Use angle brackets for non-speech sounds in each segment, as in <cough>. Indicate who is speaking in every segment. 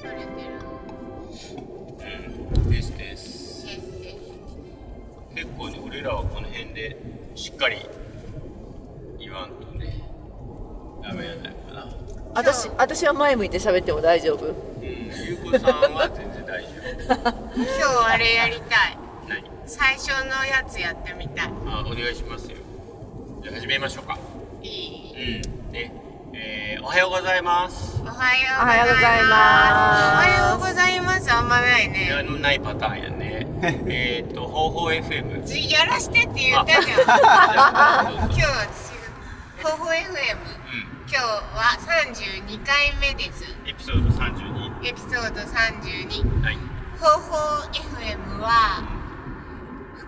Speaker 1: それてる
Speaker 2: うんですです
Speaker 1: ですです
Speaker 2: 結構ね俺らはこの辺でしっかり言わんとねダメやないかな
Speaker 3: 私私は前向いて喋っても大丈夫
Speaker 2: うんゆうこさんは全然大丈
Speaker 1: 今日あれやりたい
Speaker 2: 夫 <laughs> 何
Speaker 1: 最初のやつやってみたい
Speaker 2: あお願いしますよじゃあ始めましょうか
Speaker 1: いい
Speaker 2: うんねえー、おはようございます
Speaker 1: おはようございますおはようございますあんまない
Speaker 2: いや
Speaker 1: ね
Speaker 2: のないパターンやねえーっと方法 FM
Speaker 1: じやらしてって言ったじゃん <laughs>
Speaker 2: あ
Speaker 1: 今日私がほほ FM
Speaker 2: う
Speaker 1: 今日は32回目です
Speaker 2: んエピソード32
Speaker 1: エピソード32
Speaker 2: はい
Speaker 1: ほほ FM は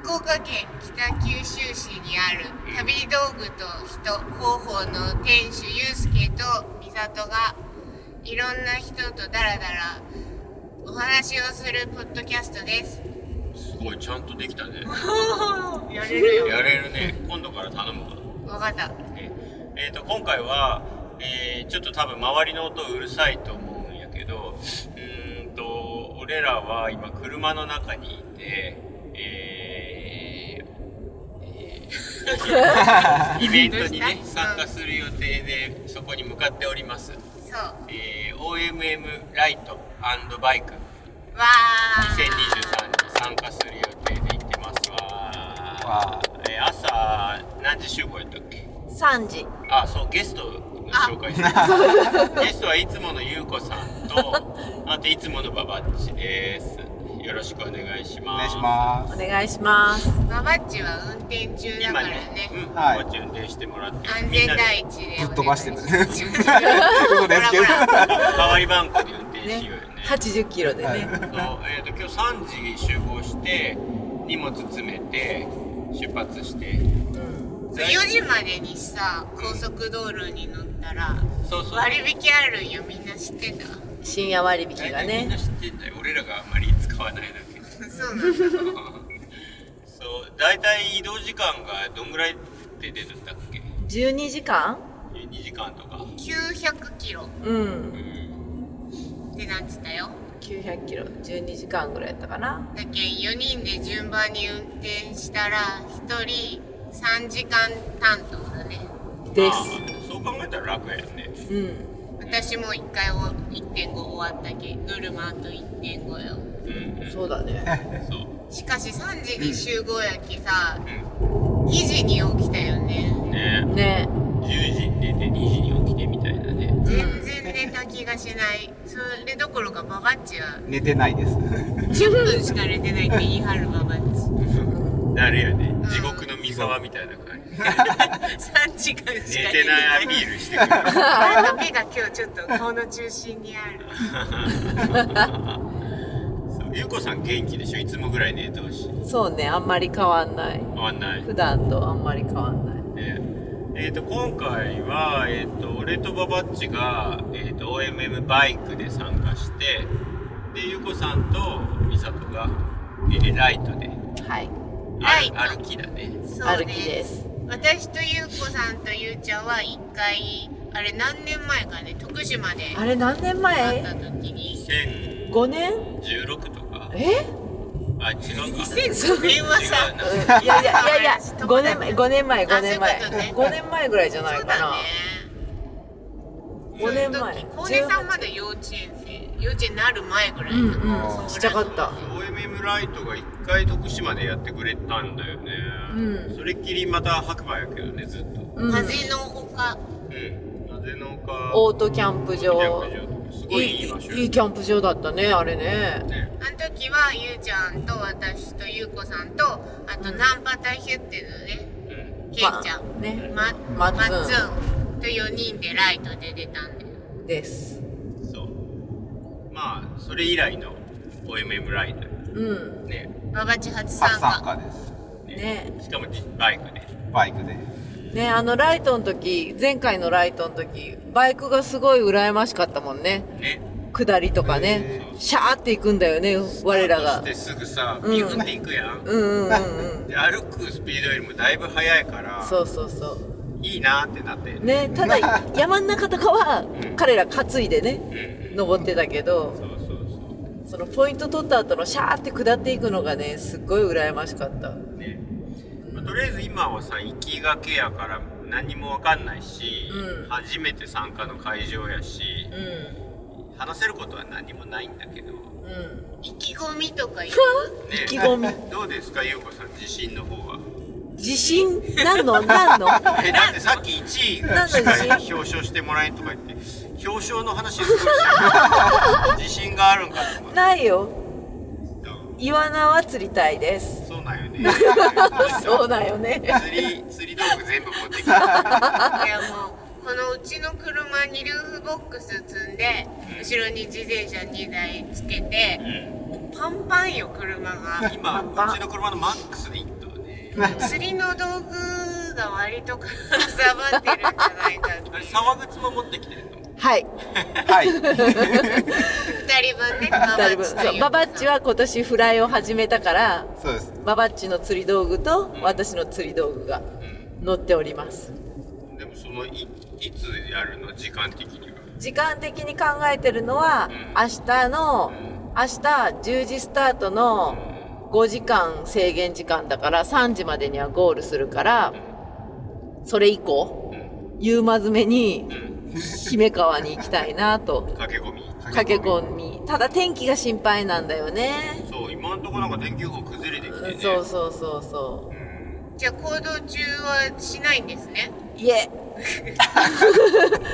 Speaker 1: 福岡県北九州市にある旅道具と人広報の店主ゆうすけとみさとがいろんな人とダラダラお話をするポッドキャストです。
Speaker 2: すごいちゃんとできたね
Speaker 1: やれるよ。
Speaker 2: やれるね今度から頼むわ
Speaker 1: わかった。
Speaker 2: ねえー、と今回は、えーちょっと多分周りの音うるさいと思うんやけどうーんと俺らは今車の中にいて、えーえーイベントにね
Speaker 1: どうした
Speaker 2: 参加する予定でそこに向かっております、
Speaker 1: そう。わ
Speaker 2: えー OMM ライトバイク2023に
Speaker 1: ー。
Speaker 2: 参加する予定で行ってますわ
Speaker 4: わ
Speaker 2: えー朝何時集合やったっけ
Speaker 3: 3時
Speaker 2: あ、そう、ゲストの紹介します <laughs> ゲストはいつものゆうこさん <laughs> と、あといつものばばっちです。よろしくお願いし
Speaker 4: お
Speaker 2: ます。
Speaker 4: 願いしま
Speaker 3: お
Speaker 4: す
Speaker 3: 願いします
Speaker 1: マバッチは運転中だ
Speaker 2: 今
Speaker 1: から
Speaker 2: ね
Speaker 1: ね。、
Speaker 2: うん、
Speaker 4: はい
Speaker 2: こっち運転してもらって、
Speaker 1: <laughs> 安
Speaker 2: みん
Speaker 1: 全
Speaker 2: なで
Speaker 1: 第一で
Speaker 4: ぶっ飛ばしてくる
Speaker 1: <laughs> お
Speaker 4: <laughs>
Speaker 1: 願いします
Speaker 4: 嘘ですけど
Speaker 1: ほらほら
Speaker 2: 代わりバンクで運転し
Speaker 3: ね
Speaker 2: ようよね。
Speaker 3: 80キロで
Speaker 4: は
Speaker 3: ね
Speaker 4: い
Speaker 2: そうえっ、と、今日3時集合して、荷物詰めて、出発して。
Speaker 1: 4時までにさ高速道路に乗ったら
Speaker 2: そうそう。
Speaker 1: 割引あるんよみんな知ってた
Speaker 3: 深夜割引
Speaker 2: 大
Speaker 3: が
Speaker 2: 体みんな
Speaker 3: ね
Speaker 2: 知ってんだよ。俺らがあんまり使わないだけ。
Speaker 1: そうなんだ
Speaker 2: <laughs> そう、大体移動時間がどんぐらいって出てたっけ
Speaker 3: 12時間
Speaker 2: ?2 時間とか。
Speaker 1: 900キロ
Speaker 3: うん
Speaker 1: ってなってたよ
Speaker 3: 900キロ12時間ぐらいやったかな
Speaker 1: だけん4人で順番に運転したら1人3時間担当だね
Speaker 3: で
Speaker 2: あーそう考えたら楽やね。
Speaker 3: すうん
Speaker 1: 私も1回を1.5終わったけんノルマあと1.5よ
Speaker 2: うんうん。
Speaker 3: そうだね
Speaker 2: そう。
Speaker 1: しかし3時に集合やけさ
Speaker 2: う
Speaker 1: 2時に起きたよね
Speaker 2: ん。ね
Speaker 3: ね <laughs>
Speaker 2: 10時に寝て2時に起きてみたいなね。
Speaker 1: 全然寝た気がしないそれどころかババッチは
Speaker 4: 寝てないです
Speaker 1: 10分しか寝てないって言い張るババッチ
Speaker 2: なるよね。地獄の三沢みたいな感じ。
Speaker 1: 3時間し
Speaker 2: 寝
Speaker 1: か
Speaker 2: てないアピールしてくる。
Speaker 1: あなた目が今日ちょっと顔の中心にある
Speaker 2: <laughs> そうゆうこさん元気でしょいつもぐらい寝てほしい。
Speaker 3: そうねあんまり変わんない
Speaker 2: 変わんない。
Speaker 3: 普段とあんまり変わんない
Speaker 2: えーえーと今回は、えー、と俺とババッチが、えー、と OMM バイクで参加してでゆうこさんとみさとが、えーライトで
Speaker 3: はい
Speaker 1: ライ
Speaker 2: 歩歩
Speaker 1: ト
Speaker 2: きだね
Speaker 1: そう
Speaker 3: 歩
Speaker 1: で
Speaker 3: き
Speaker 1: す
Speaker 3: です
Speaker 1: 私とゆうこさんとゆうちゃんは一回あれ何年前かね徳島で
Speaker 3: あれ何年
Speaker 1: 会
Speaker 3: 前
Speaker 1: った時に
Speaker 2: 2016
Speaker 3: ?5 年
Speaker 2: とか
Speaker 3: え
Speaker 2: あ違うか
Speaker 1: 2005年は
Speaker 2: 違
Speaker 1: さ
Speaker 2: う
Speaker 3: いやいやいやいや5年前5年前
Speaker 1: あ
Speaker 3: 5年前
Speaker 1: そういうことね
Speaker 3: 5年前ぐらいじゃない
Speaker 1: そ
Speaker 3: かな
Speaker 1: うだね
Speaker 3: 5年前
Speaker 1: その時高根さんまだ幼稚園生幼稚園になる前ぐらい
Speaker 3: うん
Speaker 1: かな
Speaker 3: うんし
Speaker 1: そぐら
Speaker 3: た
Speaker 1: い
Speaker 3: かった
Speaker 2: な OMM ライトが1回徳島でやってくれたんだよね、
Speaker 3: うん
Speaker 2: それっきりまた白馬やけどねずっと
Speaker 3: うん
Speaker 1: 風の丘
Speaker 2: うんなぜのか
Speaker 3: オートキャンプ場
Speaker 2: キャンプ場とかす
Speaker 3: い
Speaker 2: ごい
Speaker 3: い
Speaker 2: いい場所よ
Speaker 3: いいキャンプ場だったねあれね
Speaker 2: ね
Speaker 1: あの時はゆうちゃんと私とゆうこさんとあとナンパタヒュっていうのね
Speaker 2: うん
Speaker 1: けいちゃん、
Speaker 3: ね
Speaker 1: ま、
Speaker 3: まっ
Speaker 1: まっ
Speaker 3: つん
Speaker 1: つんと4人でライトで出たんだよ
Speaker 3: です
Speaker 2: そうまあそれ以来の OMM ライト
Speaker 3: うん
Speaker 2: ね
Speaker 1: ババチ初参
Speaker 4: 初参
Speaker 1: 加
Speaker 4: 加です
Speaker 3: ね
Speaker 2: しかもじバイクで
Speaker 4: バイクで
Speaker 3: ねあのライトの時前回のライトの時バイクがすごい羨ましかったもんね
Speaker 2: ね
Speaker 3: 下りとかね
Speaker 2: うん
Speaker 3: シャーって行くんだよね我ら
Speaker 2: スター
Speaker 3: が
Speaker 2: トしてすぐさ
Speaker 3: うん
Speaker 2: ビュンっていくやん、
Speaker 3: うんうんうんうん
Speaker 2: で歩くスピードよりもだいぶ速いから
Speaker 3: そうそうそ
Speaker 2: いいなってなって、
Speaker 3: うねただ山の中とかは
Speaker 2: ん
Speaker 3: 彼ら担いで
Speaker 2: う
Speaker 3: ね
Speaker 2: んうん
Speaker 3: 登ってたけど
Speaker 2: そうそうそ
Speaker 3: そのポイント取った後のシャーって下っていくのがねすっごい羨ましかった
Speaker 2: うね、まあとりあえず今はさ行きがけやから何もわかんないし、
Speaker 3: うん
Speaker 2: 初めて参加の会場やし
Speaker 3: う
Speaker 2: 話せることは何もないんだけど
Speaker 3: んうん
Speaker 1: 意気込みとか言う
Speaker 2: ね
Speaker 3: 意気込 <laughs> み
Speaker 2: どうですか優子さん自信の方は
Speaker 3: 自信なんのなんの
Speaker 2: えだってさっき1位
Speaker 3: 何の
Speaker 2: しっかり
Speaker 3: 自
Speaker 2: 表彰してもらえとか言って表彰の話すごいしてる自信があるんかと思っ
Speaker 3: ないよ
Speaker 2: た
Speaker 3: イワナは釣りたいです
Speaker 2: そうなんよね
Speaker 3: そうだよね
Speaker 2: 釣り釣り道具全部持ってきた
Speaker 1: いやもうこのうちの車にルーフボックス積んで後ろに自転車2台つけてパンパンよ車が
Speaker 2: 今
Speaker 3: パンパン
Speaker 2: うちの車のマックスで1頭ね
Speaker 1: 釣りの道具が割とかさばってるんじゃないかって
Speaker 2: あれ沢口も持ってきてるの
Speaker 3: はい
Speaker 4: はい。
Speaker 1: 2人分ね
Speaker 3: だいぶそうババッチは今年フライを始めたから
Speaker 4: そうです。
Speaker 3: ババッチの釣り道具と私の釣り道具が載っております
Speaker 2: でもそのいいつやるの時間的には
Speaker 3: 時間的に考えてるのは
Speaker 2: うん
Speaker 3: 明日の明日10時スタートの5時間制限時間だから3時までにはゴールするからそれ以降
Speaker 2: うん
Speaker 3: 夕間詰めに
Speaker 2: うん
Speaker 3: 姫川に行きたいな
Speaker 2: <laughs>
Speaker 3: と
Speaker 2: 駆け込み
Speaker 3: 駆け込みただ天気が心配なんだよね
Speaker 2: そう今んとこなんか天気予報崩れてきてね
Speaker 3: そうそうそうそ
Speaker 2: うん
Speaker 1: じゃあ行動中はしないんですね
Speaker 3: ういえ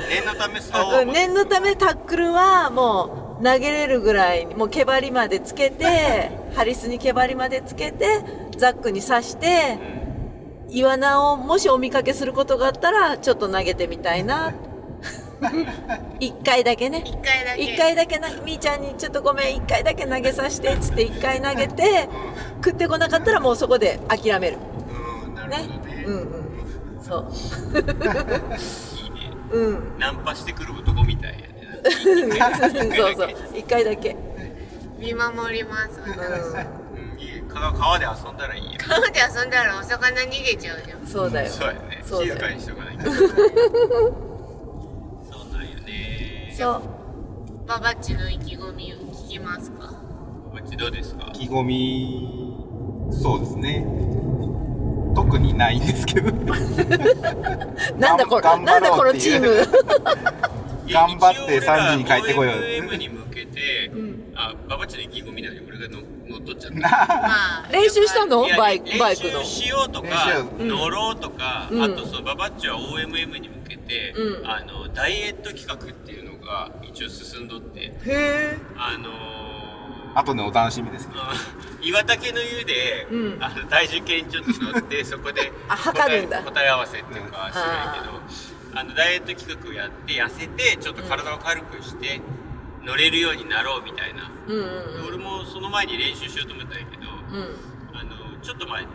Speaker 2: 念のため竿を
Speaker 3: うん念のためタックルはもう投げれるぐらいにもう毛針までつけ
Speaker 2: <laughs>
Speaker 3: てハリスに毛針までつけてザックに刺してイワナをもしお見かけすることがあったらちょっと投げてみたいな
Speaker 2: <laughs>
Speaker 3: 一回だけね
Speaker 1: 1回だけ
Speaker 3: 一回だけなみーちゃんに「ちょっとごめん一回だけ投げさせて」っつ
Speaker 2: <laughs>
Speaker 3: って一回投げて食ってこなかったらもうそこで諦める
Speaker 2: うんなる
Speaker 3: ね
Speaker 2: ほどね
Speaker 3: うんうん
Speaker 2: <laughs>
Speaker 3: そう
Speaker 2: いいね
Speaker 3: うん
Speaker 2: ナンパしてくる男みたいやね
Speaker 3: <laughs> そうそう一回だけ
Speaker 1: 見守ります私
Speaker 3: う
Speaker 2: うんいい川川で遊んだらいいよ
Speaker 1: 川で遊んだらお魚逃げちゃうじゃん
Speaker 3: んそうだよ
Speaker 2: そうやね
Speaker 3: そう
Speaker 2: 静
Speaker 3: だよ
Speaker 2: かにしとかないとそうなんよね
Speaker 3: そう
Speaker 1: ババッチの意気込みを聞きますか
Speaker 2: おばちどうですか
Speaker 4: 意気込み、そうですね。特にないんです <laughs> けど。
Speaker 3: なんだこれ
Speaker 4: 頑
Speaker 3: な
Speaker 4: 張
Speaker 3: んだこ
Speaker 4: ろ
Speaker 3: の
Speaker 4: うって
Speaker 3: チ
Speaker 4: いう
Speaker 3: ーム
Speaker 2: <laughs>
Speaker 4: 頑張って3時に帰ってこよう
Speaker 2: 一応俺ら FM に向けて、あババッチの意気込みなのに俺がの乗っ取っちゃった
Speaker 1: まあ
Speaker 3: 練習したの
Speaker 2: いや
Speaker 3: バイ
Speaker 2: 練
Speaker 3: バイク
Speaker 2: 習
Speaker 3: の
Speaker 2: しようとか
Speaker 4: 練習
Speaker 3: うん
Speaker 2: 乗ろうとか、
Speaker 3: うん
Speaker 2: あとそのババッチは OMM に向けて、
Speaker 3: うん
Speaker 2: あのダイエット企画っていうのが一応進んどって
Speaker 3: へ
Speaker 2: あのー
Speaker 4: あとね、お楽しみですけど。
Speaker 2: あ岩竹の湯で、
Speaker 3: うん
Speaker 2: あの体重計にちょっと乗って
Speaker 3: <laughs>
Speaker 2: そこで
Speaker 3: あ測るんだ
Speaker 2: 答え答え合わせっていうかしないけど、あのダイエット企画をやって痩せてちょっと体を軽くして、乗れるようになろうみたいな、
Speaker 3: えうんうん
Speaker 2: 俺もその前に練習しようと思ったんやけど、
Speaker 3: うん
Speaker 2: あのちょっと前にね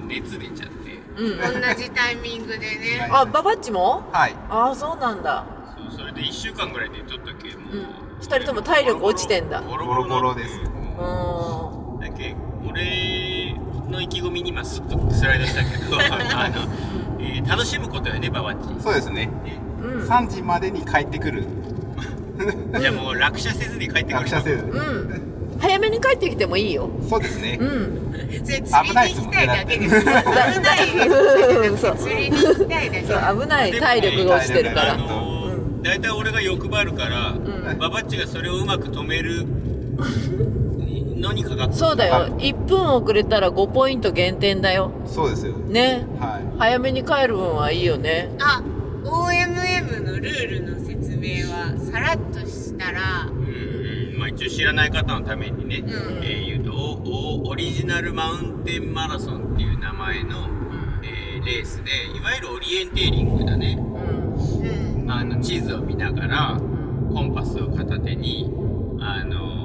Speaker 3: うん
Speaker 2: 熱出ちゃって
Speaker 3: うんうん
Speaker 1: 同じタイミングでね
Speaker 3: あババッチも
Speaker 4: はい。
Speaker 3: ああそうなんだ
Speaker 2: そうそれで1週間ぐらい寝とったけもう、
Speaker 3: うん二人とも体力落ちてんだ
Speaker 2: ボ
Speaker 4: ボロボロで
Speaker 3: う
Speaker 4: す。
Speaker 3: ーん
Speaker 2: だっけ俺の意気込みに今スッとスライドしたけ <laughs> どあの、えー楽しむことよねババッチ
Speaker 4: そうですね。
Speaker 2: ね
Speaker 3: うん
Speaker 4: 3時までに帰ってくる。
Speaker 2: じゃあもう落車せずに帰ってくる
Speaker 4: 学者制度。
Speaker 3: うん早めに帰ってきてもいいよ
Speaker 4: そうですね
Speaker 3: う。ん
Speaker 1: それ釣りに行きたいだけです危ない
Speaker 3: うん
Speaker 1: で
Speaker 3: <laughs>
Speaker 1: す
Speaker 3: そう
Speaker 1: 釣りに行きたいだけ
Speaker 3: そう危ない体力が落ちてるか
Speaker 2: あ
Speaker 3: ら
Speaker 2: のー大体俺が欲張るから、
Speaker 3: ん
Speaker 2: ババッチがそれをうまく止めるのにかかって
Speaker 3: そうだ
Speaker 4: あ
Speaker 3: よ1分遅れたら5ポイント減点だよ
Speaker 4: そうですよ。
Speaker 3: ね
Speaker 4: は
Speaker 3: 早めに帰る分はいいよね
Speaker 1: あ OMM のルールの説明はさらっとしたら
Speaker 2: うんうんまあ、一応知らない方のためにね、
Speaker 1: ん
Speaker 2: えー言うとおおオリジナルマウンテンマラソンっていう名前の、えーレースでいわゆるオリエンテーリングだね
Speaker 3: うん
Speaker 1: うん
Speaker 2: あの地図を見ながらコンパスを片手に、あのー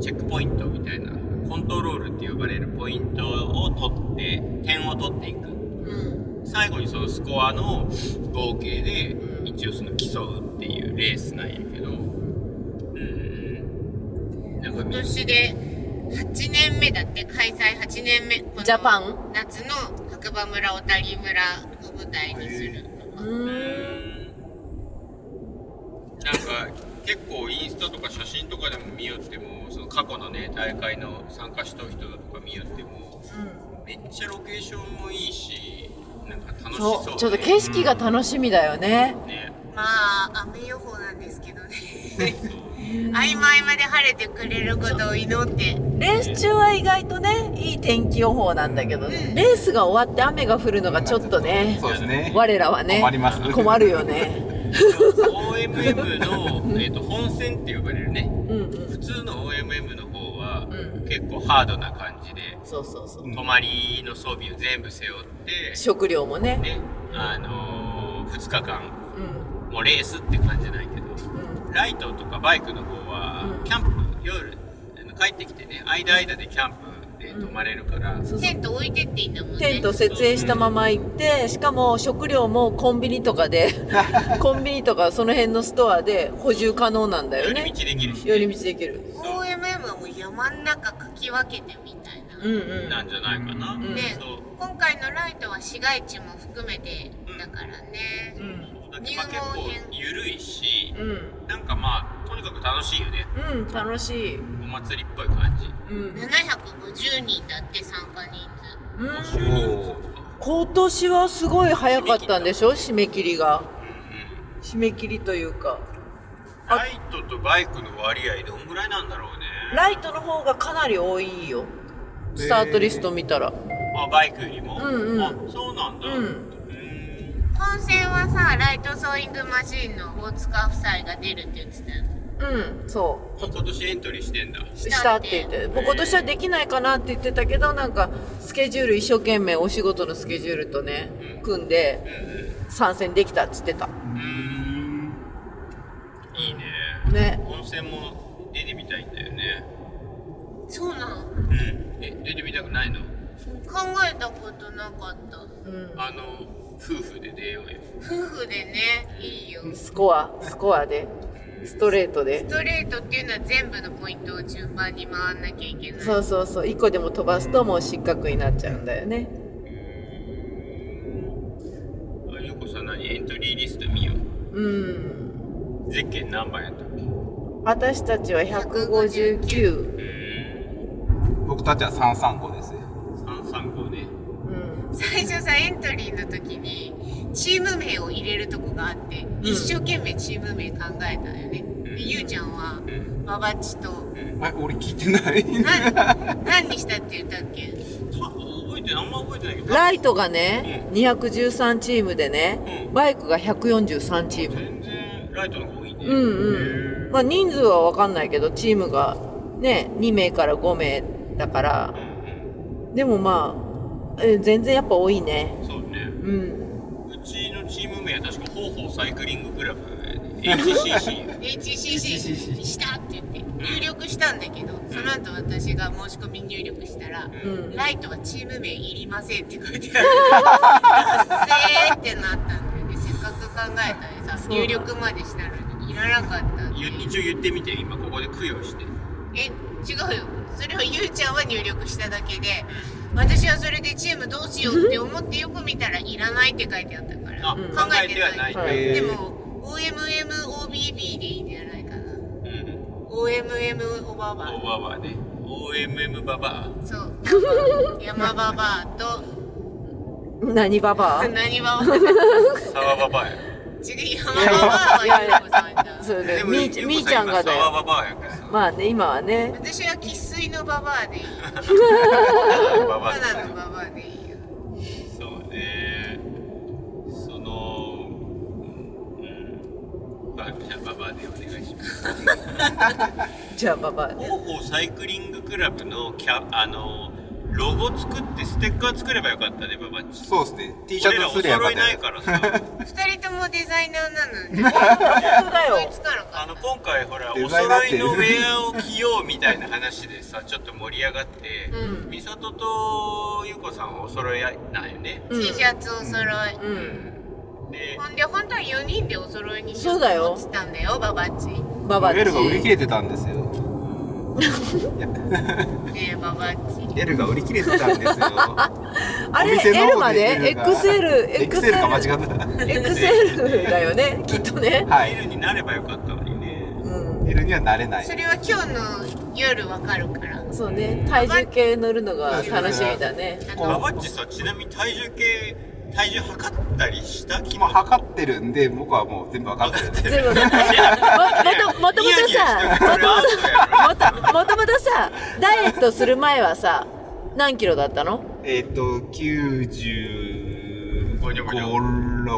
Speaker 2: チェックポイントみたいなコントロールって呼ばれるポイントを取って点を取っていく
Speaker 3: うん
Speaker 2: 最後にそのスコアの合計で一応その競うっていうレースなんやけどうんなんか
Speaker 1: 今年で8年目だって開催8年目この
Speaker 3: ジャパン
Speaker 1: 夏の白馬村小谷村を舞台にする
Speaker 3: う
Speaker 2: うんなんか結構インスタとか写真とかでも見よってもその過去のね大会の参加しとる人とか見よってもめっちゃロケーションもいいしなんか楽しそう,、ね、
Speaker 3: そうちょっと景色が楽しみだよね
Speaker 2: ね
Speaker 1: まあ雨予報なんですけどね曖昧まで晴れてくれることを祈って
Speaker 3: レース中は意外とねいい天気予報なんだけど、
Speaker 1: うん
Speaker 3: レースが終わって雨が降るのがちょっとね
Speaker 4: そうですね。
Speaker 3: 我らはね
Speaker 4: 困ります。
Speaker 3: 困るよね
Speaker 2: OMM の、えー、と本戦って呼ばれるね
Speaker 3: うんうん
Speaker 2: 普通の OMM の方は、
Speaker 3: うん
Speaker 2: 結構ハードな感じで
Speaker 3: そうそうそう
Speaker 4: うん
Speaker 2: 泊まりの装備を全部背負って、
Speaker 3: 食料もね
Speaker 2: ねあのー、2日間
Speaker 3: うん
Speaker 2: もうレースって感じじゃないけど
Speaker 3: うん
Speaker 2: ライトとかバイクの方は
Speaker 3: うん
Speaker 2: キャンプ夜あの帰ってきてね間間でキャンプで泊まれるから、
Speaker 3: そうそ
Speaker 1: テント置いてっていいんだもんね
Speaker 3: うテント設営したまま行ってしかも食料もコンビニとかでコンビニとかその辺のストアで補充可能なんだよ
Speaker 2: 寄り
Speaker 3: ね
Speaker 2: 道できるし、
Speaker 3: 寄り道できる
Speaker 1: OMM はもう山ん中かき分けてみたいな、
Speaker 3: うんうん
Speaker 2: なんじゃないかな、
Speaker 3: ん
Speaker 1: ね
Speaker 2: そう
Speaker 1: 今回のライトは市街地も含めてだからね、
Speaker 3: うん
Speaker 2: だけどまあ結構緩いし、
Speaker 3: うん
Speaker 2: なんかまあとにかく楽しいよね
Speaker 3: うん楽しい
Speaker 2: お祭りっぽい感じ
Speaker 3: うん
Speaker 1: 750人だって参加人数
Speaker 3: うん
Speaker 2: 収入とか
Speaker 3: 今年はすごい早かったんでしょ締め切りが締め切りというかあ
Speaker 2: ライトとバイクの割合どんぐらいなんだろうね
Speaker 3: ライトの方がかなり多いよスタートリスト見たら、
Speaker 2: あバイクよりも、
Speaker 3: うんうん
Speaker 2: あそうなんだ
Speaker 3: うん
Speaker 2: ん
Speaker 1: 本戦はさライトソーイングマシンの大塚夫妻が出るって言ってたよ
Speaker 3: うんそ
Speaker 2: もう今年エントリーしてんだ
Speaker 3: う
Speaker 1: した
Speaker 3: したって言ってもう今年はできないかなって言ってたけどなんかスケジュール一生懸命お仕事のスケジュールとね
Speaker 2: うん
Speaker 3: 組ん
Speaker 2: う
Speaker 3: で
Speaker 2: ん
Speaker 3: 参戦できたっつってた
Speaker 2: うんいいね
Speaker 3: ね
Speaker 2: 温泉も出てみたいんだよね
Speaker 1: そうなん
Speaker 2: うんえ出てみたくないの
Speaker 1: 考えたことなかった
Speaker 3: うん
Speaker 2: あの夫婦で出ようよ
Speaker 1: 夫婦でねいいよス
Speaker 3: スコアスコアでストレートで
Speaker 1: トレートっていうのは全部のポイントを順番に回んなきゃいけない
Speaker 3: そうそうそう1個でも飛ばすともう失格になっちゃうんだよね
Speaker 2: あゆうこさん何エントリーリスト見よう
Speaker 3: うん
Speaker 2: ゼッケン何番やったっけ
Speaker 3: 私たちは159、
Speaker 2: うん
Speaker 4: 僕たちは三三五です。
Speaker 2: 335ね
Speaker 3: うん、
Speaker 1: 最初さエントリーの時にチーム名を入れるとこがあって、一生懸命チーム名考えたんよね、でゆうちゃんは
Speaker 2: うん
Speaker 1: ババッチと
Speaker 4: え、俺聞いてない。
Speaker 1: 何何にしたって言ったっけ
Speaker 2: た覚えてあんま覚えてないけど
Speaker 3: ライトがね213チームでね
Speaker 2: うん
Speaker 3: バイクが143チーム
Speaker 2: 全然ライトの方がいいね
Speaker 3: うん
Speaker 2: へ
Speaker 3: うん
Speaker 2: ー
Speaker 3: まあ人数は分かんないけどチームがね2名から5名だから
Speaker 2: うん
Speaker 3: でもまあえー全然やっぱ多いね
Speaker 2: うんそうね
Speaker 3: うん
Speaker 2: うちのチーム名は確か方法サイクリングクラブ
Speaker 3: <laughs>
Speaker 2: HCC
Speaker 1: HCC にしたって言って入力したんだけどその後私が申し込み入力したら
Speaker 3: うん
Speaker 1: 「ライトはチーム名いりません」って書いてある「せー」ってなったんだよねせっかく考えたのにさ
Speaker 3: そう
Speaker 1: 入力までしたのにいらなかったって
Speaker 2: ゆ
Speaker 1: いう
Speaker 2: 一応言ってみて今ここで供養して
Speaker 1: え違うよそれはゆうちゃんは入力しただけで私はそれでチームどうしようって思ってよく見たら「いらない」って書いてあったから
Speaker 2: あ、
Speaker 3: うん
Speaker 2: 考えてはない、
Speaker 3: 考え
Speaker 1: で
Speaker 4: ては
Speaker 1: も OMMOBB でいいんじゃないかな
Speaker 2: うん、
Speaker 1: OMM おばば
Speaker 2: おばばね OMM ババ
Speaker 1: そう。山ババアと、
Speaker 3: 何ババア
Speaker 1: 何ババア
Speaker 2: ア沢ババアや
Speaker 1: 次、山ババアはやこさんじゃん
Speaker 3: それで
Speaker 2: でも
Speaker 3: みーち
Speaker 2: ゆう
Speaker 3: み
Speaker 2: こ
Speaker 3: ー
Speaker 2: さ
Speaker 3: ちゃんが
Speaker 2: 今
Speaker 3: だ
Speaker 2: 沢
Speaker 3: よ
Speaker 2: ババアやからさ
Speaker 3: まあね今はね
Speaker 1: 私は生粋のババアでいい。
Speaker 2: ババア
Speaker 1: た
Speaker 2: って
Speaker 1: だのババアでいいよ。
Speaker 2: そうねそのうんババアババアでお願いします
Speaker 3: じゃあババアね
Speaker 2: 広報サイクリングクラブのキャあのロゴ作ってステッカー作ればよかったねババッチ
Speaker 4: <laughs> そうですね。T シャ
Speaker 2: 俺ら
Speaker 4: ツ
Speaker 2: お
Speaker 4: すりゃよか
Speaker 2: 揃
Speaker 4: っ
Speaker 2: いない
Speaker 4: <laughs> た。
Speaker 2: からさ
Speaker 1: 二人ともデザイナーなのに、
Speaker 3: 本当だよ
Speaker 1: 思いつかな
Speaker 2: あ
Speaker 1: か
Speaker 2: の
Speaker 1: った。
Speaker 2: 今回ほらお
Speaker 4: デザイナ
Speaker 2: 揃
Speaker 4: ーっ
Speaker 2: い
Speaker 4: て
Speaker 2: のウェアを着ようみたいな話でさちょっと盛り上がって、
Speaker 3: うん
Speaker 2: 美里と優子さんはお揃いなんよね、
Speaker 3: うん
Speaker 1: T シャツお揃い、
Speaker 3: うん
Speaker 2: で
Speaker 1: ほんで本当は4人でお揃いにしようと思ってたんだよババッチ
Speaker 3: ババッチ
Speaker 4: エルが売り切れてたんですよ
Speaker 1: ねえババッチ
Speaker 4: エルが売り切れてたんですよ
Speaker 3: あれ
Speaker 4: <laughs> お店の方
Speaker 3: L まで
Speaker 4: エルが
Speaker 3: XL
Speaker 4: XL か間違って
Speaker 3: XL だよねきっとね、
Speaker 4: たは
Speaker 2: ビ
Speaker 4: い
Speaker 2: ルになればよかったのにね
Speaker 3: うん、
Speaker 4: エルにはなれない
Speaker 1: それは今日の夜わかるから
Speaker 3: そうね体重計乗るのが楽しみだね
Speaker 1: あ
Speaker 2: バ
Speaker 1: の
Speaker 2: バッチさちなみに体重計体重測ったりした気
Speaker 4: 今
Speaker 2: も
Speaker 4: 測ってるんで僕はもう全部測ってるんで
Speaker 3: 全部ままたもともとさ
Speaker 2: これアウトやろ
Speaker 3: もともともとさダイエットする前はさ何キロだったの
Speaker 4: えっ、ー、と95、
Speaker 2: ごにょごにょ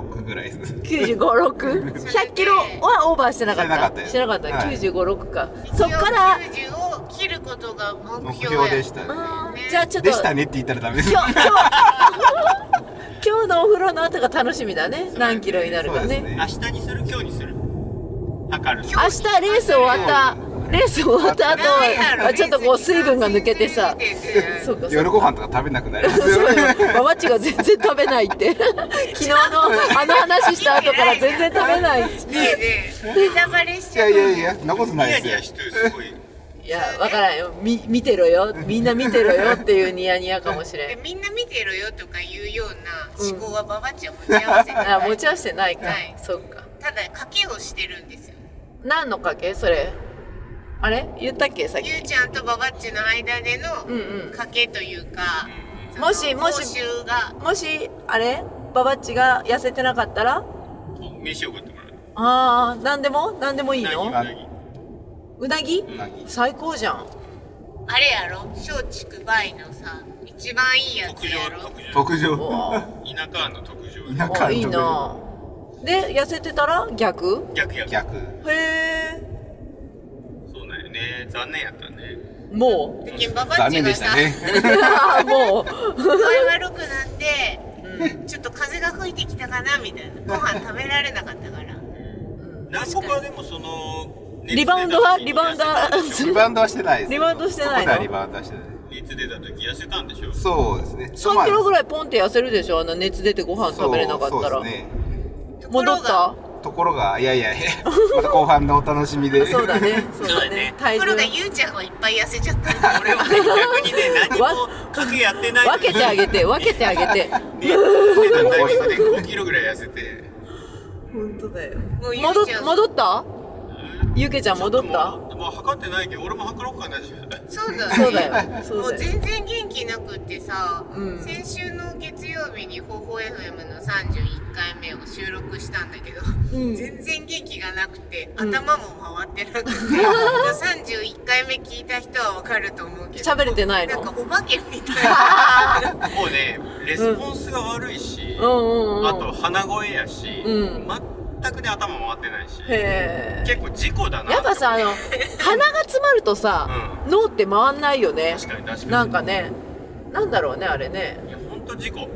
Speaker 4: 6ぐらいです。
Speaker 3: 95600キロはオーバーしてなかった
Speaker 4: してなかったよはい
Speaker 3: 956か
Speaker 1: 一応
Speaker 3: そっから
Speaker 1: 90を切ることが目標
Speaker 4: 目標
Speaker 1: や
Speaker 4: でしたね。
Speaker 3: あーじゃあちょっと
Speaker 4: でしたねって言ったらダメです。
Speaker 3: 今日今日 <laughs> 今日のお風呂の後が楽しみだね何キロになる
Speaker 4: そう
Speaker 3: か
Speaker 4: です
Speaker 3: ね
Speaker 4: ね。
Speaker 2: 明日ににする今日にする測る
Speaker 3: 明日レース終わったレース終わった後
Speaker 1: なんやろ
Speaker 3: はちょっとこう水分が抜けて
Speaker 4: <laughs>
Speaker 3: さ
Speaker 1: 水分抜けて
Speaker 3: そうかそうか
Speaker 4: 夜ご飯とか食べなくな
Speaker 3: <laughs>
Speaker 4: ります
Speaker 3: そう
Speaker 4: よ。
Speaker 3: よママッチが全然食べないって
Speaker 1: <laughs>
Speaker 3: 昨日のあの話した後から全然食べないって
Speaker 1: ねえねえネタバレし
Speaker 4: い
Speaker 1: ちゃ
Speaker 4: や
Speaker 1: う
Speaker 4: いやいや、そんなことな
Speaker 2: ニヤ
Speaker 4: い
Speaker 2: ニ
Speaker 4: で
Speaker 2: ヤ
Speaker 4: す
Speaker 2: し
Speaker 4: よ。
Speaker 2: てるすごい
Speaker 3: いやわからんよみ見てろよみんな見てろよっていうニヤニヤかもしれ
Speaker 1: で
Speaker 3: ん
Speaker 1: みんな見てろよとか言うような思考はババッチは持ち合わせてない
Speaker 3: あ持ち合わせてないか、
Speaker 1: はい
Speaker 3: そっか
Speaker 1: ただ賭けをしてるんですよ
Speaker 3: 何の賭けそれあれ言ったっけさっき
Speaker 1: ゆうちゃんとババッチの間での
Speaker 3: うんうん
Speaker 1: 賭けというか、その
Speaker 3: もしもし
Speaker 1: 報酬が
Speaker 3: もしあれババッチが痩せてなかったら
Speaker 2: 飯を送ってもらう
Speaker 3: ああ何でも何でもいい
Speaker 2: 何
Speaker 3: の
Speaker 2: 何
Speaker 3: うなぎ
Speaker 4: うなぎ
Speaker 3: 最高じゃん
Speaker 1: あれやろ松竹梅のさ一番いいやつ
Speaker 2: 特
Speaker 1: や
Speaker 2: 上
Speaker 1: ろ
Speaker 2: 特上
Speaker 4: 特
Speaker 3: お
Speaker 4: 上。
Speaker 3: ー
Speaker 2: 田舎の特上
Speaker 4: 田舎
Speaker 3: おいいなで痩せてたら逆
Speaker 2: 逆逆
Speaker 4: 逆。
Speaker 3: へえ
Speaker 2: そうなんよね残念やったね
Speaker 3: も
Speaker 1: でババッチ
Speaker 4: 残念
Speaker 1: が
Speaker 4: でし
Speaker 1: さ
Speaker 4: たね。
Speaker 3: <laughs> うあー <laughs> もう
Speaker 1: 具合悪くなって、ちょっと風が吹いてきたかなみたいなご飯食べられなかったから
Speaker 2: 何個かでもその
Speaker 3: リバウンドはリバウンドは
Speaker 2: は
Speaker 3: <laughs>
Speaker 4: リバウンドはしてないです。
Speaker 3: リバウンドしてないの
Speaker 4: そこではリバウンドはしてない。
Speaker 2: 熱出た時痩せたんでしょ
Speaker 4: そうですね。
Speaker 3: 3キロぐ
Speaker 4: らい
Speaker 3: らいポンって痩せるでしょあの熱出てご飯食べれなかったら、
Speaker 4: そうですね。
Speaker 3: 戻った
Speaker 4: ところが、いやいや
Speaker 3: <laughs>
Speaker 4: いや、また後半のお楽しみで。
Speaker 3: そうだ
Speaker 4: <laughs>
Speaker 3: ねそう
Speaker 2: そう
Speaker 3: だ
Speaker 2: だ
Speaker 3: ね
Speaker 2: ね
Speaker 1: と
Speaker 3: 体
Speaker 1: こ
Speaker 3: 重
Speaker 1: ろがゆうちゃんはいっぱい痩せちゃった
Speaker 2: 俺はね逆にね何
Speaker 3: わ
Speaker 2: も賭けやってないのに
Speaker 3: 分けてあげて分けてあげて
Speaker 2: ね出たタイミングで5キロぐらい痩せて
Speaker 3: 本当だよ
Speaker 1: もうゆ
Speaker 3: 戻
Speaker 1: う
Speaker 3: っ
Speaker 1: ちゃん
Speaker 3: 戻ったゆけちゃん戻った
Speaker 2: もうもう測ってないけど俺も測ろうかなじゃ
Speaker 3: <laughs>
Speaker 2: あ
Speaker 1: そうだね
Speaker 3: そうだよそう
Speaker 1: もう
Speaker 3: だよ
Speaker 1: 全然元気なくってさ、
Speaker 3: うん
Speaker 1: 先週の月曜日に「ほうほう FM」の31回目を収録したんだけど、
Speaker 3: うん
Speaker 1: 全然元気がなくて
Speaker 3: うん
Speaker 1: 頭も回って
Speaker 3: <laughs>
Speaker 1: なくて、31回目聞いた人はわかると思うけど
Speaker 3: 喋れてない
Speaker 1: なんか
Speaker 3: の
Speaker 1: お化けみたい
Speaker 3: <laughs>
Speaker 1: な
Speaker 2: もうねレスポンスが悪いし、
Speaker 3: うんうんうん
Speaker 2: あと鼻声やし、
Speaker 3: うん
Speaker 2: 全くね頭回ってないし
Speaker 3: へえ
Speaker 2: 結構事故だな
Speaker 3: やっぱさあの
Speaker 2: <laughs>
Speaker 3: 鼻が詰まるとさ、脳って回んないよね
Speaker 2: 確かに確かに
Speaker 3: なんかねなんだろうねあれね
Speaker 2: いや本当事故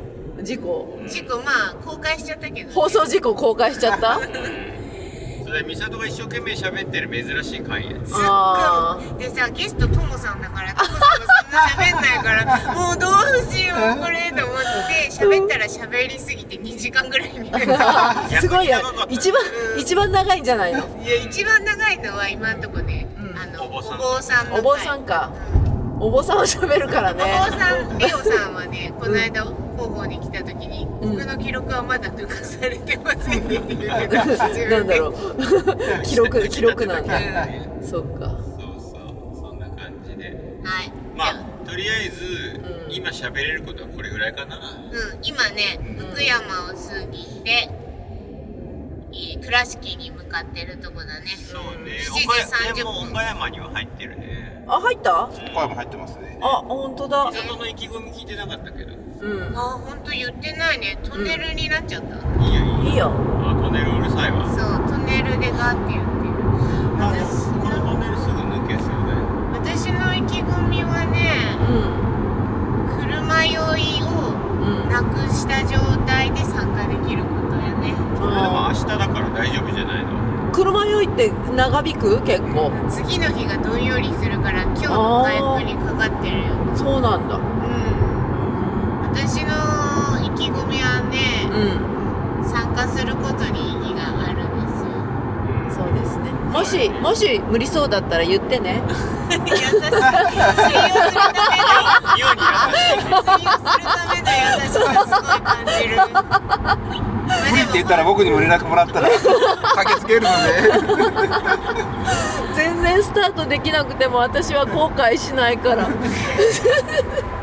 Speaker 3: 事故
Speaker 1: 事故まあ公開しちゃったけど、ね、
Speaker 3: 放送事故公開しちゃった
Speaker 2: <laughs> それで美里が一生懸命喋ってる珍しい回や
Speaker 1: すっ
Speaker 3: あ
Speaker 1: ごいでさゲストともさんだからともさんがそんな喋んないか
Speaker 3: <laughs>
Speaker 1: らもうどうしようこれと思って喋ったら喋りすぎて2時間ぐらい見てた
Speaker 2: <laughs>
Speaker 3: すごいよ
Speaker 2: 逆に長かった
Speaker 3: 一番一番長いんじゃないの
Speaker 1: いや一番長いのは今んとこね、
Speaker 3: うん
Speaker 1: あの
Speaker 2: お坊さん
Speaker 1: お坊さんの
Speaker 3: お坊さんかお坊さんは喋るから
Speaker 2: <laughs>
Speaker 1: お坊
Speaker 3: ね
Speaker 1: さんレオさんはねこの間広報に来た時に、僕の記録はまだ抜かされてませんって言ってた
Speaker 3: なんだろう
Speaker 2: <laughs>
Speaker 3: 記録記録なんだ
Speaker 2: ね
Speaker 3: そっ
Speaker 2: そ
Speaker 3: か
Speaker 2: うそうそんな感じで
Speaker 1: はい
Speaker 2: まあとりあえず、
Speaker 3: うん
Speaker 2: 今喋れることはこれぐらいかな
Speaker 1: うん、今ね、
Speaker 3: うん
Speaker 1: 福山を過ぎて、えー倉敷に向かってるとこだね。
Speaker 2: そうね
Speaker 1: 7
Speaker 2: 岡山
Speaker 1: 時
Speaker 2: で
Speaker 1: 30
Speaker 2: も
Speaker 1: 分。
Speaker 2: 岡山には入ってるね
Speaker 3: あ入った
Speaker 4: 声も入ってますね。
Speaker 3: あ本当だ
Speaker 2: 美里の意気込み聞いてなかったけどいいよ
Speaker 3: うん
Speaker 1: あ、ほんと言ってないね。トンネルになっちゃった。
Speaker 2: いいよ
Speaker 3: いいよ
Speaker 2: あトンネルうるさいわ
Speaker 1: そう、トンネルでガーって言ってる。
Speaker 2: あでもこのトンネルすぐ抜けそうだよ
Speaker 1: 私の意気込みは
Speaker 3: う
Speaker 1: ね、
Speaker 3: ん
Speaker 1: 車酔いを
Speaker 3: うん
Speaker 1: なくした状態で参加できることやね。
Speaker 2: それでも明日だから大丈夫じゃないの
Speaker 3: 車の迷いって長引く結構
Speaker 1: 次の日がどんよりするから今日の回復にかかってるよ
Speaker 3: そうなんだ
Speaker 1: うん私の意気込みは
Speaker 3: う
Speaker 1: ね、
Speaker 3: ん
Speaker 1: 参加することに意義があるんです
Speaker 3: そ
Speaker 1: よ
Speaker 3: うですねもしもし無理そうだったら言ってね
Speaker 1: 優しい釣りをするための釣りをするための優
Speaker 2: ように優しいね
Speaker 1: し <laughs> さすごい感じるまあ
Speaker 4: 無理っ
Speaker 1: で
Speaker 4: て言ったら僕にも連絡もらったら駆けつけるので
Speaker 3: <laughs> 全然スタートできなくても私は後悔しないから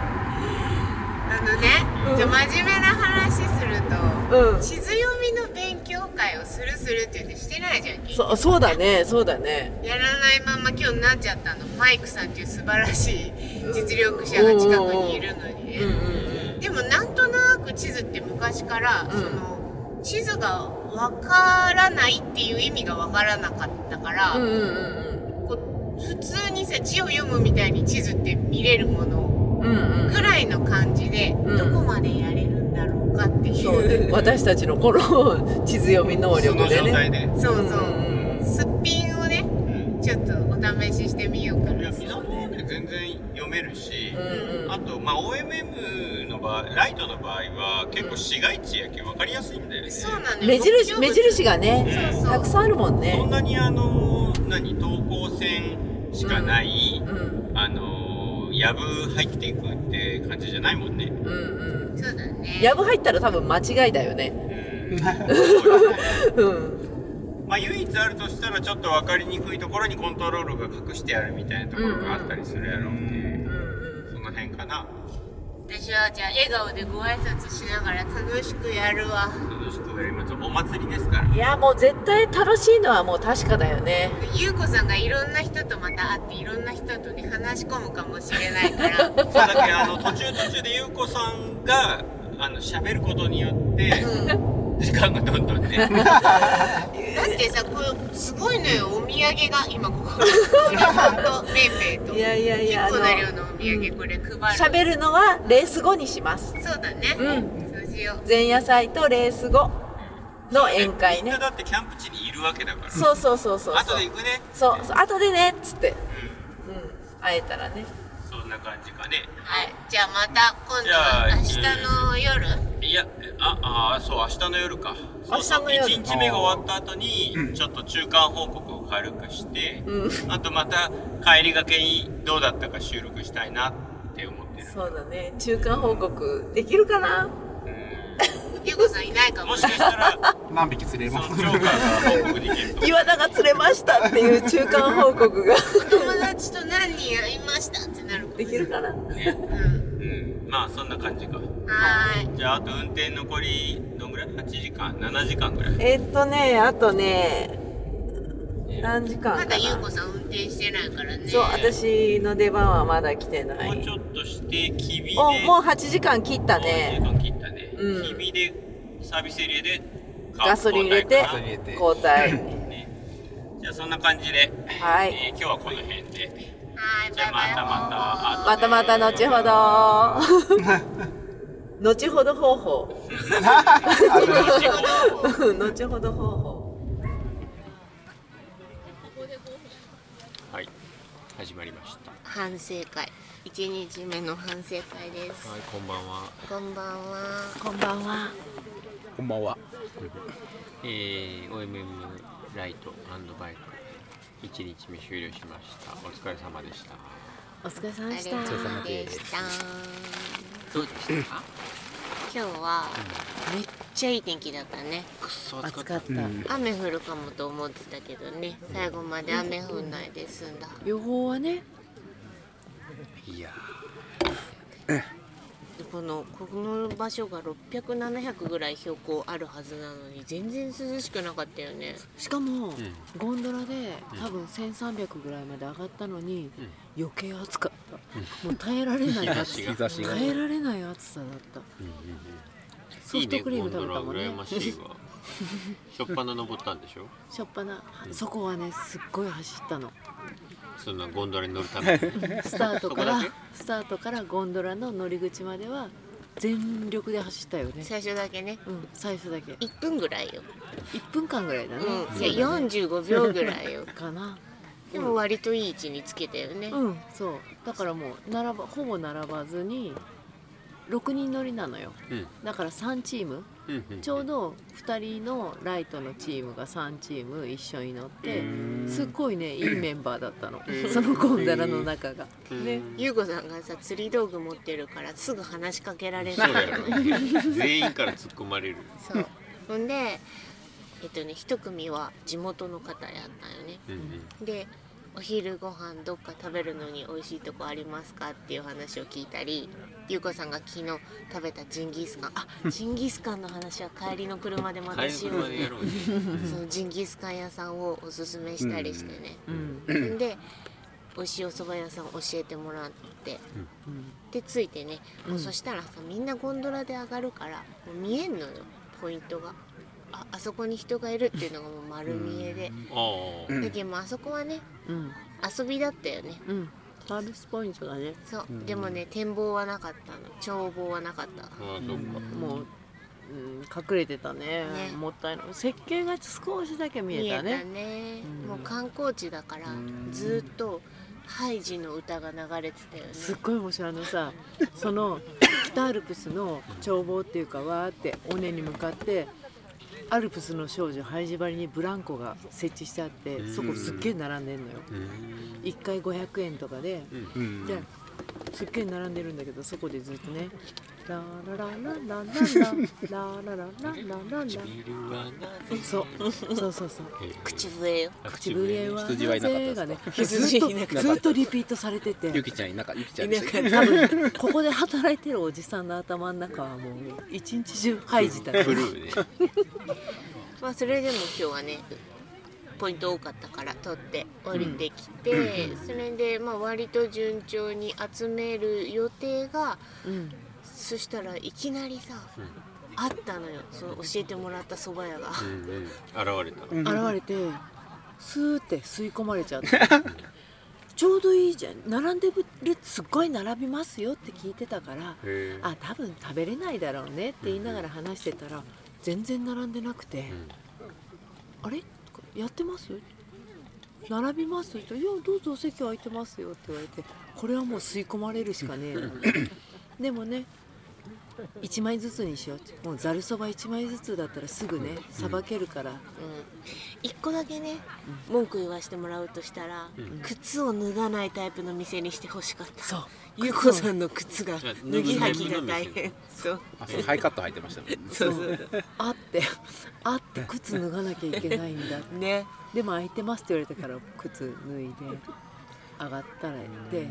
Speaker 1: あのねじゃあ真面目な話すると
Speaker 3: うん
Speaker 1: 地図読みの勉強会をするするって言ってしてないじゃん
Speaker 3: そそうだねそうだね
Speaker 1: やらないまま今日なっちゃったのマイクさんっていう素晴らしい実力者が近くにいるのにね、
Speaker 3: うんうん
Speaker 1: でもなんとなく地図って昔から、
Speaker 3: うん
Speaker 1: その地図がわからないっていう意味がわからなかったから、
Speaker 3: うんうんうん
Speaker 1: こう普通にさ字を読むみたいに地図って見れるもの
Speaker 3: うんうんうん
Speaker 1: ぐらいの感じで、
Speaker 3: うん
Speaker 1: どこまでやれるんだろうかってい
Speaker 3: そう
Speaker 1: う
Speaker 3: ね私たちのこの地図読み能
Speaker 2: そ
Speaker 3: 力
Speaker 2: の
Speaker 3: で
Speaker 2: 状
Speaker 3: ね
Speaker 2: 態で、
Speaker 1: <laughs> そうそう、
Speaker 3: うん
Speaker 1: すっぴんをね
Speaker 2: うん
Speaker 1: ちょっとお試ししてみようか
Speaker 2: いや
Speaker 1: な
Speaker 2: 水の方で全然読めるし、
Speaker 3: うんうん
Speaker 2: あと、まあ、OMM の場合ライトの場合は結構市街地やけん分かりやすいんだよね、
Speaker 1: そうなのよ
Speaker 3: 目印
Speaker 1: 目標物
Speaker 3: 目印がね
Speaker 1: そうそう
Speaker 3: たくさんあるもん
Speaker 2: そん
Speaker 3: ね
Speaker 2: なにあの何等高線しかない、
Speaker 3: うん
Speaker 2: あのやぶ入っていくって感じじゃないもんね、
Speaker 3: うんうん
Speaker 1: そうだね
Speaker 3: やぶ入ったら多分間違いだよね
Speaker 2: うんそうですね
Speaker 3: うん
Speaker 2: まあ、唯一あるとしたらちょっと分かりにくいところにコントロールが隠してあるみたいなところがあったりするやろうっていう、その辺かな
Speaker 1: 私はじゃあ笑顔でご挨拶しながら楽しくやるわ
Speaker 2: 楽しくやりましょうお祭りですから
Speaker 3: いやもう絶対楽しいのはもう確かだよね
Speaker 1: ゆうこさんがいろんな人とまた会っていろんな人とね話し込むかもしれないから
Speaker 3: <laughs>
Speaker 2: そうだけあの途中途中で優子さんがあの喋ることによって時間がどんどんね
Speaker 1: だってさこれすごいのよお土産が今ここにとめいめいと
Speaker 3: いやいやいや
Speaker 1: 結構な量のお土産これ配る
Speaker 3: 喋るのはレース後にします
Speaker 1: そうだね、
Speaker 3: う
Speaker 1: そうしよう
Speaker 3: 前夜祭とレース後の宴会
Speaker 2: みん
Speaker 3: ね
Speaker 2: なだってキャンプ地にいるわけだから
Speaker 3: そうそうそうそう
Speaker 2: 後
Speaker 3: そう
Speaker 2: で行くね
Speaker 3: そうそう後でねっつって、うん、会えたらね
Speaker 2: そんな感じかね
Speaker 1: はいじゃあまた今度は明日の夜
Speaker 2: いやああそう明日の夜かそうそう
Speaker 3: 明日の夜
Speaker 2: 1日目が終わった後にちょっと中間報告を軽くして、あとまた帰りがけにどうだったか収録したいなって思ってる
Speaker 3: そうだね中間報告できるかな
Speaker 1: ゆうこさんいないかも
Speaker 2: もし
Speaker 1: しれ
Speaker 2: か
Speaker 1: ない
Speaker 2: したら
Speaker 4: 何匹釣れ
Speaker 2: そ
Speaker 4: ま
Speaker 2: の
Speaker 4: す
Speaker 2: ジョーカーが報告できると
Speaker 3: 岩田が釣れましたっていう中間報告が
Speaker 1: 友達と何人会いましたってなるかも
Speaker 3: できるかな
Speaker 2: ね
Speaker 1: うん
Speaker 2: うんまあそんな感じか
Speaker 1: はーい
Speaker 2: じゃああと運転残りどんぐらい ?8 時間 ?7 時間ぐらい
Speaker 3: えーっとねあとね何時間
Speaker 1: ま
Speaker 3: か
Speaker 1: だゆう
Speaker 3: な
Speaker 1: こさん運転してないからね
Speaker 3: そう私の出番はまだ来てない
Speaker 2: もうちょっとしてきびで
Speaker 3: おもう8時間切ったね
Speaker 2: もう1時間切ったね
Speaker 3: うん
Speaker 2: きび、でサービスエリアでカー
Speaker 3: ガソリン入れて
Speaker 2: 交代か
Speaker 4: 入れて
Speaker 3: 交代 <laughs>
Speaker 2: なねじゃあそんな感じで、
Speaker 3: はい
Speaker 2: えー今日はこの辺で
Speaker 1: はい
Speaker 2: じゃ
Speaker 1: バ
Speaker 2: あ
Speaker 1: イバイ
Speaker 2: またまた
Speaker 3: またまた後ほど <laughs> 後ほど方法 <laughs> 後ほど方法
Speaker 2: はい始まりました
Speaker 1: 反省会一日目の反省会です、
Speaker 2: はいこんばんは
Speaker 1: こんばんは
Speaker 3: こんばんは
Speaker 4: こんばんは
Speaker 2: えー、OMM ライトバイク1日目終了しましたお疲れ様でした
Speaker 3: お疲れさ
Speaker 1: あ
Speaker 3: ま
Speaker 1: り
Speaker 3: で
Speaker 1: が
Speaker 3: した
Speaker 1: とうございました
Speaker 2: どうでしたか
Speaker 1: 今日はめっちゃいい天気だったね
Speaker 2: くっそ
Speaker 3: 暑かった、
Speaker 1: 雨降るかもと思ってたけどね最後まで雨降んないで済んだ
Speaker 3: 予報はね
Speaker 2: いや
Speaker 1: このこの場所が600700ぐらい標高あるはずなのに全然涼しくなかったよね
Speaker 5: しかも、ゴンドラで多分1300ぐらいまで上がったのに、余計暑かった、もう耐えられない暑
Speaker 2: 日
Speaker 5: さ
Speaker 2: 差しが
Speaker 5: もう耐えられない暑さだった、ソフトクリーム食べたもんね
Speaker 2: いいねゴンドラ羨ましいわしょっぱな登ったんでしょ
Speaker 5: しょっぱなそこはねすっごい走ったの
Speaker 2: そんなゴンドラに乗るために
Speaker 5: スタートか
Speaker 2: そ
Speaker 5: ら
Speaker 2: こだ
Speaker 5: スタートからゴンドラの乗り口までは
Speaker 3: 全力で走ったよね
Speaker 1: 最初だけね
Speaker 3: うん最初だけ
Speaker 1: 1分ぐらいよ、
Speaker 3: 1分間ぐらいだね、
Speaker 1: うん、いや45秒ぐらいよ
Speaker 3: かな
Speaker 1: でも割といい位置につけたよね、
Speaker 3: うんそうだからもう並ばほぼ並ばずに6人乗りなのよ
Speaker 2: うん
Speaker 3: だから3チーム
Speaker 2: うんうん
Speaker 3: ちょうど2人のライトのチームが3チーム一緒に乗って
Speaker 2: うん
Speaker 3: すっごいねいいメンバーだったの
Speaker 2: うん
Speaker 3: そのゴンダラの中がね
Speaker 1: ゆうごさんがさ釣り道具持ってるからすぐ話しかけられ
Speaker 2: そ
Speaker 1: な
Speaker 2: う
Speaker 1: い
Speaker 2: だよね全員から突っ込まれる
Speaker 1: そうほんでえっとね一組は地元の方やったよね
Speaker 2: うん
Speaker 1: でお昼ご飯どっか食べるのに美味しいとこありますかっていう話を聞いたりゆうこさんが昨日食べたジンギスカンあジンギスカンの話は帰りの車でま
Speaker 2: うん
Speaker 1: た
Speaker 2: 帰りの
Speaker 1: しよ
Speaker 2: 車
Speaker 1: う
Speaker 2: でやろうね
Speaker 1: そのジンギスカン屋さんをおすすめしたりしてね、
Speaker 3: うん
Speaker 1: で美味しいお蕎麦屋さん教えてもらって
Speaker 3: うん
Speaker 1: でついてね、もう
Speaker 3: うん
Speaker 1: そしたらさみんなゴンドラで上がるからもう見えんのよポイントがああそこに人がいるっていうのがもう丸見えで、
Speaker 2: ああ
Speaker 1: だけどもうあそこはね
Speaker 3: うん
Speaker 1: 遊びだったよね
Speaker 3: うんサービスポイントだね
Speaker 1: そう、でもね展望はなかったの眺望はなかったの
Speaker 2: ああそっか
Speaker 3: もう、うん、隠れてたね
Speaker 1: ね
Speaker 3: もったいない設計が少しだけ見
Speaker 1: 見え
Speaker 3: え
Speaker 1: た
Speaker 3: た
Speaker 1: ね
Speaker 3: ねうん
Speaker 1: もう観光地だからずーっとハイジの歌が流れてたよね
Speaker 3: すっごい面白いあのさその北アルプスの眺望っていうかわーって尾根に向かってアルプスの少女ハイジバリにブランコが設置してあってそこすっげえ並んでんのよ
Speaker 2: うん
Speaker 3: 1回500円とかで
Speaker 2: うん
Speaker 4: うん
Speaker 3: ですっげえ並んでるんだけどそこでずっとね「ララララララララララララララ
Speaker 2: 唇はなぜ
Speaker 3: そうそうそうそう
Speaker 1: 口笛よ
Speaker 3: 口笛は
Speaker 6: 羊はいなかったですか
Speaker 3: がねず
Speaker 1: 羊
Speaker 3: っ
Speaker 1: い
Speaker 6: <laughs>
Speaker 1: な
Speaker 3: とずっとリピートされてて
Speaker 6: ゆきちゃんいなかゆきちゃんで
Speaker 3: なん
Speaker 6: す
Speaker 3: か多分ここで働いてるおじさんの頭の中はもう一日中ハイジだね
Speaker 2: ブルーね
Speaker 1: まあそれでも今日はねポイント多かったから取って降りてきて、それでまあ割と順調に集める予定が
Speaker 3: うん
Speaker 1: そしたらいきなりさ、あったのよその教えてもらった蕎麦屋が、
Speaker 2: うんうん現れた
Speaker 3: 現れてスーって吸い込まれ
Speaker 6: <laughs>
Speaker 3: ちゃってちょうどいいじゃん並んでるすっごい並びますよって聞いてたから
Speaker 2: へえ
Speaker 3: あ多分食べれないだろうねって言いながら話してたら全然並んでなくて
Speaker 2: ん
Speaker 3: 「あれ?」とか「やってます?」並びますと「いやどうぞお席空いてますよ」って言われてこれはもう吸い込まれるしかねえなでもね1枚ずつにしようってもうざるそば1枚ずつだったらすぐねさばけるから
Speaker 1: うん、1個だけね文句言わしてもらうとしたら、靴を脱がないタイプの店にしてほしかった
Speaker 3: そう
Speaker 1: ゆうこさんの靴が脱ぎ履きが大変そう
Speaker 6: あそうハイカット履いてましたもんね
Speaker 1: そうそう
Speaker 3: あってあって靴脱がなきゃいけないんだ
Speaker 1: ね
Speaker 3: でも空いてますって言われたから靴脱いで上がったら行って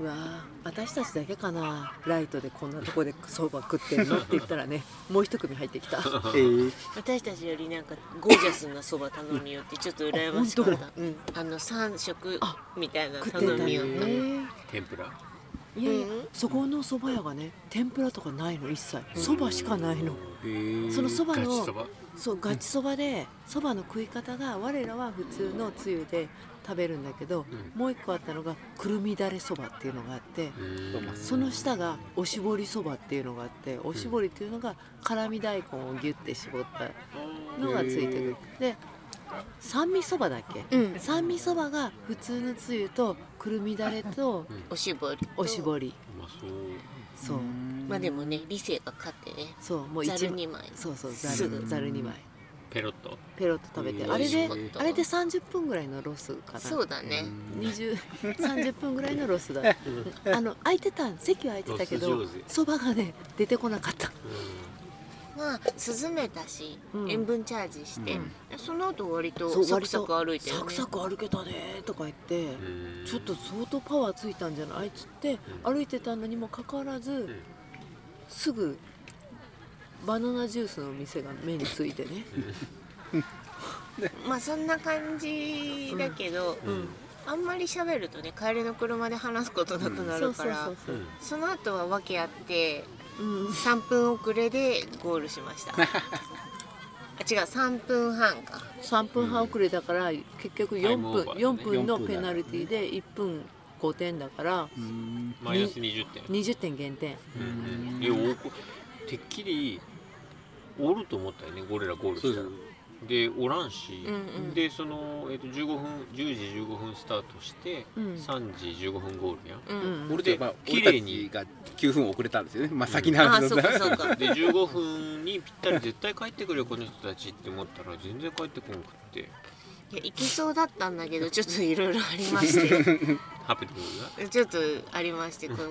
Speaker 3: うわー私たちだけかなライトでこんなとこでそば食ってんのって言ったら <laughs> ねもう一組入ってきた
Speaker 4: えー
Speaker 1: 私たちよりなんかゴージャスなそば頼みよってちょっと羨ましかっ
Speaker 3: あ
Speaker 1: たうん、あの3食みたいな
Speaker 3: 食ってた
Speaker 1: 頼み
Speaker 3: ね
Speaker 1: よった
Speaker 2: 天ぷら
Speaker 3: いやいや
Speaker 1: うん
Speaker 3: そこのそば屋がね天ぷらとかないの一切そばしかないのそのそば
Speaker 2: ガチ
Speaker 3: の
Speaker 2: そば
Speaker 3: そうガチそばでそばの食い方が我らは普通のつゆで食べるんだけど、もう一個あったのがくるみだれそばっていうのがあって、その下がおしぼりそばっていうのがあっておしぼりっていうのが辛味大根をギュッて絞ったのがついてくるで酸味そばだっけ、
Speaker 1: うん
Speaker 3: 酸味そばが普通のつゆとくるみだれと
Speaker 1: おしぼり
Speaker 3: おしぼり
Speaker 2: うまそう
Speaker 3: そう
Speaker 1: まあでもね理性が勝ってね
Speaker 3: そうもう
Speaker 1: ざ
Speaker 3: 一
Speaker 1: る2枚
Speaker 3: そうそう
Speaker 1: す
Speaker 3: ざ
Speaker 1: ぐ
Speaker 3: るざる2枚
Speaker 2: ペロッと
Speaker 3: ペロッと食べて、
Speaker 2: うん
Speaker 3: あれで
Speaker 1: 美味しかった
Speaker 3: あれで30分ぐらいのロスかな
Speaker 1: そうだね
Speaker 3: 20 30分ぐらいのロスだあの空いてたん席は空いてたけ
Speaker 2: ロ
Speaker 3: ど
Speaker 2: ス上手
Speaker 3: そばがね出てこなかった
Speaker 1: まあ涼めたし、
Speaker 3: うん
Speaker 1: 塩分チャージして、その後割と
Speaker 3: そう
Speaker 1: サクサク歩いてる、ね、
Speaker 3: サクサク歩けたねとか言って
Speaker 2: うん
Speaker 3: ちょっと相当パワーついたんじゃないっつって歩いてたのにもかかわらずすぐバナナジュースの店が目についてね
Speaker 1: まあそんな感じだけど、あんまり喋るとね帰りの車で話すことなくな
Speaker 3: そう
Speaker 1: る
Speaker 3: そ
Speaker 1: か
Speaker 3: う
Speaker 1: ら、
Speaker 3: そうそう
Speaker 1: その後は訳あって
Speaker 3: うん
Speaker 1: 3分遅れでゴールし
Speaker 3: <laughs>
Speaker 1: ましたあ違う3分半か
Speaker 3: 3分半遅れだから結局4
Speaker 2: タイムオー
Speaker 3: 分
Speaker 2: バーだね
Speaker 3: 4分の
Speaker 6: 4分
Speaker 3: ペナルティで1分5点だから
Speaker 7: うん
Speaker 2: マイナス20点
Speaker 3: 20点減点
Speaker 2: うんえおこてっきりおると思ったよね俺らゴール
Speaker 7: そう
Speaker 2: し
Speaker 7: です
Speaker 2: たらでおらんし、
Speaker 3: うんうん
Speaker 2: でその、えっと15分10時15分スタートして、
Speaker 3: うん
Speaker 2: 3時15分ゴールやん、
Speaker 3: う
Speaker 7: 俺とやっぱ
Speaker 2: 綺
Speaker 7: 俺た
Speaker 2: 麗に
Speaker 7: ちが9分遅れたんですよねまあ先の
Speaker 3: あ
Speaker 7: 話だっ
Speaker 3: あそ
Speaker 7: た
Speaker 3: うかそうか
Speaker 2: で15分にぴったり絶対帰ってくるよこの人たちって思ったら全然帰ってこなくって
Speaker 3: いや行きそうだったんだけどちょっといろいろありまして
Speaker 2: ハプニングが
Speaker 3: ちょっとありましてこの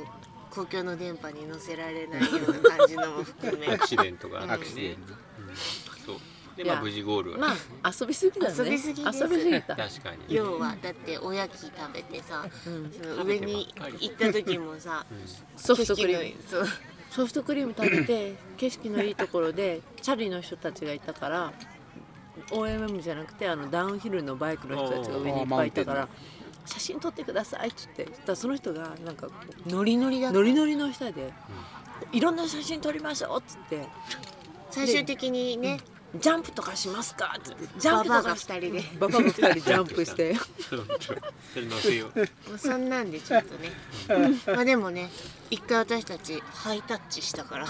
Speaker 3: 公共の電波に乗せられないような感じのも含め
Speaker 7: <laughs>
Speaker 2: アクシデントがあ
Speaker 7: ア
Speaker 2: っ
Speaker 7: ク
Speaker 2: て
Speaker 7: シ
Speaker 2: ね
Speaker 7: デン、
Speaker 2: そうでま
Speaker 3: い
Speaker 2: あ
Speaker 3: や
Speaker 2: 無事ゴールは、
Speaker 3: まあ遊びすぎだね
Speaker 1: 遊びすぎです
Speaker 3: 遊びすぎた
Speaker 2: 確かにね
Speaker 1: 要はだっておやき食べてさ、
Speaker 3: ん
Speaker 1: その上に行った時もさ
Speaker 3: ソフトクリーム
Speaker 1: ムそう
Speaker 3: ソフトクリーム食べて景色のいいところでチャリの人たちがいたから OMM じゃなくてあのダウンヒルのバイクの人たちが上にいっぱいいたか
Speaker 7: あーマウン
Speaker 3: ら「写真撮ってください」っつってそしたらその人がなんかこうノリノリだノリノリの人で「いろんな写真撮りましょう」っつって
Speaker 1: 最終的にね
Speaker 3: 「ジャンプとかしますか?」っつって「ジャンプとかし
Speaker 1: ババアが二人
Speaker 3: ババアが2人ジャンプして
Speaker 2: そうそれ乗せよう
Speaker 1: もうそんなんでちょっとねまあでもね一回私たちハイタッチしたから、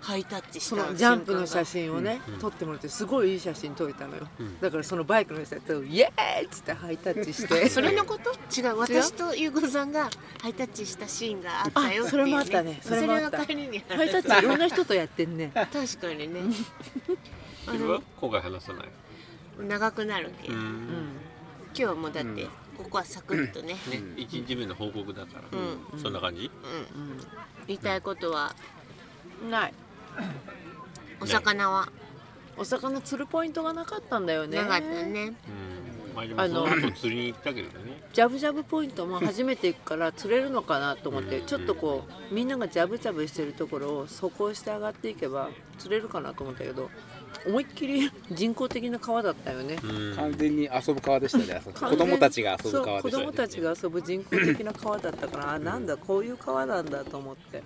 Speaker 1: ハイタッチし
Speaker 3: そ
Speaker 1: た
Speaker 3: のジャンプの写
Speaker 1: 真
Speaker 3: 真をね、撮ってもらってすごいいい写真撮れたのよ、だからそのバイクの人と「イエーイ!」っつってハイタッチして
Speaker 1: <laughs> それのこと違う私とゆうこさんがハイタッチしたシーンがあったよっていう、ね、
Speaker 3: あそれもあったね
Speaker 1: そ
Speaker 3: そ
Speaker 1: れ
Speaker 3: れもあ
Speaker 1: の
Speaker 3: った
Speaker 1: 代わりに
Speaker 3: ハイタッチいろんな人とやってんね
Speaker 1: <laughs> 確かにね
Speaker 2: それは今回話さない
Speaker 1: 長くなるけ、
Speaker 2: う
Speaker 1: 今
Speaker 2: ん
Speaker 1: 日はもうだって、ここはサクッとね、
Speaker 7: <clears throat>
Speaker 2: ね、一日目の報告だから、
Speaker 1: う
Speaker 2: そんな感じ、
Speaker 1: 言いたいことは
Speaker 3: ない
Speaker 1: お魚は
Speaker 3: お魚釣るポイントがなかったんだよね
Speaker 1: なかったね
Speaker 2: うん、まあで
Speaker 3: あ
Speaker 2: も
Speaker 3: の
Speaker 2: その後釣りに行ったけどね
Speaker 3: ジャブジャブポイントも初めて行くから釣れるのかなと思って
Speaker 2: うん
Speaker 3: ちょっとこうみんながジャブジャブしてるところを走行して上がっていけば釣れるかなと思ったけど思いっきり <laughs> 人工的な川だったよね、
Speaker 2: うん
Speaker 7: 完全に遊ぶ川でしたねあそこ
Speaker 3: 完
Speaker 7: 子
Speaker 3: 全
Speaker 7: 供たちが遊ぶ
Speaker 3: そう
Speaker 7: 川
Speaker 3: 子
Speaker 7: でした
Speaker 3: 供たちが遊ぶ人工的な川だったからあなんだこういう川なんだと思って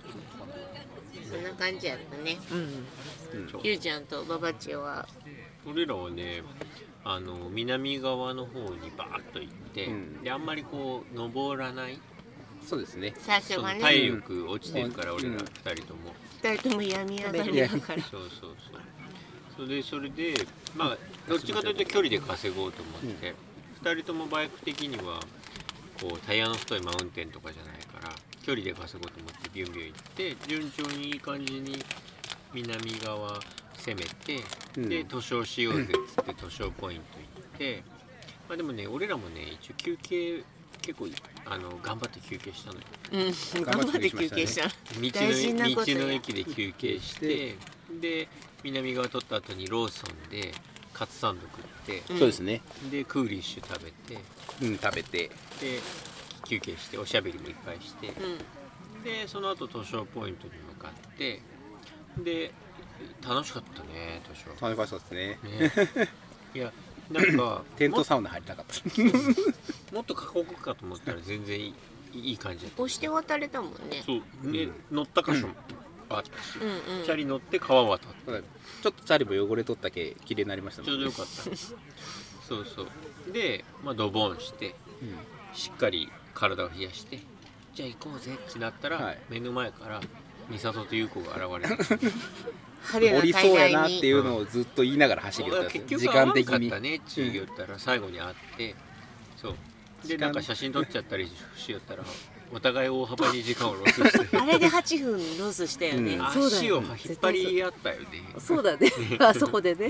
Speaker 1: そんな感じやったね
Speaker 3: うん
Speaker 1: ゆうちゃんとババチオは
Speaker 2: 俺らはねあの南側の方にバーッと行って、
Speaker 7: うん
Speaker 2: であんまりこう登らない
Speaker 7: そうですね
Speaker 1: 最初
Speaker 2: その
Speaker 1: が
Speaker 2: 体
Speaker 1: ね
Speaker 2: 力落ちてるから
Speaker 7: うん
Speaker 2: 俺ら2人とも、
Speaker 1: 二人とも病み上がりだか
Speaker 2: そ
Speaker 1: ら
Speaker 2: うそうそうそれでそれでまあどっちかというと距離で稼ごうと思って、2人ともバイク的にはこうタイヤの太いマウンテンとかじゃないから距離で稼ごうと思ってビュンビュン行って順調にいい感じに南側攻めて、
Speaker 7: うん
Speaker 2: で図書しようぜっつって図書ポイント行ってまあでもね俺らもね一応休憩結構あの頑張って休憩したのよ
Speaker 1: うん
Speaker 7: 頑
Speaker 1: 頑張
Speaker 7: 張って
Speaker 1: っ
Speaker 7: て
Speaker 1: 休
Speaker 7: 休
Speaker 1: 憩
Speaker 7: 憩
Speaker 1: し
Speaker 7: した
Speaker 2: 道の
Speaker 1: 大事なことや
Speaker 2: 道の駅で休憩してで南側取った後にローソンでカツサンド食って
Speaker 7: そうですね
Speaker 2: でクーリッシュ食べてで
Speaker 7: うん食べて
Speaker 2: 休憩しておしゃべりもいっぱいしてでその後図書ポイントに向かってで楽しかったね図書
Speaker 7: 楽しかったですね
Speaker 2: ねいやなんか
Speaker 7: テン
Speaker 2: も
Speaker 7: トサウナ入りたか
Speaker 2: <laughs>
Speaker 7: った
Speaker 2: もっと過酷かと思ったら全然いいいい感じだった
Speaker 1: 押して渡れたもんね
Speaker 2: そうで乗った箇所もあったし
Speaker 1: うんうん
Speaker 2: チャリ乗って川渡って
Speaker 7: そうだちょっとチャリも汚れとったけ綺麗になりましたも
Speaker 2: ちょうんど
Speaker 7: ね
Speaker 2: よかった
Speaker 7: <laughs>
Speaker 2: そうそうで、まあ、ドボンして
Speaker 7: うん
Speaker 2: しっかり体を冷やしてじゃあ行こうぜってなったら、
Speaker 7: はい
Speaker 2: 目の前から美里と優子が現
Speaker 7: <laughs>
Speaker 2: れた
Speaker 1: 春
Speaker 7: 降
Speaker 1: の
Speaker 7: りそう
Speaker 1: 大
Speaker 7: や
Speaker 1: 概
Speaker 7: なって
Speaker 1: に
Speaker 7: いうのをずっと言いながら走り寄ったん
Speaker 2: 結
Speaker 7: ですよ時
Speaker 2: 局合わ
Speaker 7: 間
Speaker 2: な
Speaker 7: 的
Speaker 2: かっ
Speaker 7: に
Speaker 2: たね地域寄ったら最後に会ってそうで
Speaker 7: 時間
Speaker 2: なんか写真撮っちゃったりしよったらお互い大幅に時間をロ
Speaker 7: <laughs>
Speaker 2: スして
Speaker 1: あれで8分ロスしたよね、
Speaker 7: うん
Speaker 3: そうだ
Speaker 2: 足
Speaker 3: よ
Speaker 2: を引っ張り合ったよね
Speaker 3: そ
Speaker 7: <laughs>
Speaker 3: うだねあそこでね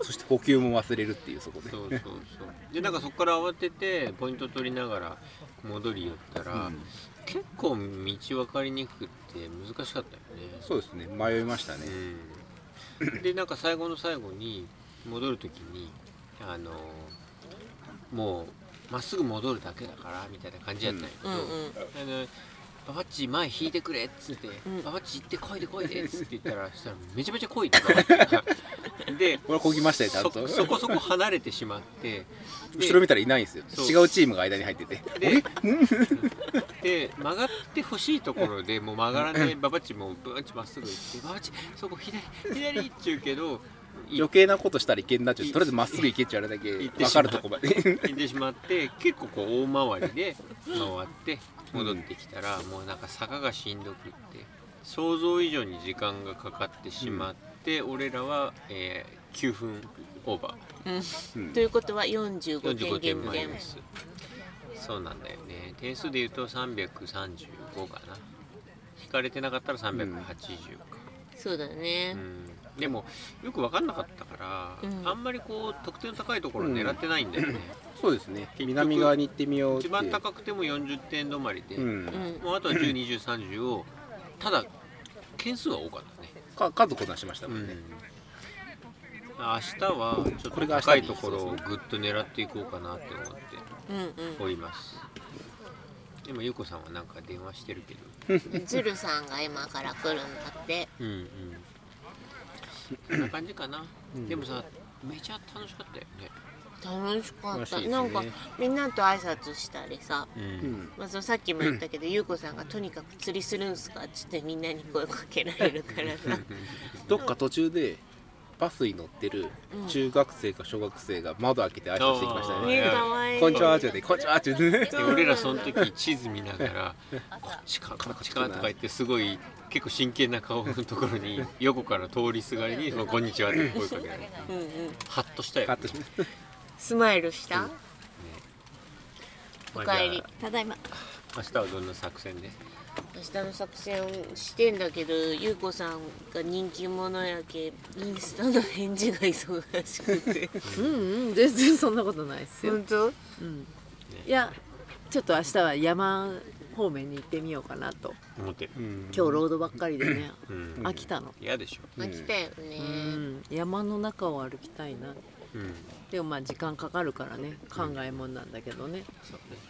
Speaker 7: そして補給も忘れるっていうそこで
Speaker 2: そうそうそうでなんかそこから慌ててポイント取りながら戻り寄ったら、
Speaker 7: うん
Speaker 2: 結構道分かりにくくって難しかったよね
Speaker 7: そうですね迷いましたね
Speaker 2: うん、でなんか最後の最後に戻る時にあのもうまっすぐ戻るだけだからみたいな感じやったんやけど、
Speaker 1: うんうん
Speaker 2: あのババッチ前引いてくれっつって、
Speaker 1: ん
Speaker 2: ババッチ行ってこいでこいで
Speaker 7: <laughs>
Speaker 2: っつって言ったらそしたらめちゃめちゃこいでババッチがで
Speaker 7: 俺はこぎましたよちゃん
Speaker 2: そ
Speaker 7: と
Speaker 2: そこそこ離れてしまってで
Speaker 7: <laughs> 後ろ見たらいないんですよ
Speaker 2: そう
Speaker 7: 違うチームが間に入ってて
Speaker 2: でで曲がってほしいところでもう曲がらないババッチもうブーンチまっすぐ行ってババッチそこ左左っちゅうけどい
Speaker 7: 余計なことしたらいけんなっちゃうとりあえずまっすぐ行けっちゃうあれだけ
Speaker 2: 行って
Speaker 7: 分
Speaker 2: し
Speaker 7: か
Speaker 2: まう
Speaker 7: るとこまで
Speaker 2: 行ってしまって結構こう大回りでが終わって戻ってきたら、もうなんか坂がしんどくって想像以上に時間がかかってしまって、俺らは、えー9分オーバ
Speaker 7: うん
Speaker 1: ということは45
Speaker 2: ー45
Speaker 1: 点
Speaker 2: 点
Speaker 1: 減
Speaker 2: マイ
Speaker 1: 点
Speaker 2: ナスそうなんだよね点数で言うと335かな引かれてなかったら380か、
Speaker 1: そうだね、
Speaker 2: うん、でもよく分かんなかったから、
Speaker 1: うん
Speaker 2: あんまりこう得点の高いところを狙ってないんだよね、
Speaker 7: そうですね南側に行ってみようって
Speaker 2: 一番高くても40点止まりで、
Speaker 7: うん
Speaker 1: うん
Speaker 2: もうあとは102030をただ件数は多かったね、
Speaker 7: か数こなしましたもんね、
Speaker 2: 明日はちょっ
Speaker 7: これ
Speaker 2: と
Speaker 7: が明日
Speaker 2: 高い
Speaker 7: でいい
Speaker 2: ところを
Speaker 7: そう
Speaker 2: ぐっ
Speaker 7: で
Speaker 2: と狙っていこうかなって思って
Speaker 1: うん
Speaker 2: おります今ゆうこさんはなんか電話してるけど
Speaker 1: うんズルさんが今から来るんだって
Speaker 2: うんうんそんな感じかな、でもさめちゃ楽しかったよね
Speaker 1: 楽しかっ、
Speaker 7: 楽したいですね
Speaker 1: なんかみんなと挨拶したりさ、
Speaker 2: うん、
Speaker 1: まあ、そのさっきも言ったけど、優子さんが「とにかく釣りするんすか?」っつってみんなに声かけられるからさ
Speaker 7: どっか途中でバスに乗ってる中学生か小学生が窓開けて挨拶してきました
Speaker 2: うん
Speaker 7: ね
Speaker 1: ねかわいい
Speaker 7: こんにちはって言ってこんにちはって言ってね
Speaker 2: で俺らその時地図見ながら「こっちかこっちか」とか言ってすごい結構真剣な顔のところに横から通りすがりに「こんにちは」って声かけられて
Speaker 1: うんうん
Speaker 2: ハッとしたよ
Speaker 7: カットしま
Speaker 1: スマイルした、お
Speaker 2: まあ
Speaker 1: かえ
Speaker 2: じ
Speaker 1: り
Speaker 2: ゃあ
Speaker 8: ただいま
Speaker 2: 明日はどんな作戦で
Speaker 1: 明日の作戦をしてんだけど優子さんが人気者やけインスタの返事が忙しくて
Speaker 3: うんうん全然そんなことないですよ、
Speaker 1: 本当
Speaker 3: いやちょっと明日は山方面に行ってみようかなと
Speaker 2: 思ってる
Speaker 3: 今日ロードばっかりでね
Speaker 2: うん
Speaker 3: 飽きたの、
Speaker 2: 嫌でしょ
Speaker 1: 飽きたよね、
Speaker 3: うん、山の中を歩きたいな
Speaker 2: うん
Speaker 3: でもまあ時間かかるからね考えもんなんだけどね、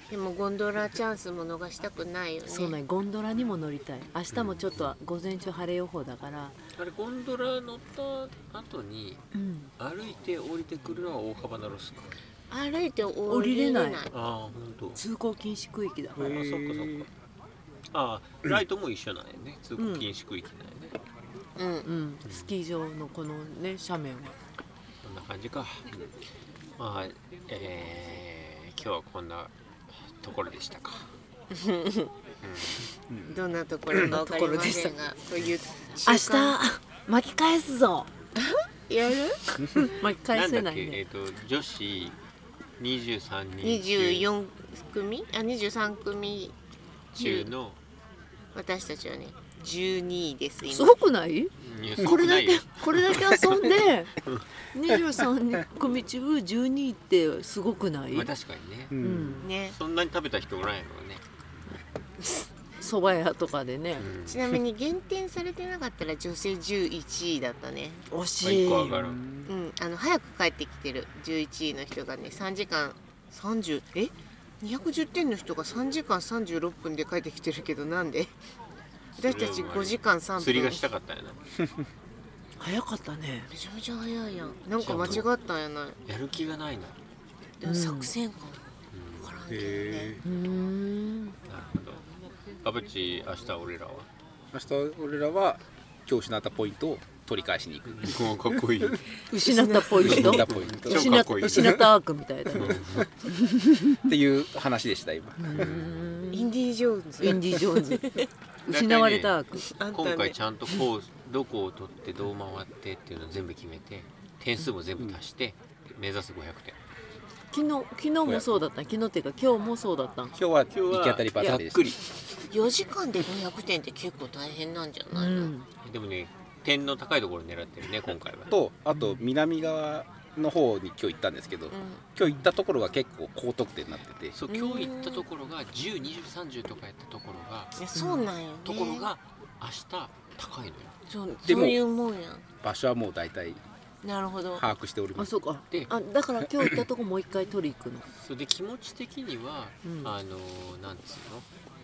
Speaker 1: でもゴンドラチャンスも逃したくないよね
Speaker 3: そうねゴンドラにも乗りたい明日もちょっと午前中晴れ予報だから、
Speaker 2: あれゴンドラ乗った後に
Speaker 3: うん、
Speaker 2: 歩いて降りてくるのは大幅なロスか
Speaker 1: 歩いて降りれない
Speaker 3: 降りれない
Speaker 2: ああ本当。
Speaker 3: 通行禁止区域だか
Speaker 2: あ
Speaker 3: ら
Speaker 2: そっかそっかああライトも一緒なんやね通行禁止区域なんやね
Speaker 1: うん
Speaker 3: うん、スキー場のこのね斜面は
Speaker 2: こんな感じか。まあ、えー今日はこんなところでしたか。
Speaker 1: どんなところかわかりませんが、こういう
Speaker 3: 明
Speaker 1: 習
Speaker 3: 日
Speaker 1: 慣
Speaker 3: 巻き返すぞ
Speaker 1: やる？
Speaker 3: 巻き返
Speaker 2: なんだ
Speaker 3: せ
Speaker 2: っ
Speaker 3: な
Speaker 2: け、
Speaker 3: い
Speaker 2: えっ、
Speaker 3: ね
Speaker 2: と女子二十三
Speaker 1: 二
Speaker 2: 人
Speaker 1: 十
Speaker 2: 中
Speaker 1: 四組？あ、二十三組
Speaker 2: 中
Speaker 1: 中
Speaker 2: の
Speaker 1: 私たちはね、十二位です
Speaker 3: す
Speaker 1: 今。
Speaker 3: ごくない
Speaker 2: ニュース
Speaker 3: これだ
Speaker 2: ないよ
Speaker 3: け <laughs> これだけ遊
Speaker 2: <laughs>
Speaker 3: んで23組中12ってすごくない
Speaker 2: まあ確かにね、
Speaker 3: うん
Speaker 1: ね。
Speaker 2: そんなに食べた人おらんやろうね。
Speaker 3: 蕎麦屋とかでね
Speaker 2: うん
Speaker 1: ちなみに減点されてなかったら女性十一位だったね。
Speaker 3: 惜
Speaker 2: まあ
Speaker 3: し
Speaker 2: 一
Speaker 3: い
Speaker 2: 個上がる。
Speaker 1: うん、あの早く帰ってきてる十一位の人がね、三時間三十え？210点の人が3時間36分で帰ってきてるけどなんで私たち5時間3分
Speaker 2: 釣りがしたかったよな。
Speaker 3: 早かったね
Speaker 1: めちゃめちゃ早いやんなんか間違ったんやない
Speaker 2: やる気がないな。
Speaker 1: でも作戦かなわからんけどね
Speaker 3: うーん
Speaker 2: なるほど。バブチ明日俺らは。
Speaker 7: す明日俺らは今日失ったポイントを取り返しに行く
Speaker 2: もうかっこいい。
Speaker 3: 失ったポイン
Speaker 7: 失
Speaker 3: ト
Speaker 7: ったポイント
Speaker 2: 超
Speaker 3: 失
Speaker 2: か
Speaker 3: っ
Speaker 2: っこいい
Speaker 3: 失ったアークみたいだね
Speaker 7: っていう話でした今
Speaker 1: インディ・ージョーンズ
Speaker 3: インディ・ジョー
Speaker 2: <laughs>
Speaker 3: ンズ失われたアーク
Speaker 1: あんたね
Speaker 2: 今回ちゃんとこうどこを取ってどう回ってっていうのを全部決めて点数も全部足して目指す500点
Speaker 3: 昨日昨日もそうだった昨日っていうか今日もそうだった
Speaker 7: 今日は
Speaker 2: 今
Speaker 7: 行き
Speaker 2: 日
Speaker 7: 当たりば
Speaker 2: は
Speaker 7: った
Speaker 2: ざっ
Speaker 7: りでし
Speaker 2: くり
Speaker 1: 4時間で500点って結構大変なんじゃ
Speaker 3: う
Speaker 1: ないの、
Speaker 3: ん
Speaker 2: でもね点の高いところ狙ってるね今回は
Speaker 7: たとあと南側の方に今日行ったんですけど、今日行ったところが結構高得点になってて
Speaker 2: そう今日行ったところが102030とかやったところが
Speaker 1: いやそうなんよね
Speaker 2: ところが明日高いのよ
Speaker 1: そう
Speaker 7: でも
Speaker 1: そういうもんや
Speaker 7: 場所はもう大体
Speaker 1: んなるほど
Speaker 7: 把握しており
Speaker 3: あ
Speaker 7: ます
Speaker 3: そうか
Speaker 2: で
Speaker 3: あだから今日行ったとこもう一回取り行くの
Speaker 2: それで気持ち的には、
Speaker 3: うん
Speaker 2: あのなんつうの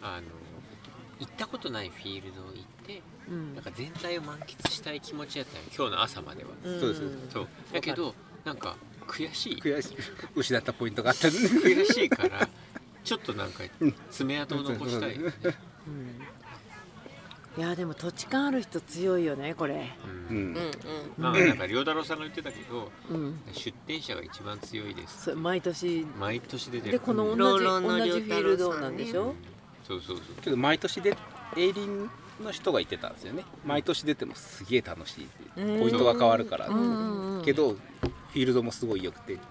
Speaker 2: あの行ったことないフィールド行って
Speaker 3: うん
Speaker 2: なんか全体を満喫したい気持ちやったよ今日の朝までは、
Speaker 7: そうです
Speaker 2: そうだけどなんか悔しい
Speaker 7: 悔しい <laughs> 失ったポイントがあったんで
Speaker 2: 悔しいからちょっとなんか爪痕を残したいよね、
Speaker 3: うん
Speaker 9: いやでも土地勘ある人強いよねこれ
Speaker 2: うん
Speaker 7: うん
Speaker 10: うんうん
Speaker 2: まあなんか良太郎さんが言ってたけど
Speaker 9: うん
Speaker 2: 出店者が一番強いです
Speaker 9: それ毎年
Speaker 2: 毎年出てる
Speaker 9: でこの
Speaker 10: ロ
Speaker 9: 同
Speaker 10: ー
Speaker 9: じ
Speaker 10: ロ
Speaker 9: 同
Speaker 10: ーの
Speaker 9: じフィールドなんでしょ、
Speaker 2: そうそうそう
Speaker 7: けど毎年で営林の人が言ってたんですよね毎年出てもすげえ楽しいって
Speaker 10: うん
Speaker 7: ポイントが変わるからって
Speaker 9: うん
Speaker 7: けどフィールドもすごい良くてって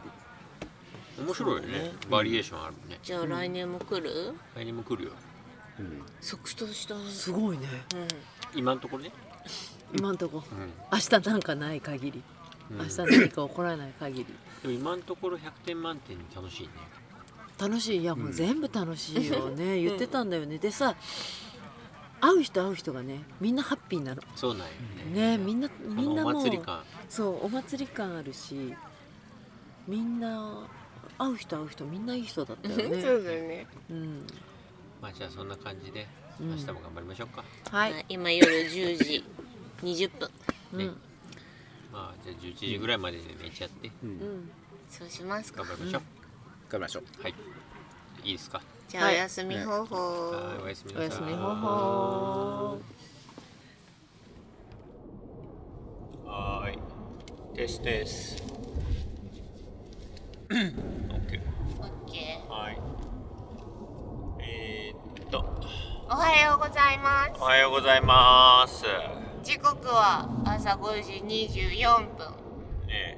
Speaker 2: 面白いよ
Speaker 10: そ
Speaker 2: ね
Speaker 10: うね
Speaker 2: バリエーションあるね
Speaker 10: じゃあ来年も来る
Speaker 2: 来年も来るよ
Speaker 7: うん
Speaker 10: 即答したうん
Speaker 9: すごいね
Speaker 2: 今のところね
Speaker 9: 今んとこ
Speaker 2: うん
Speaker 9: 明日なんかない限り
Speaker 2: うん
Speaker 9: 明日何か起こらない限り
Speaker 2: でも今のところ100点満点に楽しいね
Speaker 9: 楽しいいやもう全部楽しいよね、言ってたんだよねでさ会う人会う人がねみんなハッピーなの
Speaker 2: そうなんよね
Speaker 9: ねみんな
Speaker 2: こ
Speaker 9: みんな
Speaker 2: のお
Speaker 9: もう
Speaker 2: 祭り感
Speaker 9: そうお祭り感あるしみんな会う人会う人みんないい人だったよ
Speaker 1: <laughs>
Speaker 10: そう
Speaker 9: ね、
Speaker 10: だね
Speaker 9: うん、
Speaker 2: まあじゃあそんな感じで明日も頑張りましょうか
Speaker 9: はい、
Speaker 10: 今夜10時20分
Speaker 2: ね
Speaker 9: うん
Speaker 2: まあじゃあ11時ぐらいまでで寝ちゃって
Speaker 9: うん、
Speaker 10: そうしますか
Speaker 2: 頑張りましょう
Speaker 7: 頑張りましょう
Speaker 2: はいいいですか
Speaker 10: じゃあお休み方法、
Speaker 2: はいおやすみ
Speaker 9: お
Speaker 2: な
Speaker 9: や
Speaker 2: さ
Speaker 9: す
Speaker 2: い
Speaker 9: みほほ
Speaker 11: はーいですです <coughs>
Speaker 1: オ
Speaker 11: OK
Speaker 1: ッケー
Speaker 11: はいえー、っと
Speaker 1: おはようございま
Speaker 11: おはようございます
Speaker 1: す時刻は朝5時24分
Speaker 11: ね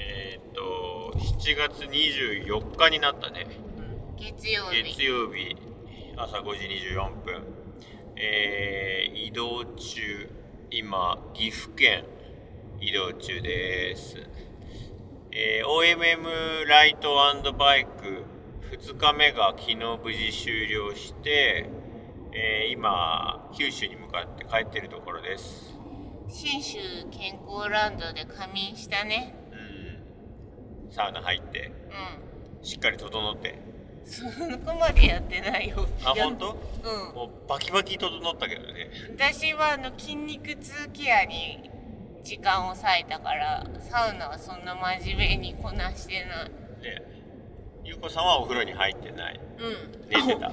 Speaker 11: ええー、っと7月24日になったね
Speaker 1: 月曜日
Speaker 11: 月曜日朝5時24分、えー移動中今岐阜県移動中です、えー OMM ライトバイク2日目が昨日無事終了して、えー今九州に向かって帰ってるところです
Speaker 1: 信州健康ランドで仮眠したね
Speaker 11: うんサウナ入って
Speaker 1: う
Speaker 11: しっかり整って
Speaker 1: んそ
Speaker 11: <laughs>
Speaker 1: こまでやってないよ
Speaker 11: あ
Speaker 1: や
Speaker 11: 本当
Speaker 1: うん
Speaker 11: もうバキバキ整ったけどね <laughs>
Speaker 1: 私はあの筋肉痛ケアに時間を割いたからサウナはそんな真面目にこなしてない
Speaker 11: でゆうこさんはお風呂に入ってない
Speaker 1: うん <laughs>
Speaker 11: 寝てた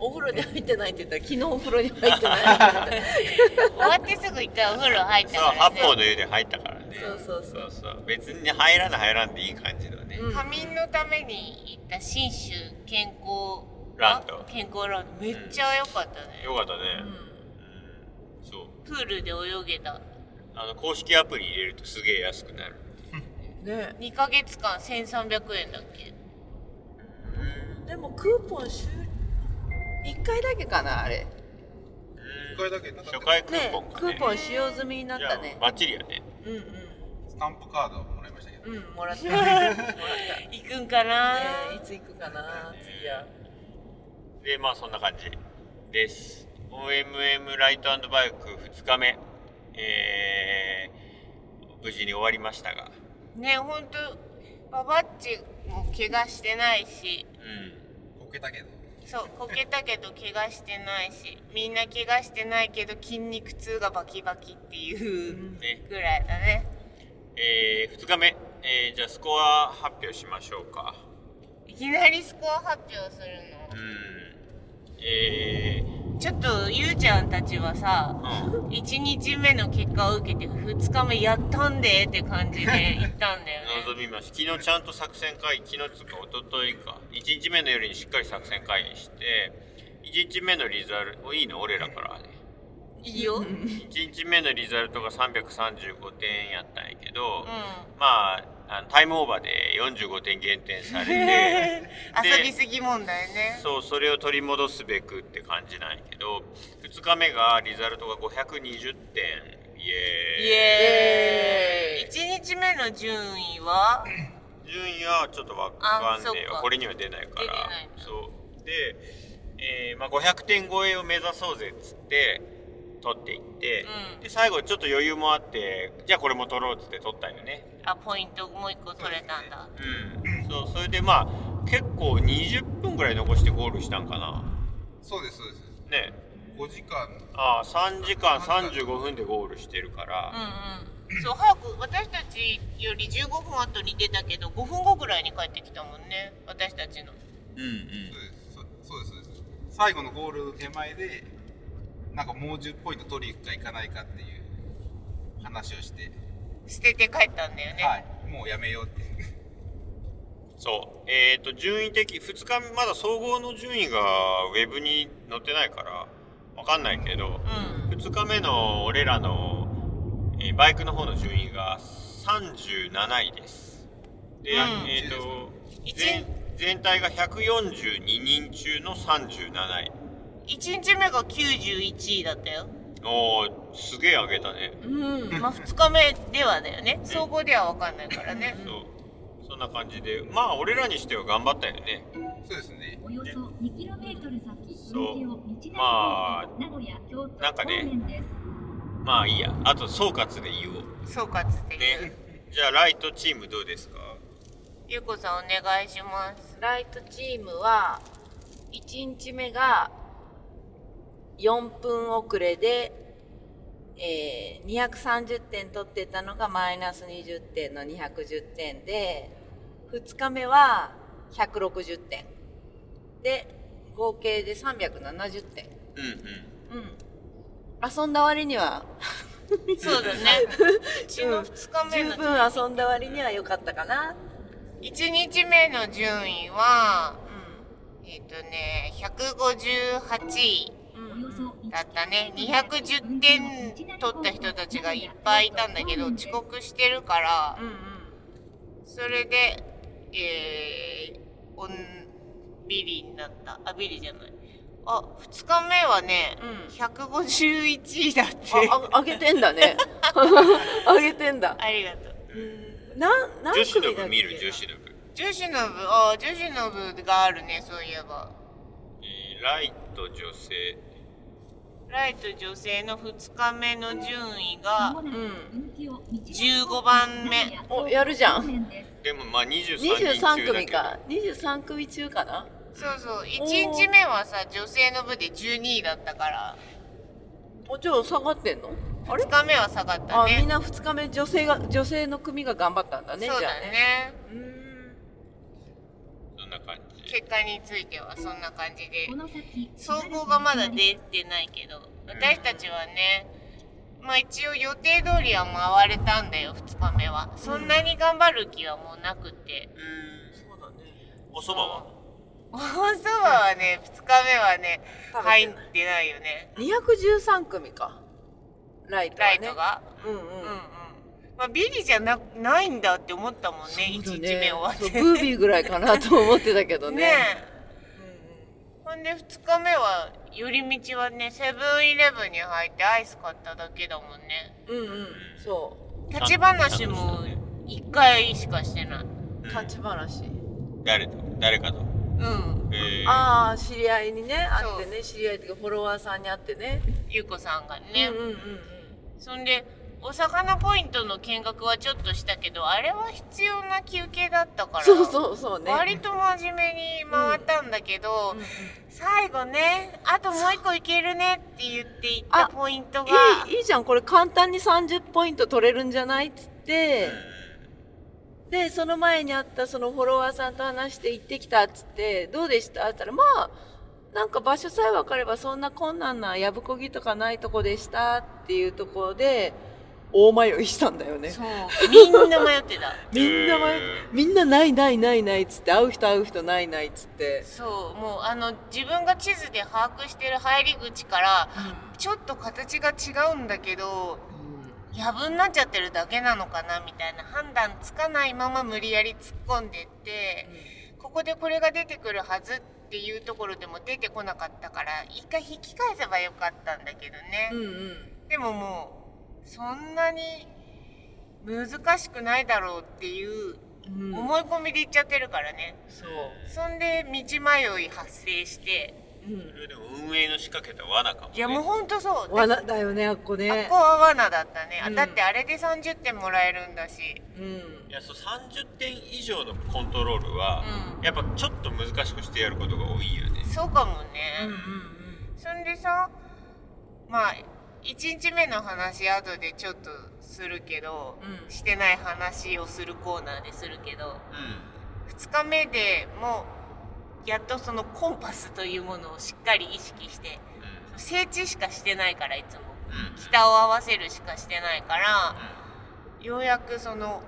Speaker 3: お風呂に入ってないって言ったら昨日お風呂に入ってない
Speaker 1: 終わってすぐ一回お風呂入った
Speaker 11: そう
Speaker 1: から
Speaker 11: 八
Speaker 1: ね
Speaker 11: 方の湯で入ったからね
Speaker 3: そうそうそう
Speaker 11: そう別に入らない入らんでいい感じのね、
Speaker 1: 仮眠のために行った信州健康
Speaker 11: ランド
Speaker 1: 健康ランドめっちゃ良かったね、
Speaker 11: よかったね、
Speaker 1: うん
Speaker 11: うんそう
Speaker 1: プールで泳げた
Speaker 11: あの公式アプリ入れるとすげえ安くなる
Speaker 3: ね
Speaker 1: 2ヶ月間1300円だっけ
Speaker 3: でもクーポン終1回だけかなあれ
Speaker 4: 一回だけなかった
Speaker 11: 初回クー
Speaker 3: ね
Speaker 11: ポンか
Speaker 3: ク
Speaker 11: ね
Speaker 3: ーポン使用済みになっ
Speaker 11: じゃ
Speaker 3: た
Speaker 11: あ
Speaker 3: ね
Speaker 11: バッチリやね
Speaker 3: うんうん
Speaker 4: スタンプカードをもらいましたけど、
Speaker 3: うんもらったもらった、ね
Speaker 1: 行くんかな、
Speaker 3: <laughs> えいつ行くかな次や
Speaker 11: でまあそんな感じです OMM ライトバイク2日目えー、無事に終わりましたが
Speaker 1: ねほんとババッチも怪我してないし
Speaker 11: うん
Speaker 4: こけたけど
Speaker 1: そうこけたけど怪我してないしみんな怪我してないけど筋肉痛がバキバキっていう
Speaker 11: ね
Speaker 1: ぐらいだね
Speaker 11: え2日目、えーじゃあスコア発表しましょうか
Speaker 1: いきなりスコア発表する
Speaker 11: う
Speaker 1: の
Speaker 11: んえ
Speaker 1: ちょっとゆうちゃんたちはさ
Speaker 11: ーうん
Speaker 1: 1日目の結果を受けて2日目やったんでって感じで行ったんだ
Speaker 11: <laughs>
Speaker 1: よね
Speaker 11: 望みました昨日ちゃんと作戦会議昨日つうか一昨日か1日目の夜にしっかり作戦会議して1日目のリザルトおいいの俺らからね
Speaker 1: いいようん
Speaker 11: 1日目のリザルトが335点やったんやけど、まああのタイムオーバーで45点減点されて
Speaker 1: <laughs> 遊びすぎ問題ね
Speaker 11: そうそれを取り戻すべくって感じなんやけど2日目がリザルトが520点イエーイ
Speaker 1: イエーイ1日目の順位は
Speaker 11: 順位はちょっとわか
Speaker 1: あ
Speaker 11: んねえ
Speaker 1: そっ
Speaker 11: よ
Speaker 1: か
Speaker 11: これには出ないから
Speaker 1: 出てないな
Speaker 11: そうで、えーまあ、500点超えを目指そうぜっつって取っていって、
Speaker 1: うん
Speaker 11: で最後ちょっと余裕もあってじゃあこれも取ろうっつって取ったんよね
Speaker 1: あポイントもう1個取れたんだ
Speaker 11: うんそうそれでまあ結構20分ぐらい残してゴールしたんかな
Speaker 4: そうですそうです
Speaker 11: ね
Speaker 4: 5時間
Speaker 11: ああ3時間35分でゴールしてるから、
Speaker 1: うんうんそう早く私たちより15分後に出たけど5分後ぐらいに帰ってきたもんね私たちの
Speaker 11: うんうん
Speaker 4: そうですそうそうですそうです最後のゴールの手前でなんかもう10ポイント取り行くか行かないかっていう話をして、
Speaker 1: 捨てて帰ったんだよね、
Speaker 4: はい、もうやめようっていう
Speaker 11: そうえっ、と順位的2日目まだ総合の順位がウェブに載ってないからわかんないけど、2日目の俺らの、えーバイクの方の順位が37位ですで、
Speaker 1: うん
Speaker 11: えっ、と
Speaker 1: 一
Speaker 11: 全全体が142人中の37位
Speaker 1: 1日目が91位だったよ
Speaker 11: おーすげえ上げたね、
Speaker 1: うんまあ2日目ではだよね総合では分かんないからね
Speaker 11: そうそんな感じでまあ俺らにしては頑張ったよね
Speaker 4: そうですね
Speaker 12: およそ 2km 先
Speaker 11: そう
Speaker 12: 運休道な
Speaker 11: まあ
Speaker 12: き名古屋京都
Speaker 11: なんか
Speaker 12: 方
Speaker 11: ね
Speaker 12: 面です
Speaker 11: まあいいやあと総括で言おう
Speaker 1: 総括っていう、
Speaker 11: ねじゃあライトチームどうですか
Speaker 1: ゆうこさんお願いします
Speaker 3: ライトチームは1日目が4分遅れで、えー230点取ってたのがマイナス20点の210点で2日目は160点で合計で370点、
Speaker 11: うんうん
Speaker 3: うん、遊んだ割には
Speaker 1: そうだねうちの2日目
Speaker 3: 十
Speaker 1: の
Speaker 3: 分遊んだ割には良かったかな、
Speaker 1: 1日目の順位はえっ、とね158位
Speaker 12: およそ1
Speaker 1: だったね210点取った人たちがいっぱいいたんだけど遅刻してるから
Speaker 3: うんうん
Speaker 1: それでえー、おんビリになったあビリじゃないあ2日目はね、
Speaker 3: うん
Speaker 1: 151位だって
Speaker 3: ああ上げてんだね上げてんだ
Speaker 1: <laughs> ありがとう
Speaker 3: なん何
Speaker 11: 女子
Speaker 3: 組だ
Speaker 11: の
Speaker 3: っけ
Speaker 11: 部見る女子の部、
Speaker 1: 女子の部あ女子の部があるねそういえば
Speaker 11: えーライト女性
Speaker 1: ライト女性の2日目の順位が
Speaker 12: うん
Speaker 1: 15番目
Speaker 3: おやるじゃん
Speaker 11: でもまあ23人
Speaker 3: 23
Speaker 11: 中だけど
Speaker 3: 組か23組中かな
Speaker 1: そうそう1日目はさ女性の部で12位だったから
Speaker 3: おじゃあ下がってんのあれ
Speaker 1: 2日目は下がった
Speaker 3: あみ
Speaker 1: ね
Speaker 3: んな2日目女性が女性の組が頑張ったんだね
Speaker 1: そう
Speaker 3: じゃ
Speaker 1: だね
Speaker 3: あね
Speaker 11: そんな感じ
Speaker 1: 結果についてはそんな感じで
Speaker 12: この先
Speaker 1: 総合がまだ出てないけど私たちはねまあ一応予定通りは回れたんだよ2日目はそんなに頑張る気はもうなくて
Speaker 11: そうだねおそばは
Speaker 1: おそばはね2日目はね
Speaker 3: 食べ
Speaker 1: 入
Speaker 3: て
Speaker 1: っ
Speaker 3: ない
Speaker 1: てないよね
Speaker 3: うん213組かライトは
Speaker 1: ラ
Speaker 3: ね
Speaker 1: イトが、
Speaker 3: うんうん
Speaker 1: うんうんまあビリじゃなないんだって思ったもんね1日目終わっ
Speaker 3: そう
Speaker 1: て
Speaker 3: ブービーぐらいかなと思ってたけどね
Speaker 1: ねえほんで2日目は寄り道はねセブンイレブンに入ってアイス買っただけだもんね
Speaker 3: うんうんそ
Speaker 1: 立ち話も1回しかしてないう
Speaker 3: 立ち話
Speaker 11: 誰と誰かと
Speaker 1: うん
Speaker 11: えー、
Speaker 3: ああ知り合いにね
Speaker 1: そう
Speaker 3: 会ってね知り合いっていうかフォロワーさんに会ってね
Speaker 1: ゆうこさんがね、
Speaker 3: うんうんうん
Speaker 1: そんでお魚ポイントの見学はちょっとしたけどあれは必要な休憩だったから
Speaker 3: そうそうそうね
Speaker 1: 割と真面目に回ったんだけど、
Speaker 3: うんうん
Speaker 1: 最後ねあともう一個いけるねって言っていっ
Speaker 3: あ
Speaker 1: たポイントが
Speaker 3: いいいいじゃんこれ簡単に30ポイント取れるんじゃないっつって、でその前にあったそのフォロワーさんと話して行ってきたっつってどうでしたって言ったらまあなんか場所さえ分かればそんな困難なやぶこぎとかないとこでしたっていうところで大迷いしたんだよね
Speaker 1: そうみんな迷ってた
Speaker 3: みんな迷みんなないないないないっつって会う人会う人ないないっつって
Speaker 1: そうもうあの自分が地図で把握してる入り口から、ちょっと形が違うんだけど、やぶになっちゃってるだけなのかなみたいな判断つかないまま無理やり突っ込んでって、ここでこれが出てくるはずっていうところでも出てこなかったから一回引き返せばよかったんだけどね、
Speaker 3: うんうん
Speaker 1: でももうそんなに難しくないだろうっていう
Speaker 3: うん
Speaker 1: 思い込みで行っちゃってるからね、
Speaker 3: そう
Speaker 1: そんで道迷い発生して
Speaker 11: それでも運営の仕掛けた罠かも、ね、
Speaker 1: いやもうほんとそうだ
Speaker 3: 罠だよねあっこ
Speaker 1: あ
Speaker 3: ね
Speaker 1: っこは罠だったね、あ
Speaker 3: うん
Speaker 1: だってあれで30点もらえるんだし
Speaker 3: うん
Speaker 11: いやそう30点以上のコントロールは、
Speaker 1: う
Speaker 11: やっぱちょっと難しくしてやることが多いよね
Speaker 1: そうかもね、そんでさまあ1日目の話後でちょっとするけど、
Speaker 3: うん
Speaker 1: してない話をするコーナーでするけど
Speaker 11: う
Speaker 1: 2日目でもうやっとそのコンパスというものをしっかり意識して
Speaker 11: ん、
Speaker 1: 整地しかしてないからいつも北を合わせるしかしてないからようやくその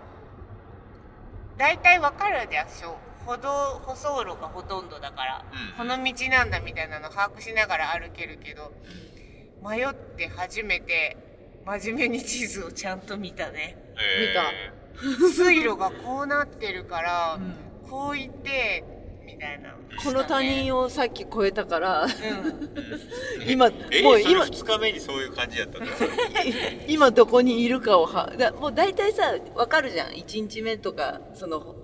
Speaker 1: 大体わかるでしょ歩道舗装路がほとんどだから、
Speaker 11: う
Speaker 1: この道なんだみたいなの把握しながら歩けるけど迷って初めて真面目に地図をちゃんと見た
Speaker 3: <laughs>
Speaker 1: ね。
Speaker 11: え
Speaker 1: 水路がこうなってるから、こう行ってみたいな
Speaker 3: この他人をさっき超えたから、
Speaker 11: え
Speaker 3: 今
Speaker 11: え
Speaker 3: もう
Speaker 11: それ
Speaker 3: 今
Speaker 11: 2日目にそういう感じやったんだ
Speaker 3: <laughs> 今どこにいるかをはだもう大体さわかるじゃん1日目とかその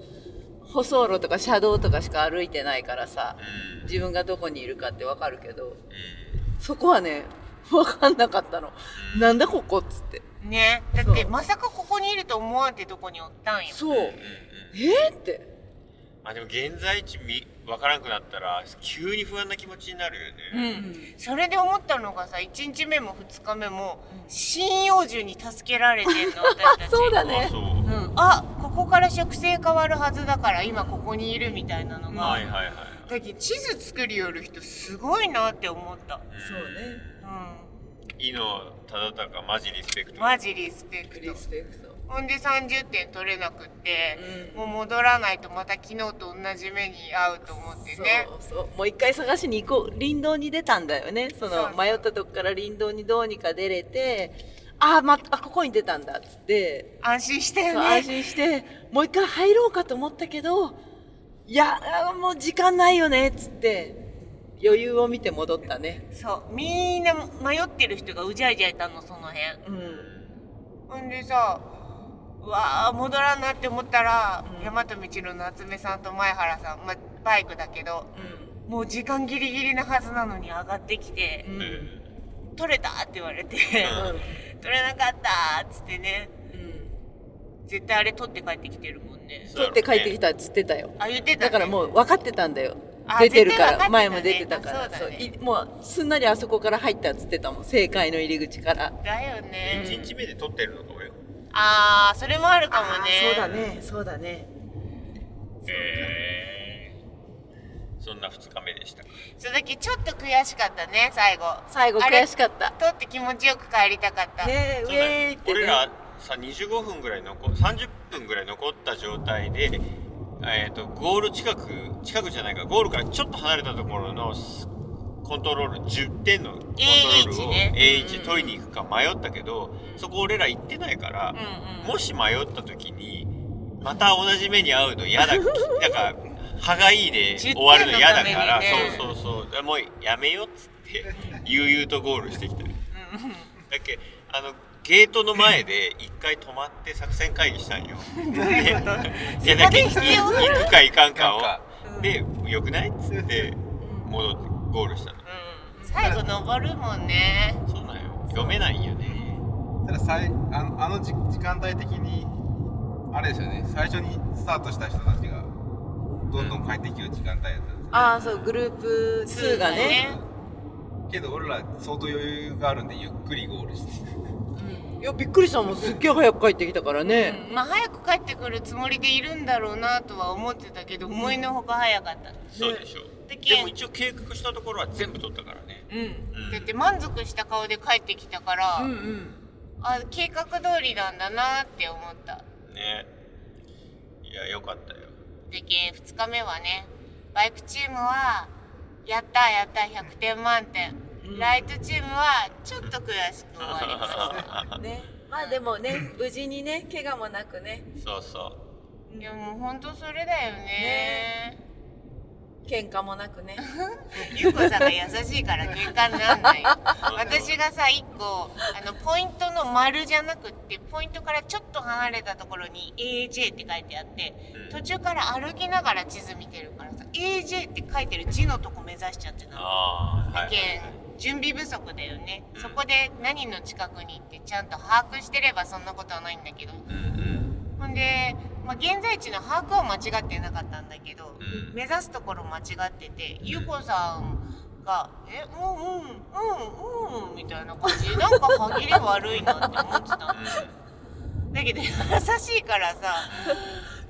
Speaker 3: 舗装路とか車道とかしか歩いてないからさ自分がどこにいるかってわかるけどそこはねわかんなかったのなんだここっつって
Speaker 1: ねだって
Speaker 3: そう
Speaker 1: まさかここにいると思わんってどこにおったんよ
Speaker 3: そうえっ、って
Speaker 11: まあでも現在地みわからなくなったら急に不安な気持ちになるよね、
Speaker 1: それで思ったのがさ1日目も2日目も針葉樹に助けられてん
Speaker 3: <laughs>
Speaker 1: の私たち
Speaker 3: そうだ
Speaker 11: あ
Speaker 3: ね
Speaker 11: そう、
Speaker 1: うん、あここから植生変わるはずだから今ここにいるみたいなのが、
Speaker 11: はいはいはい
Speaker 1: だけど地図作りよる人すごいなって思った、
Speaker 3: そう
Speaker 1: う
Speaker 11: 伊野忠敬マジリスペクト
Speaker 1: ん、マジリスペク
Speaker 3: ねリ
Speaker 1: ト
Speaker 3: スペクト
Speaker 1: ほんで30点取れなくって、もう戻らないとまた昨日と同じ目に遭うと思ってね
Speaker 3: そうそうもう一回探しに行こう林道に出たんだよねそ
Speaker 1: そう
Speaker 3: の
Speaker 1: そう
Speaker 3: 迷ったとこから林道にどうにか出れてあー、ま、あここに出たんだっつって
Speaker 1: 安心した
Speaker 3: そう
Speaker 1: よ
Speaker 3: 安心
Speaker 1: ね
Speaker 3: してもう一回入ろうかと思ったけどいやあーもう時間ないよねっつって余裕を見て戻ったね
Speaker 1: そうみんな迷ってる人がうじゃうじゃいたのその辺
Speaker 3: うん
Speaker 1: ほんでさうわあ戻らんなって思ったら、大和道の夏目さんと前原さん、まあ、バイクだけどもう時間ギリギリなはずなのに上がってきて
Speaker 3: うん、うん
Speaker 1: 「取れた!」って言われて「取れなかった!」っつってね絶対あれ取って帰ってきてるもんね
Speaker 11: そう
Speaker 3: 取って
Speaker 11: だろうね
Speaker 3: 帰ってきたっつってたよ
Speaker 1: あ言ってた、ね、
Speaker 3: だからもう分かってたんだよ
Speaker 1: あ
Speaker 3: 出てるから
Speaker 1: 絶対分かってたね
Speaker 3: 前も出てたから
Speaker 1: あそうだね
Speaker 3: いもうすんなりあそこから入ったっつってたもん正解の入り口から
Speaker 1: だよね
Speaker 11: 1日目で撮ってるのかもよ
Speaker 1: あーそれもあるかもね
Speaker 3: ねそうだね
Speaker 11: へえそんな2日目でしたか
Speaker 1: その時ちょっと悔しかったね最後
Speaker 3: 最後
Speaker 1: あれ
Speaker 3: 悔しかった
Speaker 1: 取って気持ちよく帰りたかった、
Speaker 3: ねえウ
Speaker 11: そ
Speaker 3: ェ
Speaker 11: うだ
Speaker 3: ーイ
Speaker 11: ね
Speaker 3: って
Speaker 11: 俺
Speaker 3: ね
Speaker 11: らさ25分ぐらい残30分ぐらい残った状態で、えー、とゴール近く近くじゃないかゴールからちょっと離れたところのすコントロール10点のコントロールを
Speaker 1: A1 ね
Speaker 11: A1 取りに行くか迷ったけど、そこ俺ら行ってないから、
Speaker 1: うんうん
Speaker 11: もし迷った時にまた同じ目に遭う
Speaker 3: <laughs>
Speaker 11: の嫌だなんか歯がいいで終わるの嫌だから、
Speaker 1: 10点のためにね
Speaker 11: そうそうそうもうやめようっつって悠々とゴールしてきたりだっけあのゲートの前で一回止まって作戦会議したんよ。 <laughs> でいやだけ
Speaker 1: 必要
Speaker 11: 行くか行かんか
Speaker 4: 行か
Speaker 11: を。で、よくないっつって戻ってゴールしたの。
Speaker 1: うん最後登るもんね
Speaker 11: そうなんよ。読めないよね。
Speaker 4: たださいあのあの時時間帯的にあれですよね最初にスタートした人たちがどんどん帰ってきる時間帯だったんですよ
Speaker 3: ああそうグループ2がね
Speaker 4: けど俺ら相当余裕があるんでゆっくりゴールして
Speaker 3: いやびっくりしたもんすっげえ早く帰ってきたからね、
Speaker 1: うんまあ早く帰ってくるつもりでいるんだろうなとは思ってたけど思いのほか早かった
Speaker 11: そうでしょ。
Speaker 1: で
Speaker 11: でも一応計画したところは全部取ったからね。
Speaker 1: うんだって満足した顔で帰ってきたから、あ計画通りなんだなって思った
Speaker 11: ね。いや、よかったよ。
Speaker 1: でけ2日目はねバイクチームはやったやった100点満点、ライトチームはちょっと悔しく終わりました
Speaker 11: <laughs>
Speaker 3: ねまあでもね無事にね怪我もなくね
Speaker 11: そうそう。
Speaker 1: いやもうほんとそれだよね
Speaker 3: 喧嘩もなくね
Speaker 1: ゆうこさんが優しいから喧嘩になんないよ私がさ1個あのポイントの丸じゃなくってポイントからちょっと離れたところに AJ って書いてあって途中から歩きながら地図見てるからさ AJ って書いてる字のとこ目指しちゃってな
Speaker 11: ああ、は
Speaker 1: だ
Speaker 11: い。
Speaker 1: けん準備不足だよね、そこで何の近くに行ってちゃんと把握してればそんなことはないんだけど、ほんで、まあ、現在地の把握は間違ってなかったんだけど、目指すところ間違ってて、ゆうこさんが「えうんうんうんうん」みたいな感じでなんか歯切れ悪いなって思ってたの。だけど優しいからさ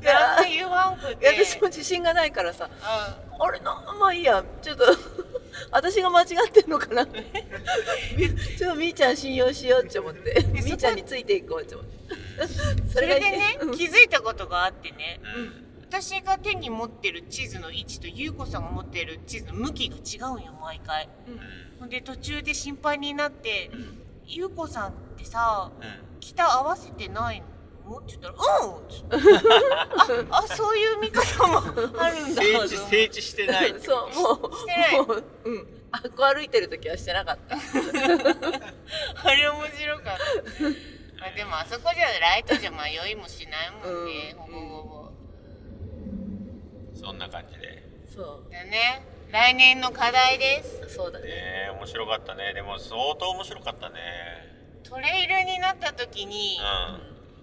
Speaker 1: なんて言わんく
Speaker 3: <laughs> い
Speaker 1: て
Speaker 3: や私も自信がないからさ
Speaker 1: うん
Speaker 3: あれなまあいいやちょっと <laughs> 私が間違ってんのかな <laughs> ってちょっとみーちゃん信用しようって思ってみーちゃんについていこうって思って
Speaker 1: それでね
Speaker 3: うん
Speaker 1: 気づいたことがあってね、私が手に持ってる地図の位置と優子さんが持ってる地図の向きが違うんよ毎回、ほんで途中で心配になって「優、子さんってさ北合わせてないの?」って言ったら「うん!」っつ <laughs> ってああそういう見方もあるんだ
Speaker 11: 整地整地してないって
Speaker 3: そうも
Speaker 1: してないう
Speaker 3: もううんあこう歩いてる時はしてなかった
Speaker 1: あれ面白かった。まあでもあそこじゃライトじゃ迷いもしないもん
Speaker 3: う
Speaker 1: ね。
Speaker 3: ん
Speaker 1: ほぼほぼ。
Speaker 11: そんな感じで
Speaker 3: そ
Speaker 1: だね。来年の課題です。
Speaker 3: うそうだね
Speaker 11: ねえ面白かったねでも相当面白かったね
Speaker 1: トレイルになった時に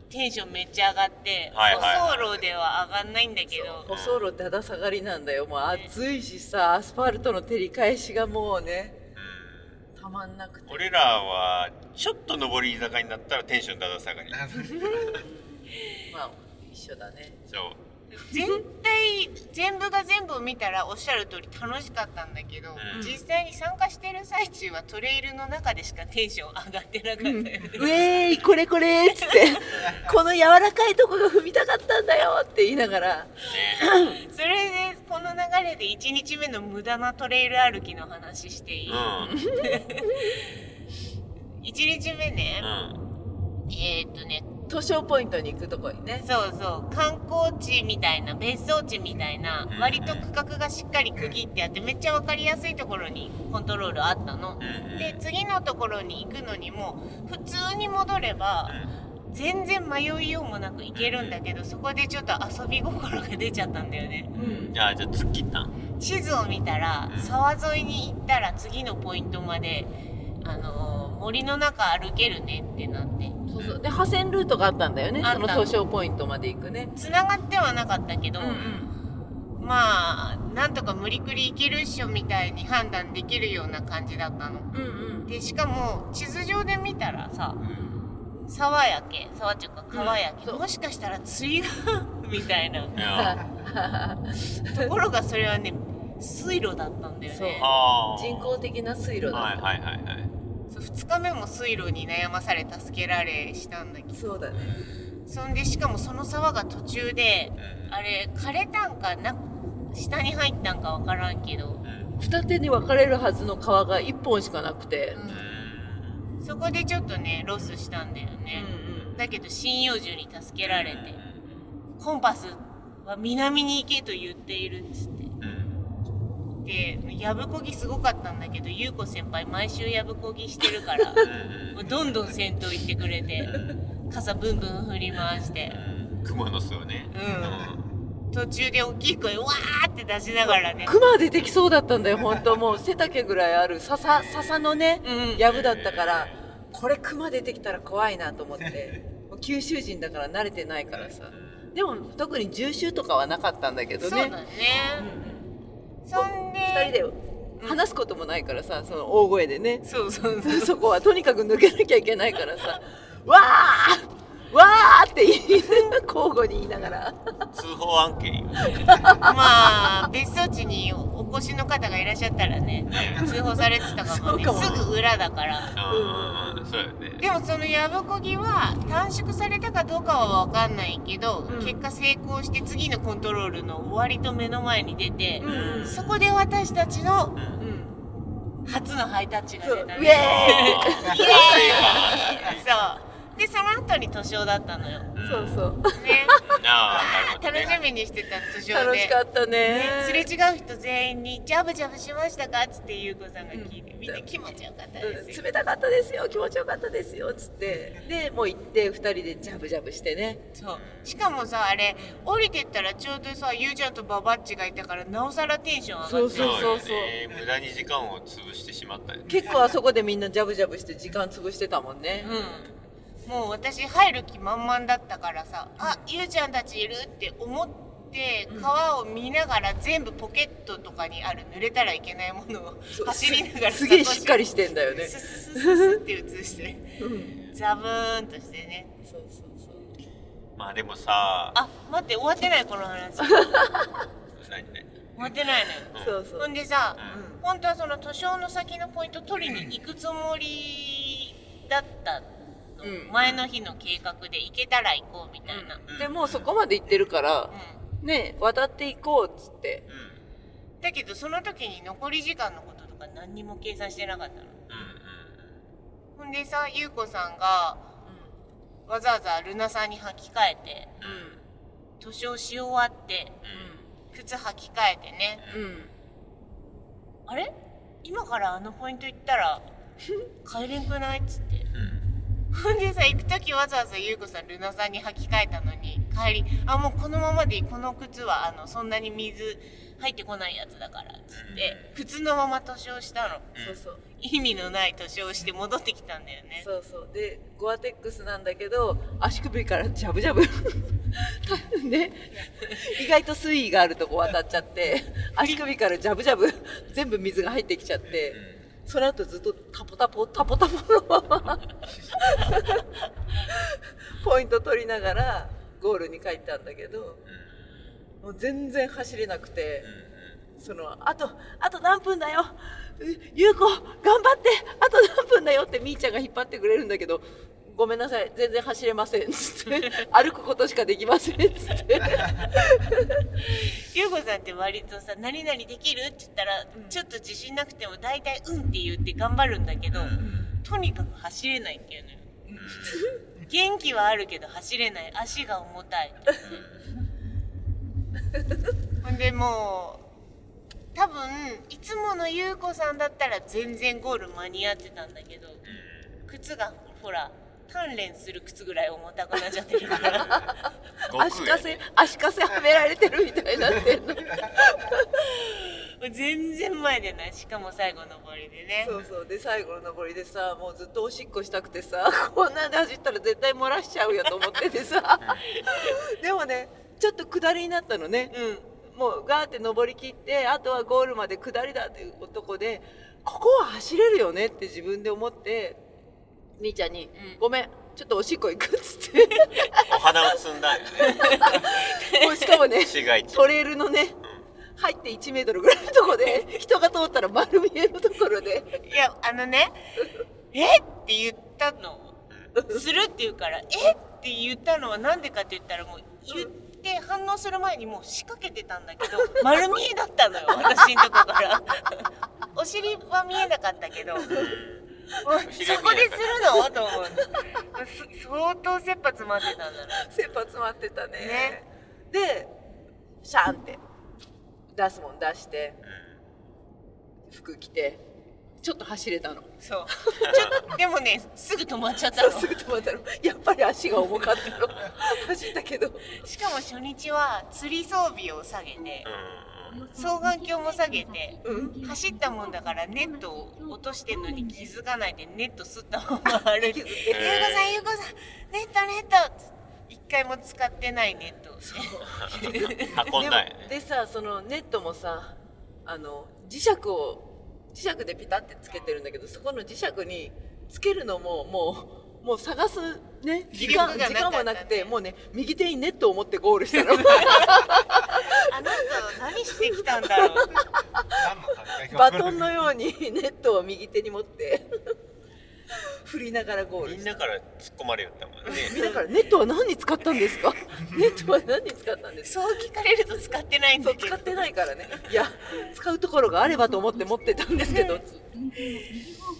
Speaker 11: う
Speaker 1: テンションめっちゃ上がって、
Speaker 11: はいはいはい
Speaker 1: 舗装路では上がんないんだけど、
Speaker 3: 舗装路だだ下がりなんだよもう暑いしさアスファルトの照り返しがもうね
Speaker 11: ん、うん
Speaker 3: たまんなくて
Speaker 11: 俺らはちょっと上り坂になったらテンションだだ下がり
Speaker 3: まあ一緒だね
Speaker 11: そう
Speaker 1: 全体全部が全部見たらおっしゃる通り楽しかったんだけど、
Speaker 11: うん
Speaker 1: 実際に参加してる最中はトレイルの中でしかテンション上がってなかったよね。
Speaker 3: ウェーイこれこれっつってこの柔らかいとこが踏みたかったんだよって言いながら
Speaker 1: <laughs> それでこの流れで1日目の無駄なトレイル歩きの話して <laughs> いい、
Speaker 11: うん
Speaker 1: 1日目ね、えーっとね
Speaker 3: 図書ポイントに行くとこにね
Speaker 1: そうそう観光地みたいな別荘地みたいな
Speaker 11: うん
Speaker 1: 割と区画がしっかり区切ってあってめっちゃ分かりやすいところにコントロールあったの
Speaker 11: う。んうん
Speaker 1: で次のところに行くのにも普通に戻れば全然迷いようもなく行けるんだけどそこでちょっと遊び心が出ちゃったんだよね。
Speaker 11: うんあじゃあ突っ切ったん
Speaker 1: 地図を見たら沢沿いに行ったら次のポイントまで、あのー森の中歩けるねってなって
Speaker 3: そうそうで破線ルートがあったんだよね
Speaker 1: あ
Speaker 3: そ
Speaker 1: った
Speaker 3: の図書ポイントまで行くね
Speaker 1: 繋がってはなかったけど、
Speaker 3: うん
Speaker 1: まあなんとか無理くり行けるっしょみたいに判断できるような感じだったの。
Speaker 3: うんうん
Speaker 1: でしかも地図上で見たらさ沢やけ沢っていうか川やけ、
Speaker 3: うんそう
Speaker 1: もしかしたら釣りがみたいない
Speaker 11: や
Speaker 1: ところがそれはね水路だったんだよね
Speaker 3: そ
Speaker 11: あー
Speaker 3: 人工的な水路だった、
Speaker 11: はいはいはいはい
Speaker 1: そう2日目も水路に悩まされ助けられしたんだけど
Speaker 3: そうだね
Speaker 1: そんでしかもその沢が途中であれ枯れたんかな下に入ったんかわからんけど、
Speaker 3: 二手に分かれるはずの川が一本しかなくて、
Speaker 1: そこでちょっとねロスしたんだよ
Speaker 3: うん
Speaker 1: ね、
Speaker 3: うん
Speaker 1: だけど針葉樹に助けられて、コンパスは南に行けと言っているっつってでやぶこぎすごかったんだけど優子先輩毎週やぶこぎしてるからもうどんどん先頭行ってくれて傘ブンブン振り回して。
Speaker 11: 熊の巣をね
Speaker 1: うん途中で大きい声わーって出しながらね
Speaker 3: 熊出てきそうだったんだよ本当もう背丈ぐらいある笹笹のね
Speaker 1: うん
Speaker 3: 藪だったからこれ熊出てきたら怖いなと思ってもう九州人だから慣れてないからさでも特に重臭とかはなかったんだけど
Speaker 1: そう
Speaker 3: ね
Speaker 1: だね、そんで
Speaker 3: 2人で話すこともないからさその大声でね <laughs>
Speaker 1: そうそうそう
Speaker 3: そこはとにかく抜けなきゃいけないからさ「わーわー!」って言い交互に言いながら
Speaker 11: 通報案件よ
Speaker 1: まあ別荘地にお越しの方がいらっしゃったらね通報されてたかもね
Speaker 3: そうかもね
Speaker 1: すぐ裏だから
Speaker 11: うんうんうんそうよね
Speaker 1: でもそのやぶこぎは短縮されたかどうかは分かんないけど、
Speaker 3: うん
Speaker 1: 結果成功して次のコントロールの終わりと目の前に出て、
Speaker 3: んうん
Speaker 1: そこで私たち
Speaker 3: 「
Speaker 1: の
Speaker 3: うん、
Speaker 1: 初のハイタッチが
Speaker 3: そう
Speaker 1: 出たね
Speaker 3: ウェーイ!」
Speaker 11: あ
Speaker 1: イエーイそうでその後に図書だったの
Speaker 3: <laughs>
Speaker 1: よね
Speaker 11: ー
Speaker 3: そうそう
Speaker 11: うんあーな
Speaker 1: 楽
Speaker 11: るほど
Speaker 1: し
Speaker 11: ね
Speaker 1: みにしてた図書で
Speaker 3: 楽しかったね
Speaker 1: ねすれ違う人全員に「ジャブジャブしましたか?」っつって優子さんが聞いて、みんな気持ちよかったですよ、
Speaker 3: 冷たかったですよ気持ちよかったですよっつってでもう行って2人でジャブジャブしてね
Speaker 1: そうしかもさあれ降りてったらちょうどさゆうちゃんとババッチがいたからなおさらテンション上がって
Speaker 3: そうそうそうそう
Speaker 11: よね無駄に時間を潰してしまったよね
Speaker 3: 結構あそこでみんなジャブジャブして時間潰してたもんね、
Speaker 1: うん、もう私入る気満々だったからさ「あゆうちゃんたちいる?」って思って川を見ながら全部ポケットとかにある濡れたらいけないものを
Speaker 3: そう
Speaker 1: 走りながら
Speaker 3: すげえしっかりしててんだよね
Speaker 1: スススススって映してザブーンとしてね
Speaker 3: そうそうそう
Speaker 11: まあでもさ
Speaker 1: あ待って終わってないこの話
Speaker 11: 何何
Speaker 1: 持ってないのよ
Speaker 3: そうそ
Speaker 1: ほ
Speaker 3: うん
Speaker 1: でさ、
Speaker 11: う
Speaker 1: 本当はその図書の先のポイント取りに行くつもりだったの、
Speaker 3: うん
Speaker 1: 前の日の計画で行けたら行こうみたいな、
Speaker 3: でもうそこまで行ってるから
Speaker 1: う
Speaker 3: ね渡っていこうっつって
Speaker 11: うん
Speaker 1: んだけどその時に残り時間のこととか何にも計算してなかったの
Speaker 11: う
Speaker 1: ほんでさ優子さんがわざわざルナさんに履き替えて図書をし終わって靴履き替えてね
Speaker 3: うんうん
Speaker 1: あれ今からあのポイント行ったら帰れんくないっつって
Speaker 11: んうんうん
Speaker 1: ほんでさ行く時わざわざ優子さんルナさんに履き替えたのに帰り「あもうこのままでいいこの靴はあのそんなに水入ってこないやつだから」っつって靴のまま塗装したの
Speaker 3: そうそう
Speaker 1: 意味のない塗装をして戻ってきたんだよね
Speaker 3: そうそうでゴアテックスなんだけど足首から <laughs> ジャブジャブね意外と水位があるとこ渡っちゃって足首からジャブジャブ全部水が入ってきちゃってその後ずっとタポタポタポタポのままポイント取りながらゴールに帰ったんだけどもう全然走れなくて。そのあとあと何分だよう優子頑張ってあと何分だよってみーちゃんが引っ張ってくれるんだけどごめんなさい全然走れません <laughs> つって歩くことしかできませんつって
Speaker 1: 優子さんって割とさ「何々できる?」って言ったら、ちょっと自信なくても大体「うん」って言って頑張るんだけど、とにかく走れないっていうのよ元気はあるけど走れない足が重たいほんでもう多分いつもの優子さんだったら全然ゴール間に合ってたんだけど靴がほら鍛錬する靴ぐらい重たくなっちゃってるから <laughs>
Speaker 3: 足かせ足かせはめられてるみたいになってんの
Speaker 1: 全然前でないしかも最後上りでね
Speaker 3: そうそうで最後の登りでさもうずっとおしっこしたくてさ <laughs> こんなんで走ったら絶対漏らしちゃうよと思っててさ <laughs> でもねちょっと下りになったのね
Speaker 1: うん
Speaker 3: もうガーって登り切ってあとはゴールまで下りだっていうとこでここは走れるよねって自分で思ってみーちゃんに「
Speaker 1: うん
Speaker 3: ごめんちょっとおしっこ行く」っつって
Speaker 11: お花を摘んだんよね
Speaker 3: もうしかもね
Speaker 11: 市街地
Speaker 3: トレールのね入って1メートルぐらいのとこで人が通ったら丸見えのところで
Speaker 1: いやあのね「えっ?」て言ったのするって言うから「えっ?」て言ったのはなんでかって言ったらもう言って反応する前にもう仕掛けてたんだけど丸見えだったのよ私んとこからお尻は見えなかったけど。もう
Speaker 11: 尻は
Speaker 1: そこ
Speaker 11: 見え
Speaker 1: です
Speaker 11: なかった
Speaker 1: るのと思うのす相当切羽詰まってたんだろ
Speaker 3: 切羽詰まってたね
Speaker 1: ね
Speaker 3: でシャンって出すもん出して服着てちょっと走れたの
Speaker 1: うそうちょでもねすぐ止まっちゃったの
Speaker 3: すぐ止まったのやっぱり足が重かった <laughs> の走ったけど
Speaker 1: しかも初日は釣り装備を下げて
Speaker 12: 双眼鏡も下げて、
Speaker 3: うん
Speaker 12: 走
Speaker 1: 走
Speaker 12: っ
Speaker 1: ったた
Speaker 12: も
Speaker 1: も
Speaker 12: ん
Speaker 1: ん
Speaker 12: だ
Speaker 1: だ
Speaker 12: か
Speaker 1: からら
Speaker 12: ネ
Speaker 1: ネ
Speaker 12: ッ
Speaker 1: ッ
Speaker 12: ト
Speaker 1: ト
Speaker 12: を
Speaker 1: を
Speaker 12: 落
Speaker 1: 落
Speaker 12: とと
Speaker 1: し
Speaker 12: してて
Speaker 1: ん
Speaker 12: ん
Speaker 1: の
Speaker 12: の
Speaker 1: に
Speaker 12: に
Speaker 1: 気
Speaker 12: 気
Speaker 1: づ
Speaker 12: づ
Speaker 1: かないでネット吸ったまま歩い
Speaker 3: 気
Speaker 1: て「優
Speaker 3: づ
Speaker 1: 子
Speaker 3: え
Speaker 1: さん優子さんネットネット」一回も使ってないネットを
Speaker 11: 運んだんよ <laughs>
Speaker 3: でも
Speaker 11: ね
Speaker 3: でさそのネットもさあの磁石を磁石でピタってつけてるんだけどそこの磁石につけるのももう。もう探すね時間
Speaker 1: 気力が
Speaker 3: 時
Speaker 1: なかった
Speaker 3: 間もなくてもうね右手にネットを持ってゴール
Speaker 1: <laughs>
Speaker 3: したの
Speaker 1: <laughs> あの人何してきたんだろう
Speaker 4: 何の戦いか
Speaker 3: バ
Speaker 4: 分か
Speaker 3: ト
Speaker 4: ん
Speaker 3: ン
Speaker 4: ない
Speaker 3: のようにネットを右手に持って振りながらゴール
Speaker 11: み
Speaker 3: し
Speaker 11: ん
Speaker 3: た
Speaker 11: なから突っ込まれよったもんね
Speaker 3: みんなからネットは何に使ったんですかネットは何に使ったんですか
Speaker 1: <laughs> そう聞かれると使ってないん
Speaker 3: そ
Speaker 1: だ
Speaker 3: う
Speaker 1: け
Speaker 3: 使っ
Speaker 1: ど
Speaker 3: てないからねいや使うところがあればと思って持ってたんですけど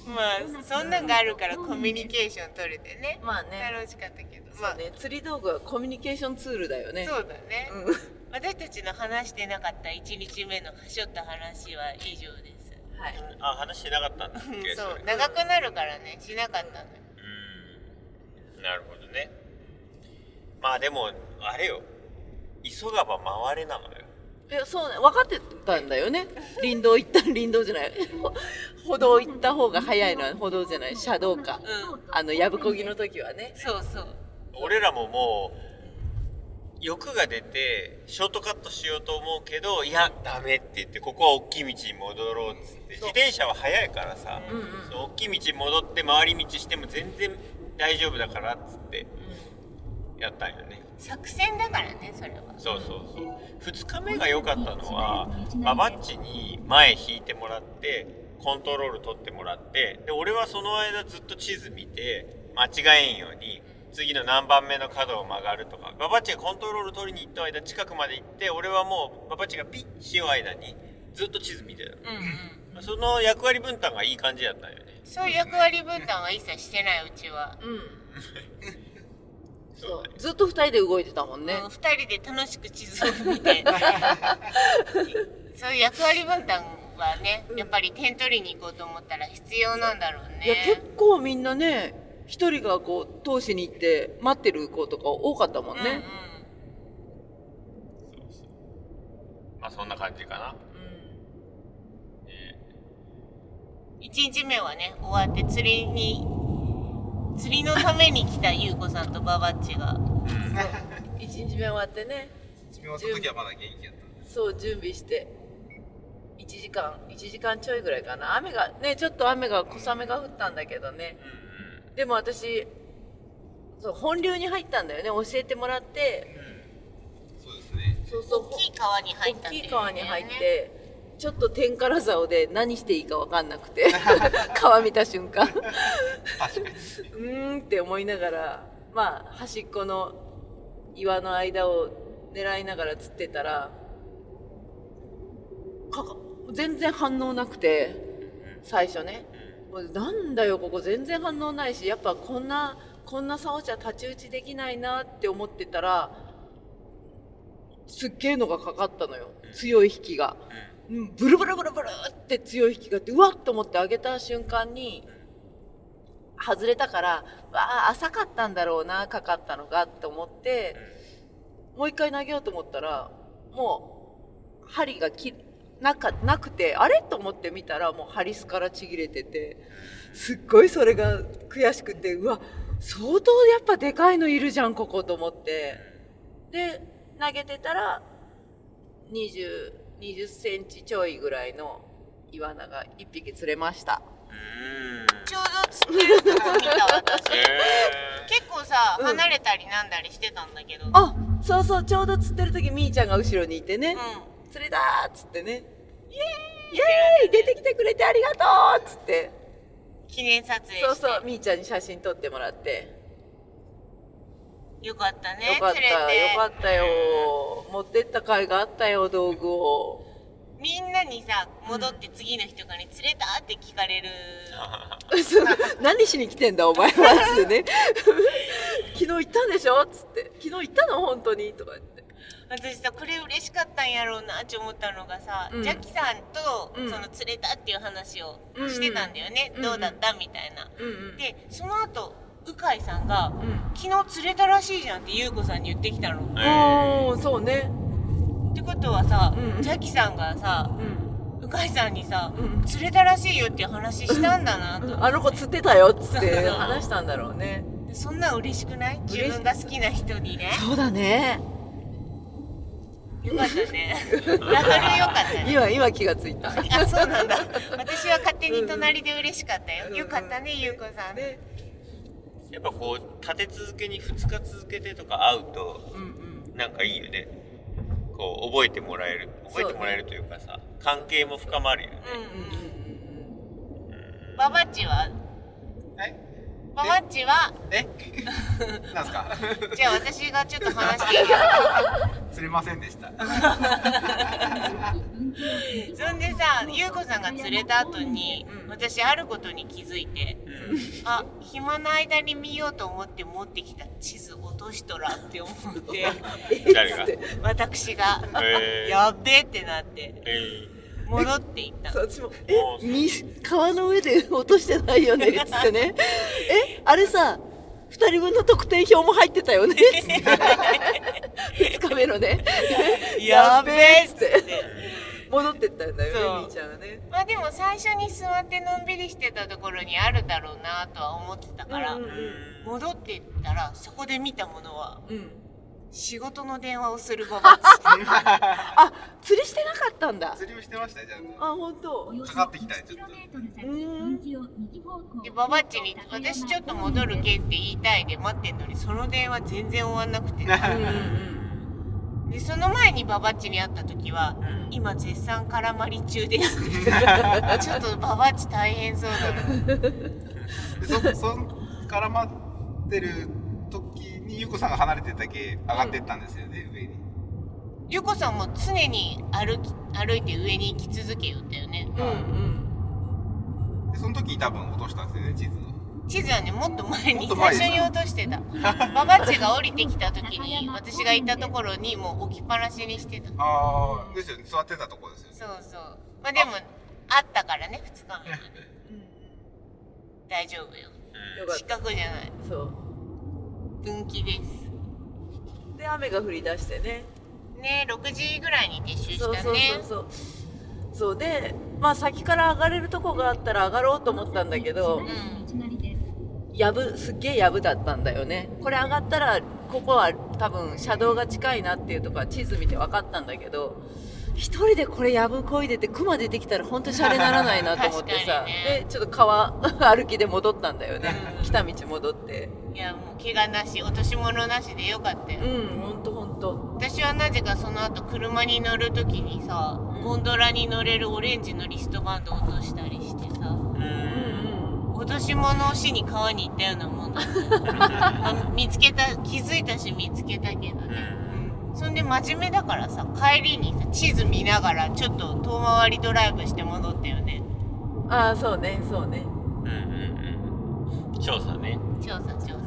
Speaker 1: まあそんなんがあるからコミュニケーション取れてね
Speaker 3: まあね
Speaker 1: 楽しかったけど
Speaker 3: そ
Speaker 1: まあ
Speaker 3: うね釣り道具はコミュニケーションツールだよね
Speaker 1: そうだね
Speaker 3: うん、
Speaker 1: 私たちの話してなかった1日目のはしょった話は以上です
Speaker 3: はい
Speaker 11: あ話してなかったんだっけ
Speaker 1: そ
Speaker 11: れ
Speaker 1: う長くなるからねしなかったのよ
Speaker 11: うんなるほどねまあでもあれよ急がば回れなのよ
Speaker 3: いやそうね分かってたんだよね林道行った林道じゃないほ歩道行った方が早いのは歩道じゃない車道か
Speaker 1: うん
Speaker 3: あのやぶこぎの時はね
Speaker 1: そうそう
Speaker 11: 俺らももう欲が出てショートカットしようと思うけどいやダメって言ってここは大きい道に戻ろうっつって自転車は速いからさ、
Speaker 3: うんうん
Speaker 11: その大きい道に戻って回り道しても全然大丈夫だからっつってやったんよね、
Speaker 1: 作戦だからねそれは
Speaker 11: そうそうそう2日目が良かったのはババッチに前引いてもらってコントロール取ってもらってで俺はその間ずっと地図見て間違えんように次の何番目の角を曲がるとかババッチがコントロール取りに行った間近くまで行って俺はもうババッチがピッしよう間にずっと地図見てたの、その役割分担がいい感じだったよね
Speaker 1: そういう役割分担は一切してないうちは、
Speaker 3: うん
Speaker 11: そうだね
Speaker 3: ずっと二人で動いてたもんね
Speaker 1: もう二人で楽しく地図を見
Speaker 3: <laughs>
Speaker 1: てそういう役割分担はねやっぱり点取りに行こうと思ったら必要なんだろうね
Speaker 3: いや結構みんなね一人がこう通しに行って待ってる子とか多かったもん
Speaker 1: うんうん
Speaker 3: ね、
Speaker 11: そうそうまあそんな感じかな、え
Speaker 1: 1日目はね終わって釣りに釣りのために来た優子さんとババッチが
Speaker 3: 一日目終わってね
Speaker 4: 自分を取った時はまだ元気やった
Speaker 3: そう準備して1時間1時間ちょいぐらいかな雨がねちょっと雨が小雨が降ったんだけどね
Speaker 11: ーうん
Speaker 3: でも私そう本流に入ったんだよね教えてもらって
Speaker 4: そうですね
Speaker 3: そうそう
Speaker 1: 大きい川に入っ
Speaker 3: 大
Speaker 1: たんだ
Speaker 3: き
Speaker 1: よね
Speaker 3: い川に入ってちょっと天から竿で何していいか分かんなく
Speaker 1: <laughs>
Speaker 3: て川見た瞬間う
Speaker 4: 確かに
Speaker 3: ーんって思いながらまあ端っこの岩の間を狙いながら釣ってたらかか全然反応なくて最初ねもうなんだよここ全然反応ないしやっぱこんなこんな竿じゃ太刀打ちできないなって思ってたらすっげえのがかかったのよ強い引きが、うん、ブルブルブルブルって強い引きがあってうわっと思って上げた瞬間に外れたからわあ浅かったんだろうなかかったのがと思ってもう一回投げようと思ったらもう針がきなかなくてあれと思って見たらもうハリスからちぎれててすっごいそれが悔しくてうわ相当やっぱでかいのいるじゃんここと思ってで投げてたら2 0センチちょいぐらいのイワナが1匹釣れました
Speaker 11: うん
Speaker 1: ちょうど釣ってるとこ見た私
Speaker 11: え
Speaker 1: 結構さ
Speaker 3: うん
Speaker 1: 離れたりなんだりしてたんだけど、うん、
Speaker 3: あそうそうちょうど釣ってる時みーちゃんが後ろにいてね、釣れたーっつってねイエーイ出てきてくれてありがとうっつって
Speaker 1: 記念撮影して
Speaker 3: そうそうみーちゃんに写真撮ってもらって
Speaker 1: よかったね
Speaker 3: よかった
Speaker 1: 釣れて
Speaker 3: よかったよ持ってった甲斐があったよ道具を <laughs>
Speaker 1: みんなにさ戻って次の日とかに釣れたって聞かれる、
Speaker 3: そう何しに来てんだお前はっつってね <laughs> 昨日行ったんでしょっつって昨日行ったの本当にとか言って
Speaker 1: 私さこれ嬉しかったんやろうなって思ったのがさ、
Speaker 3: うん
Speaker 1: ジャッキさんと、
Speaker 3: うん
Speaker 1: その釣れたっていう話を
Speaker 3: うんうん
Speaker 1: してたんだよね、
Speaker 3: うんうん
Speaker 1: どうだったみたいな、
Speaker 3: うん
Speaker 1: でその後鵜飼さんが
Speaker 3: うん
Speaker 1: 「昨日釣れたらしいじゃん」って優子さんに言ってきたの。
Speaker 3: うんおーそうね
Speaker 1: ってことはさ、
Speaker 3: うん
Speaker 1: ジャッキさんがさ
Speaker 3: うん
Speaker 1: 鵜飼さんにさ、
Speaker 3: うん
Speaker 1: 釣れたらしいよっていう話したんだなと、
Speaker 3: あの子釣ってたよっつっ
Speaker 1: そう
Speaker 3: て
Speaker 1: そう
Speaker 3: 話したんだろうね
Speaker 1: でそんなん嬉しくない
Speaker 3: 嬉し
Speaker 1: 自
Speaker 3: い
Speaker 1: 分が好きな人にね
Speaker 3: そうだね
Speaker 1: よかったねラハルよかったね
Speaker 3: 今今気がついた
Speaker 1: あそうなんだ私は勝手に隣で嬉しかったよ、よかったね優子さん、
Speaker 3: ね
Speaker 11: ーやっぱこう立て続けに2日続けてとか会うと
Speaker 3: うんうん
Speaker 11: なんかいいよねこう覚えてもらえる覚えてもらえるというかさ関係も深まる
Speaker 1: <laughs>
Speaker 11: よね
Speaker 3: うん
Speaker 1: うんババッチは
Speaker 4: え
Speaker 1: ババッチは
Speaker 4: え <laughs>
Speaker 11: <laughs>
Speaker 4: なんすか
Speaker 1: じゃあ私がちょっと話して
Speaker 3: <laughs>
Speaker 1: いいよ
Speaker 4: 釣れませんでした
Speaker 1: そんでさ優子さんが釣れた後に、
Speaker 3: うん
Speaker 1: 私あることに気づいてあ暇な間に見ようと思って持ってきた地図落としとらって思って
Speaker 3: <laughs>
Speaker 11: 誰が
Speaker 1: 私が
Speaker 11: えー
Speaker 1: やっべえってなって
Speaker 11: え
Speaker 1: 戻っていった
Speaker 3: そ
Speaker 1: の
Speaker 3: う私も「
Speaker 11: もう
Speaker 3: えみ川の上で <laughs> 落としてないよね」っつってね「えあれさ2人分の得点表も入ってたよね」っつって2日目のね
Speaker 1: やっべえっつっ
Speaker 3: やっべえっつって戻ってったんだよ
Speaker 1: そう
Speaker 3: ねみーちゃんはね
Speaker 1: まあでも最初に座ってのんびりしてたところにあるだろうなとは思ってたから、
Speaker 3: うんうん
Speaker 1: 戻ってったらそこで見たものは
Speaker 3: うん
Speaker 1: 仕事の電話をする5月
Speaker 3: あ釣りしてなかったんだ
Speaker 4: 釣りをしてましたよちゃんと
Speaker 3: あ本当
Speaker 4: かかってきたよちょっと
Speaker 1: でババッチに「私ちょっと戻るけ」って言いたいで待ってんのにその電話全然終わんなくてでその前にババッチに会った時は「今絶賛絡まり中 <laughs> です」ちょっとババッチ大変そうだな
Speaker 4: でそそん絡まってる時にゆうこさんが離れてたけ上がってったんですよね、上に
Speaker 1: ゆこさんも常に歩き歩いて上に行き続けよったよね
Speaker 4: でその時に多分落としたんですよね地図を
Speaker 1: 地図はねもっと前
Speaker 4: も
Speaker 1: に
Speaker 4: っと
Speaker 1: 最
Speaker 4: 前
Speaker 1: 初に落としてたババッチが降りてきた時に私が行ったところにもう置きっぱなしにしてた
Speaker 4: ああですよね座ってたとこですよね
Speaker 1: そうそうまあでもあったからね2日目に大丈夫よ
Speaker 3: よかっ
Speaker 1: 失格じゃない
Speaker 3: たそう
Speaker 1: 分岐です
Speaker 3: で雨が降り出してね
Speaker 1: ね6時ぐらいに撤収した
Speaker 3: そう
Speaker 1: ね
Speaker 3: そうそうそうそうでまあ先から上がれるとこがあったら上がろうと思ったんだけどやぶすっげえやぶだったんだよねこれ上がったらここは多分車道が近いなっていうとか地図見て分かったんだけど一人でこれやぶこいでて熊出てきたら本当にシャレならないなと思ってさ、
Speaker 1: <laughs> 確かにね
Speaker 3: でちょっと川歩きで戻ったんだよね来た道戻って
Speaker 1: うんいやもう怪我なし落とし物なしでよかったよ
Speaker 3: うんほんとほんと
Speaker 1: 私はなぜかその後車に乗る時にさゴンドラに乗れるオレンジのリストバンドを落としたりしてさ落とし物をしに川に行ったようなもんだった、
Speaker 11: <laughs>
Speaker 1: まあ見つけた気づいたし見つけたけどねそんで真面目だからさ帰りにさ地図見ながらちょっと遠回りドライブして戻ったよね
Speaker 3: ああそうねそうね
Speaker 11: うんうんうん調査ね
Speaker 1: 調査調査
Speaker 11: うん、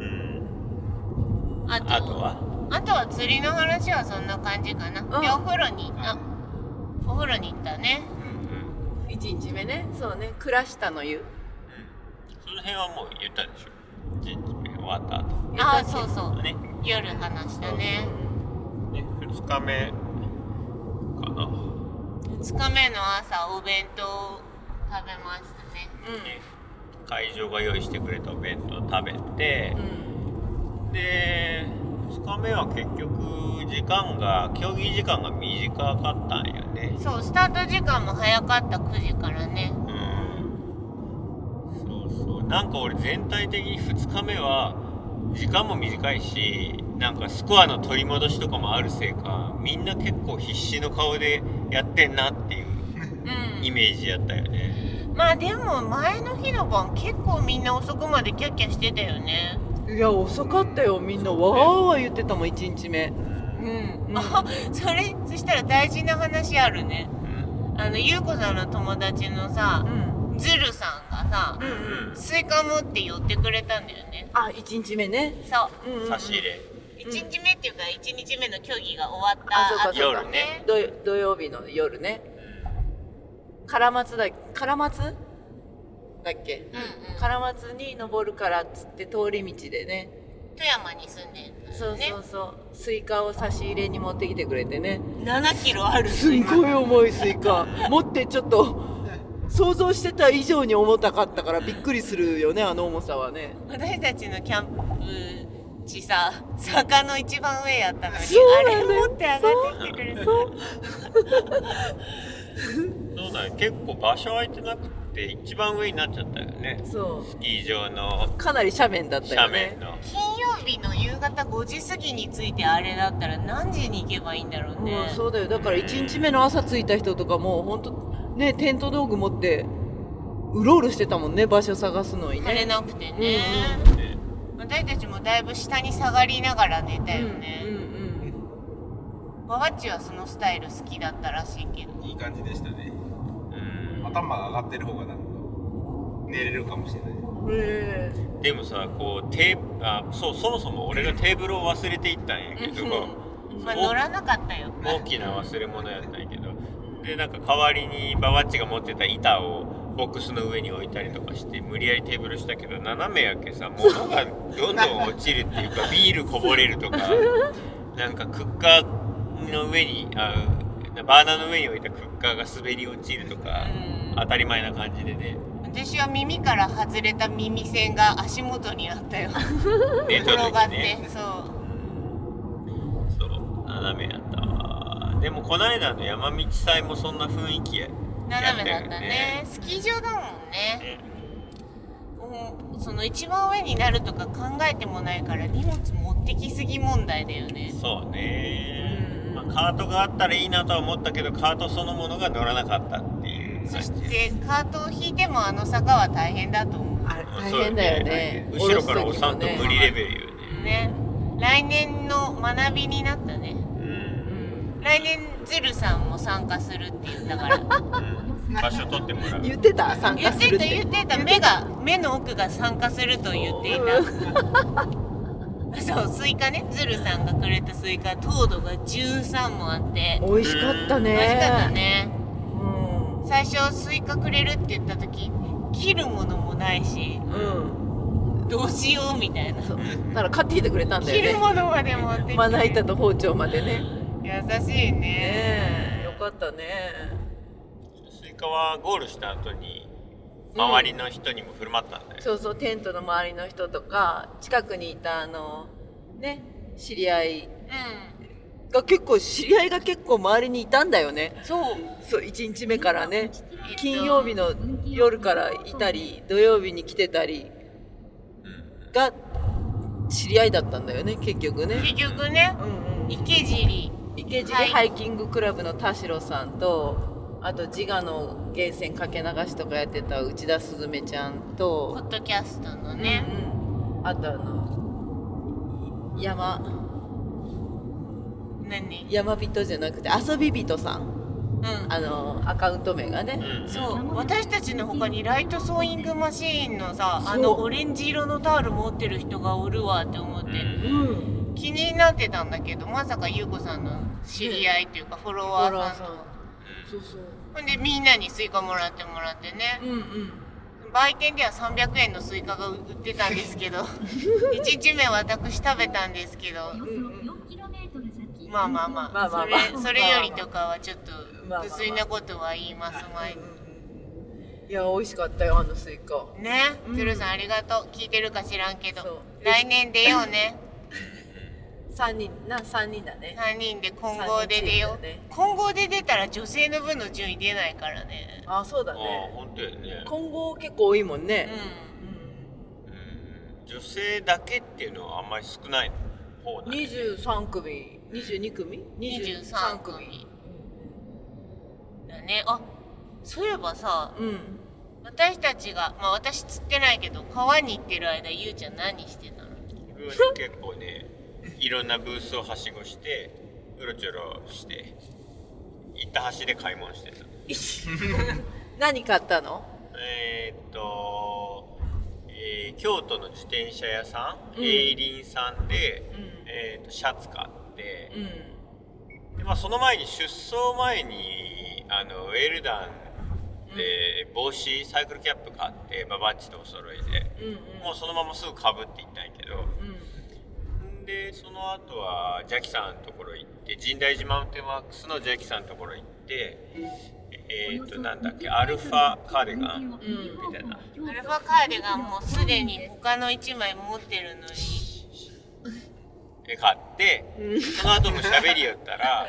Speaker 11: うん、
Speaker 1: あと
Speaker 11: あとは
Speaker 1: あとは釣りの話はそんな感じかな、でお風呂にあお風呂に行ったね
Speaker 3: 1日目ねそうね倉下の湯
Speaker 11: その辺はもう言ったでしょ人生終わった後
Speaker 1: ああそうそう
Speaker 11: ね
Speaker 1: 夜話したね
Speaker 11: ね2日目かな、
Speaker 1: 2日目の朝お弁当を食べましたね
Speaker 11: ね会場が用意してくれたお弁当を食べて、で2日目は結局時間が競技時間が短かったんよね
Speaker 1: そうスタート時間も早かった9時からね
Speaker 11: うんそうそうなんか俺全体的に2日目は時間も短いしなんかスコアの取り戻しとかもあるせいかみんな結構必死の顔でやってんなっていう
Speaker 1: う
Speaker 11: イメージやったよね、
Speaker 1: んまあでも前の日の晩結構みんな遅くまでキャッキャしてたよね
Speaker 3: いや遅かったよみんなわーわー言ってたもん1日目
Speaker 1: うん、あ <laughs> それそしたら大事な話あるね
Speaker 11: うん
Speaker 1: あの優子さんの友達のさ
Speaker 3: うん
Speaker 1: ズルさんがさ
Speaker 11: うん
Speaker 1: スイカ持って寄ってくれたんだよね
Speaker 3: あ1日目ね
Speaker 1: そう
Speaker 3: うんうん
Speaker 11: 差し入れ、
Speaker 1: 1日目っていうか1日目の競技が終わった
Speaker 3: あそうかそう
Speaker 11: か夜ね
Speaker 3: 土土曜日の夜ね唐松だ唐松だっけ
Speaker 1: うんうん
Speaker 3: 唐松に登るからっつって通り道でね
Speaker 1: 富山に住んでる
Speaker 3: そう
Speaker 1: ね
Speaker 3: そうそうスイカを差し入れに持ってきてくれてね
Speaker 1: 7キロある
Speaker 3: すごい重いスイカ <laughs> 持ってちょっと想像してた以上に重たかったからびっくりするよねあの重さはね
Speaker 1: 私たちのキャンプ地さ坂の一番上やったのに
Speaker 3: そう
Speaker 1: あ
Speaker 3: な
Speaker 1: れ
Speaker 3: んだよ
Speaker 1: 持って上がってきてくれた
Speaker 11: そうだよ結構場所空いてなくて一番上になっちゃったよね
Speaker 3: そ
Speaker 11: スキー場の
Speaker 3: うかなり斜面だったよ
Speaker 11: 斜
Speaker 3: ね
Speaker 11: 面の、
Speaker 1: 金曜日の夕方5時過ぎに着いてあれだったら何時に行けばいいんだろうね
Speaker 3: うん、そうだよだから1日目の朝着いた人とかもうほんとねテント道具持ってうろうろしてたもんね場所探すのに
Speaker 1: 晴
Speaker 3: ね
Speaker 1: れなくてね、
Speaker 11: ね
Speaker 1: 私たちもだいぶ下に下がりながら寝た
Speaker 3: うん
Speaker 1: よ
Speaker 3: う
Speaker 1: ね、
Speaker 3: ん
Speaker 1: ババッチはそのスタイル好きだったらしいけど
Speaker 4: いい感じでしたね
Speaker 11: うん
Speaker 4: 頭が上がってる方がなんか寝れるかもしれない
Speaker 3: うんへえ
Speaker 11: でもさこうテーブあそうそもそも俺がテーブルを忘れていったんやけど、
Speaker 1: まあ乗らなかったよ
Speaker 11: 大きな忘れ物やったんやけどでなんか代わりにババッチが持ってた板をボックスの上に置いたりとかして無理やりテーブルしたけど斜めやけさ物がどんどん落ちるってい
Speaker 1: <laughs>
Speaker 11: うかビールこぼれるとかなんかクッカーの上にあバーナーの上に置いたクッカーが滑り落ちるとか当たり前な感じでね。
Speaker 1: 私は耳から外れた耳栓が足元にあったよ
Speaker 11: 寝た
Speaker 1: 転がっ
Speaker 11: 時
Speaker 1: て
Speaker 11: ね
Speaker 1: そう
Speaker 11: そう斜めやったわでもこないだの山道祭もそんな雰囲気や
Speaker 1: 斜めだったね
Speaker 11: ね
Speaker 1: スキー場だもんね
Speaker 11: ね
Speaker 1: もうその一番上になるとか考えてもないから荷物持ってきすぎ問題だよね
Speaker 11: そうね、まあ、カートがあったらいいなとは思ったけどカートそのものが乗らなかったっていう
Speaker 1: そ
Speaker 11: 感
Speaker 1: し
Speaker 11: じ
Speaker 1: てカートを引いてもあの坂は大変だと思
Speaker 3: あれ大変だよね
Speaker 11: そう後ろから押さんと無理レベルよね
Speaker 1: うね来年の学びになったねうん来年ズルさんも参加するって言ったから
Speaker 3: <laughs>
Speaker 11: うん場所取ってもらう
Speaker 3: 言ってた参
Speaker 1: 言
Speaker 3: 加
Speaker 1: っ
Speaker 3: す
Speaker 1: て
Speaker 3: るった
Speaker 1: 言
Speaker 3: て
Speaker 1: ってた目が目の奥が酸化すると言っていた <laughs> そうスイカねズルさんがくれたスイカ糖度が13もあって
Speaker 3: 美味しかったね
Speaker 1: 美味しかったね、最初スイカくれるって言った時切るものもないし
Speaker 3: うん
Speaker 1: どうしようみたいな
Speaker 3: そうなら買ってきてくれたんだ
Speaker 1: 切る
Speaker 3: よね
Speaker 1: ものまで持ってきて
Speaker 3: まな板と包丁までね
Speaker 1: 優しい
Speaker 3: ねえよ
Speaker 1: ね
Speaker 3: かったね
Speaker 11: スイカはゴールした後に周りの人にも振る舞ったんだよ、
Speaker 3: そうそうテントの周りの人とか近くにいたあのね知り合いが結構知り合いが結構周りにいたんだよね
Speaker 1: うんそう
Speaker 3: そう1日目からね金曜日の夜からいたり土曜日に来てたりが知り合いだったんだよね結局ね、
Speaker 1: 結局ね
Speaker 3: うんうん、
Speaker 1: 池尻
Speaker 3: 池尻
Speaker 1: はい
Speaker 3: ハイキングクラブの田代さんとあと自我の源泉かけ流しとかやってた内田すずめちゃんと
Speaker 1: ポッドキャストのね、
Speaker 3: うん、あとあの山
Speaker 1: 何
Speaker 3: 山人じゃなくて遊び人さん
Speaker 1: うん
Speaker 3: あのアカウント名がね、
Speaker 1: そう私たちの他にライトソーイングマシーンのさ
Speaker 3: そう
Speaker 1: あのオレンジ色のタオル持ってる人がおるわって思って、
Speaker 3: うん、
Speaker 1: 気になってたんだけどまさか優子さんの知り合いというかフォロワーさんと
Speaker 3: そうそう
Speaker 1: ほんでみんなにスイカもらってもらってね
Speaker 3: うんうん
Speaker 1: 売店では300円のスイカが売ってたんで
Speaker 3: <laughs>
Speaker 1: すけど1日目私食べたんですけどまあまあま
Speaker 3: まあま
Speaker 1: あ
Speaker 3: あ
Speaker 1: そ
Speaker 3: まあ
Speaker 1: れそれよりとかはちょっと
Speaker 3: まあまあまあ
Speaker 1: 無粋なことは言いますまい
Speaker 3: いや美味しかったよあのスイカ
Speaker 1: ね、つるさんありがとう聞いてるか知らんけ
Speaker 3: そ
Speaker 1: ど
Speaker 3: う
Speaker 1: 来年出よう <laughs> ね
Speaker 3: 三人な三人だね
Speaker 1: 3人で混合で出
Speaker 3: 三人チー
Speaker 1: よ
Speaker 3: ムだ
Speaker 1: う、
Speaker 3: ね
Speaker 1: 混合で出たら女性の分の順位出ないからね
Speaker 3: あそうだ
Speaker 11: ああ
Speaker 3: ね
Speaker 11: 本当やね、
Speaker 3: 今後結構多いもん
Speaker 1: う
Speaker 3: ね、
Speaker 1: ん
Speaker 11: うん、女性だけっていうのはあんまり少ない方なんだ
Speaker 3: 二十23組22組
Speaker 1: 23組だねあそういえばさ
Speaker 3: うん
Speaker 1: 私たちがまあ私釣ってないけど川に行ってる間ゆうちゃん何してたの
Speaker 11: 僕は結構ねいろんなブースをはしごしてうろちょろして行った橋で買い物してた
Speaker 3: 何買ったの
Speaker 11: えーっと、えー京都の自転車屋さん、栄林さんで、えーっとシャツ買って、
Speaker 3: うん
Speaker 11: でまあ、その前に出走前にあのウェルダンで帽子サイクルキャップ買って、まあ、バッジとお揃いで、
Speaker 3: うん
Speaker 11: もうそのまますぐかぶっていったんやけどんでその後はジャキさんのところ行って神代寺マウンテンワークスのジャキさんのところ行ってえーっとなんだっけアルファカーディガンみたいな、
Speaker 1: アルファカーデがもうすでに他の1枚持ってるのに
Speaker 11: で買って、その後も喋りよったら、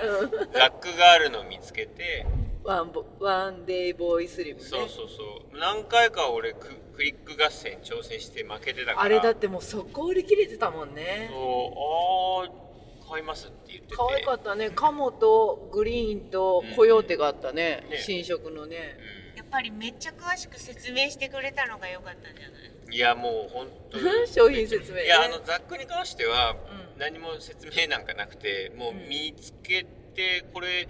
Speaker 11: ザックガールの見つけて
Speaker 3: ワンボワンデイボーイスリムね
Speaker 11: そうそうそう何回か俺ククリック合戦挑戦して負けてたから
Speaker 3: あれだってもう速攻売り切れてたもんね
Speaker 11: そうあー買いますって言ってて
Speaker 3: 可愛かったねカモとグリーンとコヨーテがあったね,、
Speaker 11: ね
Speaker 3: 新色のね
Speaker 1: やっぱりめっちゃ詳しく説明してくれたのが良かったんじゃない
Speaker 11: いやもう本当に
Speaker 3: 商品説明ね
Speaker 11: いやあのザックに関しては何も説明なんかなくて、もう見つけてこれ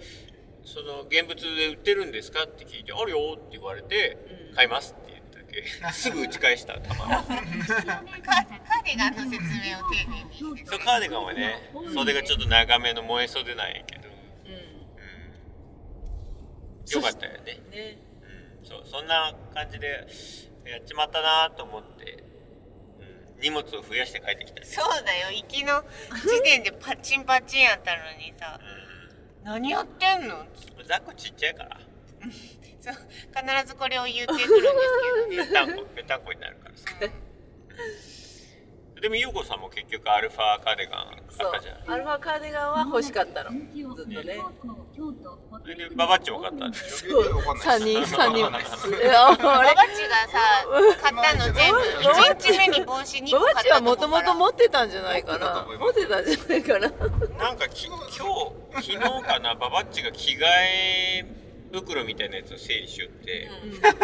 Speaker 11: その現物で売ってるんですかって聞いてあるよって言われて、買いますって言っただ
Speaker 3: <laughs>
Speaker 11: けすぐ打ち返した球を
Speaker 1: カーカーデガンの説明を丁寧にして
Speaker 11: そうカーディガンはね袖がちょっと長めの燃え袖なんやけど、うんよかったよね、
Speaker 3: ね
Speaker 11: うん、そうそんな感じでやっちまったなと思って、うん、荷物を増やして帰ってきたね
Speaker 1: そうだよ行きの時点でパチンパチンやったのにさ「何やってんの?」
Speaker 11: うんザックちっちゃいから
Speaker 1: そう必ずこれを言ってくるんです
Speaker 11: ぺた
Speaker 3: <laughs>
Speaker 11: んこぺたんこになるからさでも優子さんも結局アルファカーデガン
Speaker 3: そ
Speaker 11: 買ったじゃん
Speaker 3: うアルファカーディガンは欲しかったのずっとね
Speaker 11: それでババッチも買ったんでしょ
Speaker 3: 3人 <laughs> 三人
Speaker 1: けど
Speaker 3: あ
Speaker 1: バ
Speaker 3: れ
Speaker 1: バッチがさ買ったの全部1日目に帽子2
Speaker 3: バ
Speaker 1: 個
Speaker 3: バ
Speaker 1: 買
Speaker 3: ッ
Speaker 1: っ
Speaker 3: チは
Speaker 1: た
Speaker 3: も
Speaker 1: ことこ
Speaker 3: も
Speaker 1: か
Speaker 3: と
Speaker 1: ら
Speaker 3: 持ってたんじゃないかな持ってたんじゃないかな
Speaker 11: なんかき今日昨日かなババッチが着替え袋みたいなやつを整理しよって、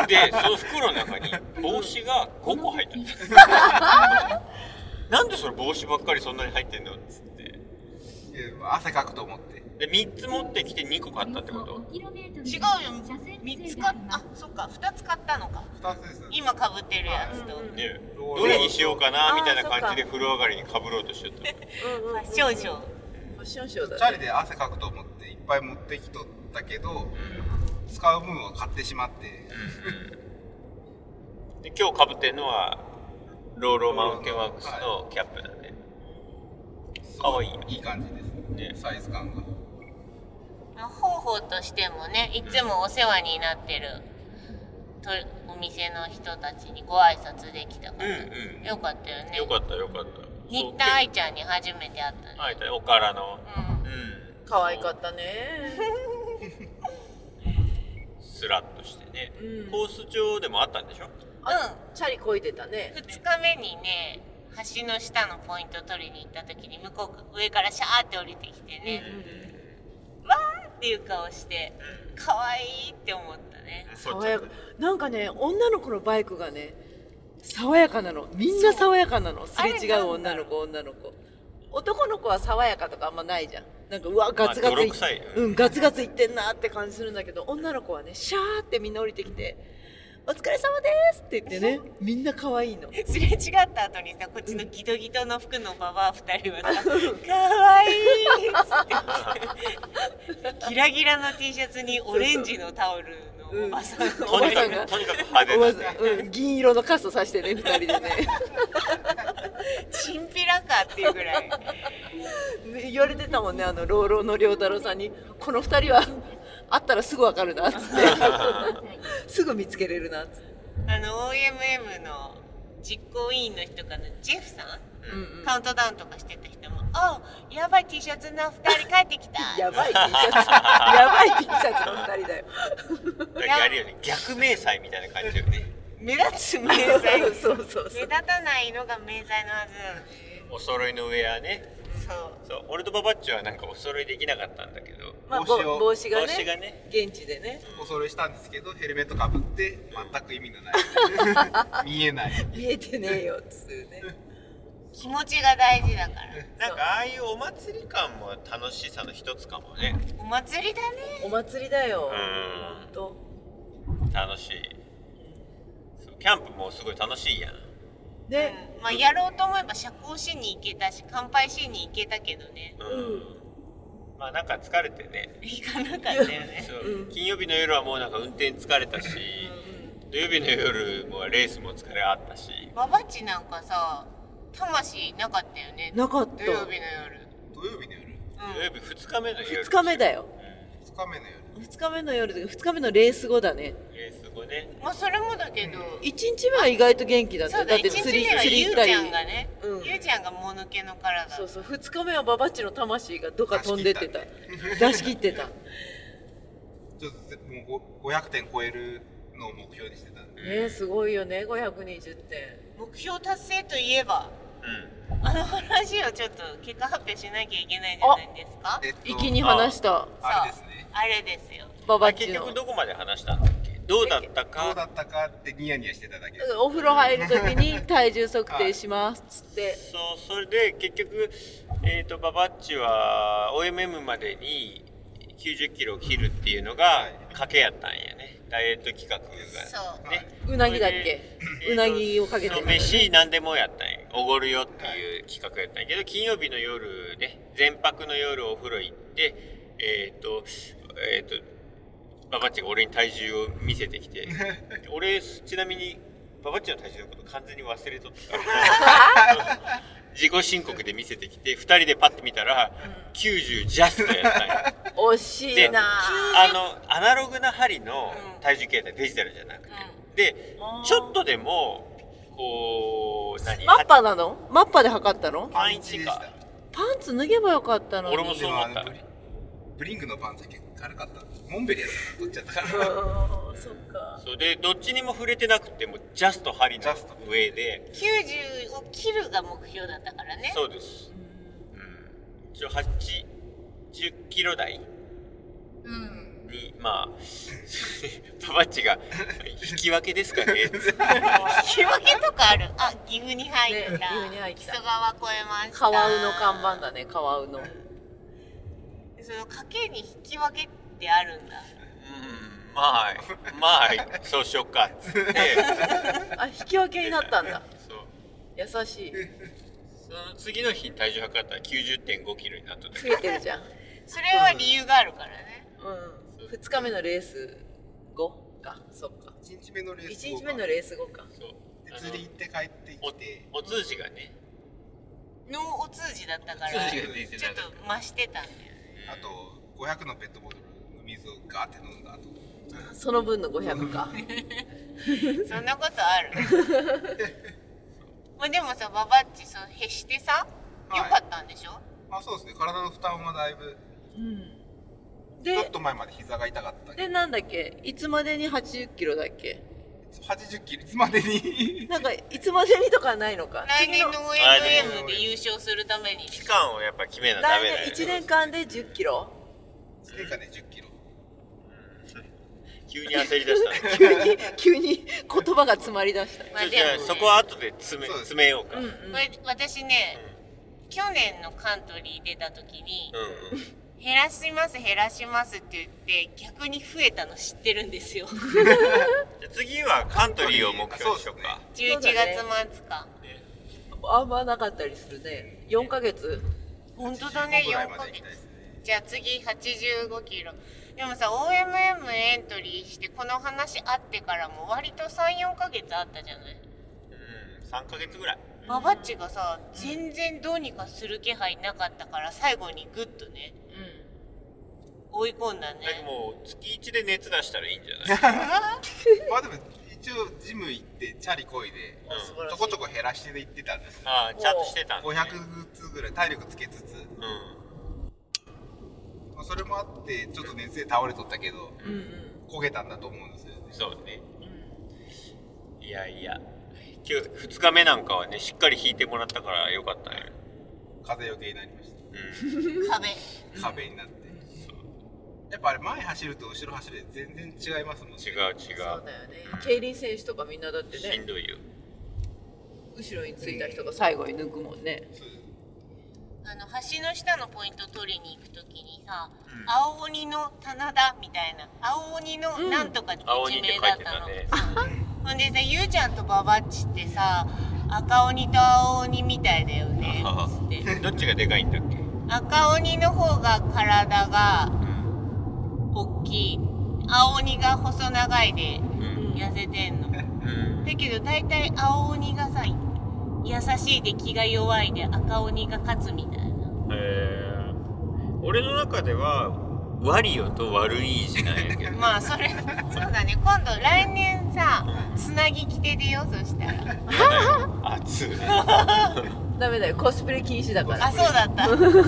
Speaker 11: でその袋の中に帽子が5個入って
Speaker 1: <laughs>
Speaker 11: たなんでそれ帽子ばっかりそんなに入ってんのっつって
Speaker 4: いや汗かくと思って
Speaker 11: で3つ持ってきて2個買ったってこと
Speaker 1: 違うよ3つ買ったあそっか2つ買ったのか
Speaker 4: 2つです
Speaker 1: 今かぶってるやつと
Speaker 11: ねどれにしようかなみたいな感じで風呂上がりにかぶろうとしちゃった
Speaker 1: 少々
Speaker 3: ファッションショー
Speaker 4: チャ
Speaker 3: だ
Speaker 4: リ
Speaker 3: ね
Speaker 4: で汗かくと思っていっぱい持ってきとったけど、使う分は買ってしまって、
Speaker 11: で今日かぶってるのはローローマウンテンワークスのキャップだね、
Speaker 4: す
Speaker 11: か
Speaker 4: ご
Speaker 11: わいいよ
Speaker 4: いい感じですね
Speaker 11: ね
Speaker 4: サイズ感が
Speaker 1: まあ方法としてもねいつもお世話になってるとお店の人たちにご挨拶できたから、
Speaker 11: うんうん
Speaker 1: よかったよね
Speaker 11: よかったよかった
Speaker 1: 新田愛ちゃんに初めて会ったね
Speaker 11: あいたおからのうん
Speaker 3: 可愛かったね
Speaker 11: スラッとしてね、
Speaker 3: うん
Speaker 11: コース上でもあったんでしょ
Speaker 3: あチャリこいでたね
Speaker 1: うん2日目にね橋の下のポイント取りに行った時に向こう上からシャーって降りてきてね、わーっていう顔して可愛いって思ったね
Speaker 3: 爽やかなんかね女の子のバイクがね爽やかなのみんな爽やかなのすれ違う女の子女の子男の子は爽やかとかあんまないじゃんなんかうわガツガツ
Speaker 11: 泥臭い
Speaker 3: うんガツガツいってんなって感じするんだけど女の子はねシャーってみんな降りてきて「お疲れ様です」って言ってねみんな可愛いの
Speaker 1: すれ違った後にさこっちのギトギトの服のババア2人はさ「かわいい!」っつってギラギラの T シャツにオレンジのタオルのおばさんが
Speaker 3: お
Speaker 11: と
Speaker 3: ば
Speaker 11: に
Speaker 3: さ
Speaker 11: か
Speaker 3: んが
Speaker 11: くとにかく派
Speaker 3: <laughs>
Speaker 11: 手
Speaker 3: おば
Speaker 11: な
Speaker 3: さん、うん、銀色のカストさしてね二人でね <laughs>
Speaker 1: チンピラかっていうぐらい
Speaker 3: ね言われてたもんねあの老老の良太郎さんに「この二人は会ったらすぐ分かるな」っつってすぐ見つけれるなっつって
Speaker 1: あの OMM の実行委員の人かなジェフさん、カウントダウンとかしてた人も「あやばい T シャツの2人帰ってきた」
Speaker 3: やばい T シャツ
Speaker 1: <laughs>
Speaker 3: やばい T シャツの二人だよ
Speaker 11: だからあるよね逆迷彩みたいな感じだよね
Speaker 1: 目立つ迷彩
Speaker 3: そうそう <laughs> そう
Speaker 1: 目立たないのが迷彩のはずなの
Speaker 11: お揃いのウェアね
Speaker 1: そう
Speaker 11: そう俺とババッチはなんかお揃いできなかったんだけど
Speaker 3: まあ、
Speaker 4: 帽子を
Speaker 3: ぼ帽子がね
Speaker 11: 帽子がね
Speaker 3: 現地でね
Speaker 4: お揃いしたんですけどヘルメットかぶって全く意味のない
Speaker 3: <laughs>
Speaker 4: 見えない
Speaker 3: 見えてねえよっつうね
Speaker 1: 気持ちが大事だから
Speaker 11: なんかああいうお祭り感も楽しさの一つかもね
Speaker 1: お祭りだね
Speaker 3: お祭りだよ
Speaker 11: う、
Speaker 3: ほん
Speaker 11: ん
Speaker 3: と
Speaker 11: 楽しいそうキャンプもすごい楽しいやん
Speaker 3: ね、
Speaker 1: まあやろうと思えば社交しに行けたし乾杯しに行けたけどね
Speaker 11: うんまあなんか疲れてね
Speaker 1: 行かなかったよね
Speaker 11: そう金曜日の夜はもうなんか運転疲れたし、土曜日の夜もレースも疲れあったし
Speaker 1: ババッチなんかさ魂なかったよね
Speaker 3: なかった
Speaker 1: 土曜日の夜
Speaker 4: 土曜日の夜
Speaker 11: 土曜日2日目の夜
Speaker 3: 2日目だよ
Speaker 4: 2日目の夜
Speaker 3: 2日目の夜で2日目のレース後だね
Speaker 11: レース後ね
Speaker 1: まあそれもだけど、
Speaker 3: 1日目は意外と元気だった
Speaker 1: そ
Speaker 3: よ
Speaker 1: うだ
Speaker 3: って
Speaker 1: 一日目はゆうちゃんがね、
Speaker 3: うん
Speaker 1: ゆうちゃんがもぬけの体
Speaker 3: そうそう2日目はババッチの魂がどっか飛んでってた出し切ってたね
Speaker 4: ちょっとぜもうご500点超えるのを目標にしてたんで、
Speaker 3: えすごいよね520点
Speaker 1: 目標達成といえばあの話をちょっと結果発表しなきゃいけないんじゃないですか
Speaker 4: えっと
Speaker 3: 一に話した
Speaker 4: あれですね
Speaker 1: あれですよ
Speaker 3: バ
Speaker 11: ま
Speaker 3: バ
Speaker 11: あ
Speaker 3: ッチ
Speaker 11: 結
Speaker 3: の
Speaker 11: 局どこまで話したんだっけどうだった
Speaker 4: どうだ
Speaker 11: か
Speaker 4: ったかってニヤニヤしてただけです
Speaker 3: お風呂入る時に体重測定しますっつ
Speaker 11: <laughs>
Speaker 3: って
Speaker 11: そうそれで結局、えー、とババッチは OMM までに90キロを切るっていうのが賭けやったんやねダイエット企画
Speaker 1: そう
Speaker 11: がね
Speaker 3: うなぎだっけうなぎをかけて
Speaker 11: そう
Speaker 3: たよね
Speaker 11: 飯何でもやったんやおごるよっていう企画やったんやけど金曜日の夜ね全泊の夜お風呂行ってえっ、とえっ、とババッチが俺に体重を見せてきて俺ちなみにババッチの体重のこと完全に忘れと
Speaker 3: <laughs>
Speaker 11: ったから自己申告で見せてきて2人でパッて見たら90ジャストやったんや
Speaker 3: 惜しいな
Speaker 11: あのアナログな針の体重計ってデジタルじゃなくて、でちょっとでもこう何
Speaker 3: マッパなのマッパで測ったの
Speaker 11: パン1か
Speaker 3: パンツ脱げばよかったのに
Speaker 11: 俺もそう思った
Speaker 4: でもあのブリングのパンツは結構軽かったモンベリアだから取っちゃった
Speaker 3: う <laughs>
Speaker 4: から
Speaker 3: ーんそっか
Speaker 11: そうでどっちにも触れてなくてもジャスト針の上で
Speaker 1: 90を切るが目標だったからね
Speaker 11: そうです、うん、一応80キロ台
Speaker 1: うん
Speaker 11: にまあ <laughs> パパッチが「引き分けですかね」 <laughs>
Speaker 1: 引き分けとかあるあ岐阜に入った、
Speaker 3: ね岐阜に入った
Speaker 1: 木曽川越えました
Speaker 3: カワウの看板だねカワウの
Speaker 1: その賭けに引き分けってあるんだ
Speaker 11: うんまあまあそうしよっかっつって
Speaker 3: あ引き分けになったんだ
Speaker 11: そう
Speaker 3: 優しい
Speaker 11: その次の日体重測ったら90.5キロになった時
Speaker 3: 増えてるじゃん
Speaker 1: それは理由があるからね
Speaker 3: うん2日目のレース5かそっか
Speaker 4: 1日目のレース
Speaker 3: 1日目のレース5か
Speaker 11: そう
Speaker 4: で釣り行って帰ってきて
Speaker 11: おお通じがね
Speaker 1: のお通じだったか
Speaker 11: お
Speaker 1: ら
Speaker 11: 通
Speaker 1: ち
Speaker 11: じ
Speaker 1: ょ
Speaker 11: が出てな
Speaker 1: っと
Speaker 11: かっ
Speaker 1: 増してたんだよね
Speaker 4: あと500のペットボトルの水をガーって飲んだ後
Speaker 3: その分の500か
Speaker 1: そんなことあるまあでもさババッチそのへしてさ
Speaker 4: はい
Speaker 1: よかったんでしょ、
Speaker 4: あそうですね体の負担はだいぶ
Speaker 3: うん
Speaker 4: ちょっ
Speaker 3: で
Speaker 4: と前まで膝が痛かったけ
Speaker 3: でなんだっけいつまでに8 0キロだっけ
Speaker 4: ど80キロいつまでに
Speaker 3: なんかいつまでにとかないのか
Speaker 1: 来年の
Speaker 11: あで
Speaker 1: OMM で優勝するために
Speaker 11: 期間をやっぱ決めなダ
Speaker 3: 来
Speaker 11: メだ
Speaker 3: 年
Speaker 11: よ
Speaker 3: 1年間で1 0キ
Speaker 11: <laughs>
Speaker 3: ロ
Speaker 4: 1年間で1 0キロ
Speaker 3: <laughs>
Speaker 11: 急に焦り出したね
Speaker 3: 急に急に言葉が詰まりだした
Speaker 1: まあでもね
Speaker 11: じゃあそこは後で詰め
Speaker 4: そうです
Speaker 11: 詰めようか、
Speaker 3: う
Speaker 11: うんん
Speaker 3: う
Speaker 11: うんん、
Speaker 1: これ私ね去年のカントリー出た時に減らします減らしますって言って逆に増えたの知ってるんですよ
Speaker 11: じゃあ次はカントリーを目標にしようか
Speaker 1: 11月末か、
Speaker 3: あんまなかったりするね4ヶ月
Speaker 1: 本当だね
Speaker 4: 85ぐらい
Speaker 1: 4
Speaker 4: ま
Speaker 1: ヶ
Speaker 4: で行きたいです
Speaker 1: 月じゃあ次85キロでもさ OMM エントリーしてこの話あってからも割と34ヶ月あったじゃない
Speaker 11: うん3ヶ月ぐらい
Speaker 1: ババッチがさ全然どうにかする気配なかったから最後にグッとね
Speaker 3: う
Speaker 1: 追い込んだね
Speaker 11: だけどもう月1で熱出したらいいんじゃない
Speaker 4: まあでも一応ジム行ってチャリこいで
Speaker 11: ん
Speaker 3: 素晴ら
Speaker 4: ち
Speaker 3: し
Speaker 4: ょ
Speaker 3: い
Speaker 4: こちょこ減らして行ってたんですよ
Speaker 11: ああちゃんとしてたんだ、ね、
Speaker 4: 500ずつぐらい体力つけつつ
Speaker 11: う
Speaker 4: まあそれもあってちょっと熱で倒れとったけど
Speaker 3: んうん
Speaker 4: 焦げたんだと思うんですよね
Speaker 11: んそうねいやいや今日2日目なんかはねしっかり引いてもらったからよかったね
Speaker 4: 風よけになりまし
Speaker 11: うん
Speaker 1: 壁
Speaker 4: た壁になってやっぱあれ前走ると後ろ走るで全然違いますもんね
Speaker 11: 違う違
Speaker 3: そう
Speaker 11: う
Speaker 3: だよね競輪選手とかみんなだって
Speaker 11: しん
Speaker 3: ね
Speaker 11: どいよ
Speaker 3: 後ろについた人が最後に抜くもんね
Speaker 4: そうです
Speaker 1: あの橋の下のポイント取りに行くときにさ、
Speaker 11: うん
Speaker 1: 青鬼の棚田みたいな青鬼のなんとかって
Speaker 11: 青鬼
Speaker 1: 地
Speaker 11: って書
Speaker 1: 名
Speaker 11: い
Speaker 1: だってたの、
Speaker 11: たね
Speaker 1: <laughs> ほんでさゆうちゃんとババッチってさ赤鬼と青鬼みたいだよね
Speaker 11: あはは
Speaker 1: つって
Speaker 11: どっちがでかいんだっけ
Speaker 1: 赤鬼の方が体が大きい青鬼が細長いで
Speaker 11: うん
Speaker 1: 痩せてんのだ
Speaker 11: うん
Speaker 1: けど大体青鬼がさ優しいで気が弱いで赤鬼が勝つみたいな
Speaker 11: えー、俺の中ではワリオと悪いじゃないけど
Speaker 1: <laughs> まあそれそうだね今度来年さつなぎ着て出ようそしたら
Speaker 11: 熱い
Speaker 3: ダメだよコスプレ禁止だか
Speaker 11: <laughs>
Speaker 1: あ
Speaker 3: ら <laughs>
Speaker 1: そうだった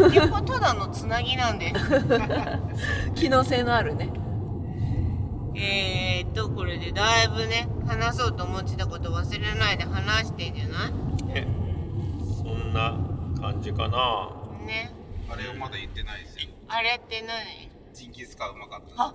Speaker 1: いやこれただのつなぎなんで
Speaker 3: 機能性のあるね
Speaker 1: えーっとこれでだいぶね話そうと思ってたこと忘れないで話してんじゃない
Speaker 11: そんな感じかな
Speaker 1: ね
Speaker 4: あれをまだ言ってないですよ
Speaker 1: あれって何
Speaker 4: ジンギスカンうまかった
Speaker 1: あ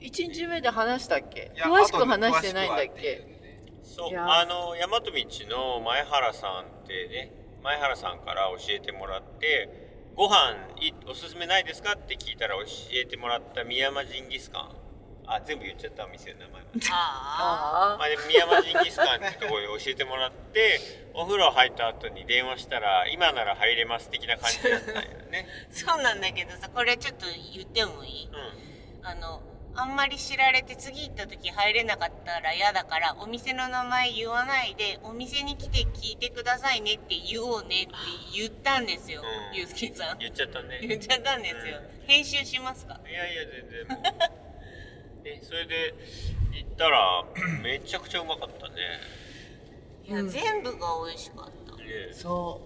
Speaker 3: 1日目で話したっけ
Speaker 4: いや
Speaker 3: 詳しく話してないんだっ
Speaker 4: 後で詳しく
Speaker 3: け
Speaker 4: はっていうので
Speaker 11: そう
Speaker 3: いや
Speaker 11: あの大和道の前原さんってね前原さんから教えてもらってご飯いおすすめないですかって聞いたら教えてもらった宮山ジンギスカンあ全部言っちゃったお店の名前まで
Speaker 1: あ
Speaker 3: あ
Speaker 11: まあ、で宮山ジンギスカンってところで教えてもらってお風呂入った後に電話したら今なら入れます的な感じだったんよね、
Speaker 1: そうなんだけどさこれちょっと言ってもいい
Speaker 11: うん、
Speaker 1: あのあんまり知られて次行った時入れなかったら嫌だからお店の名前言わないでお店に来て聞いてくださいねって言おうねって言ったんですよ
Speaker 2: うん
Speaker 1: ゆうすけさん
Speaker 2: 言っちゃったね
Speaker 1: 言っちゃったんですよ編集しますか
Speaker 2: いやいや全然もうえそれで行ったらめちゃくちゃうまかったね
Speaker 1: いや、全部が美味しかった
Speaker 2: ね
Speaker 3: そ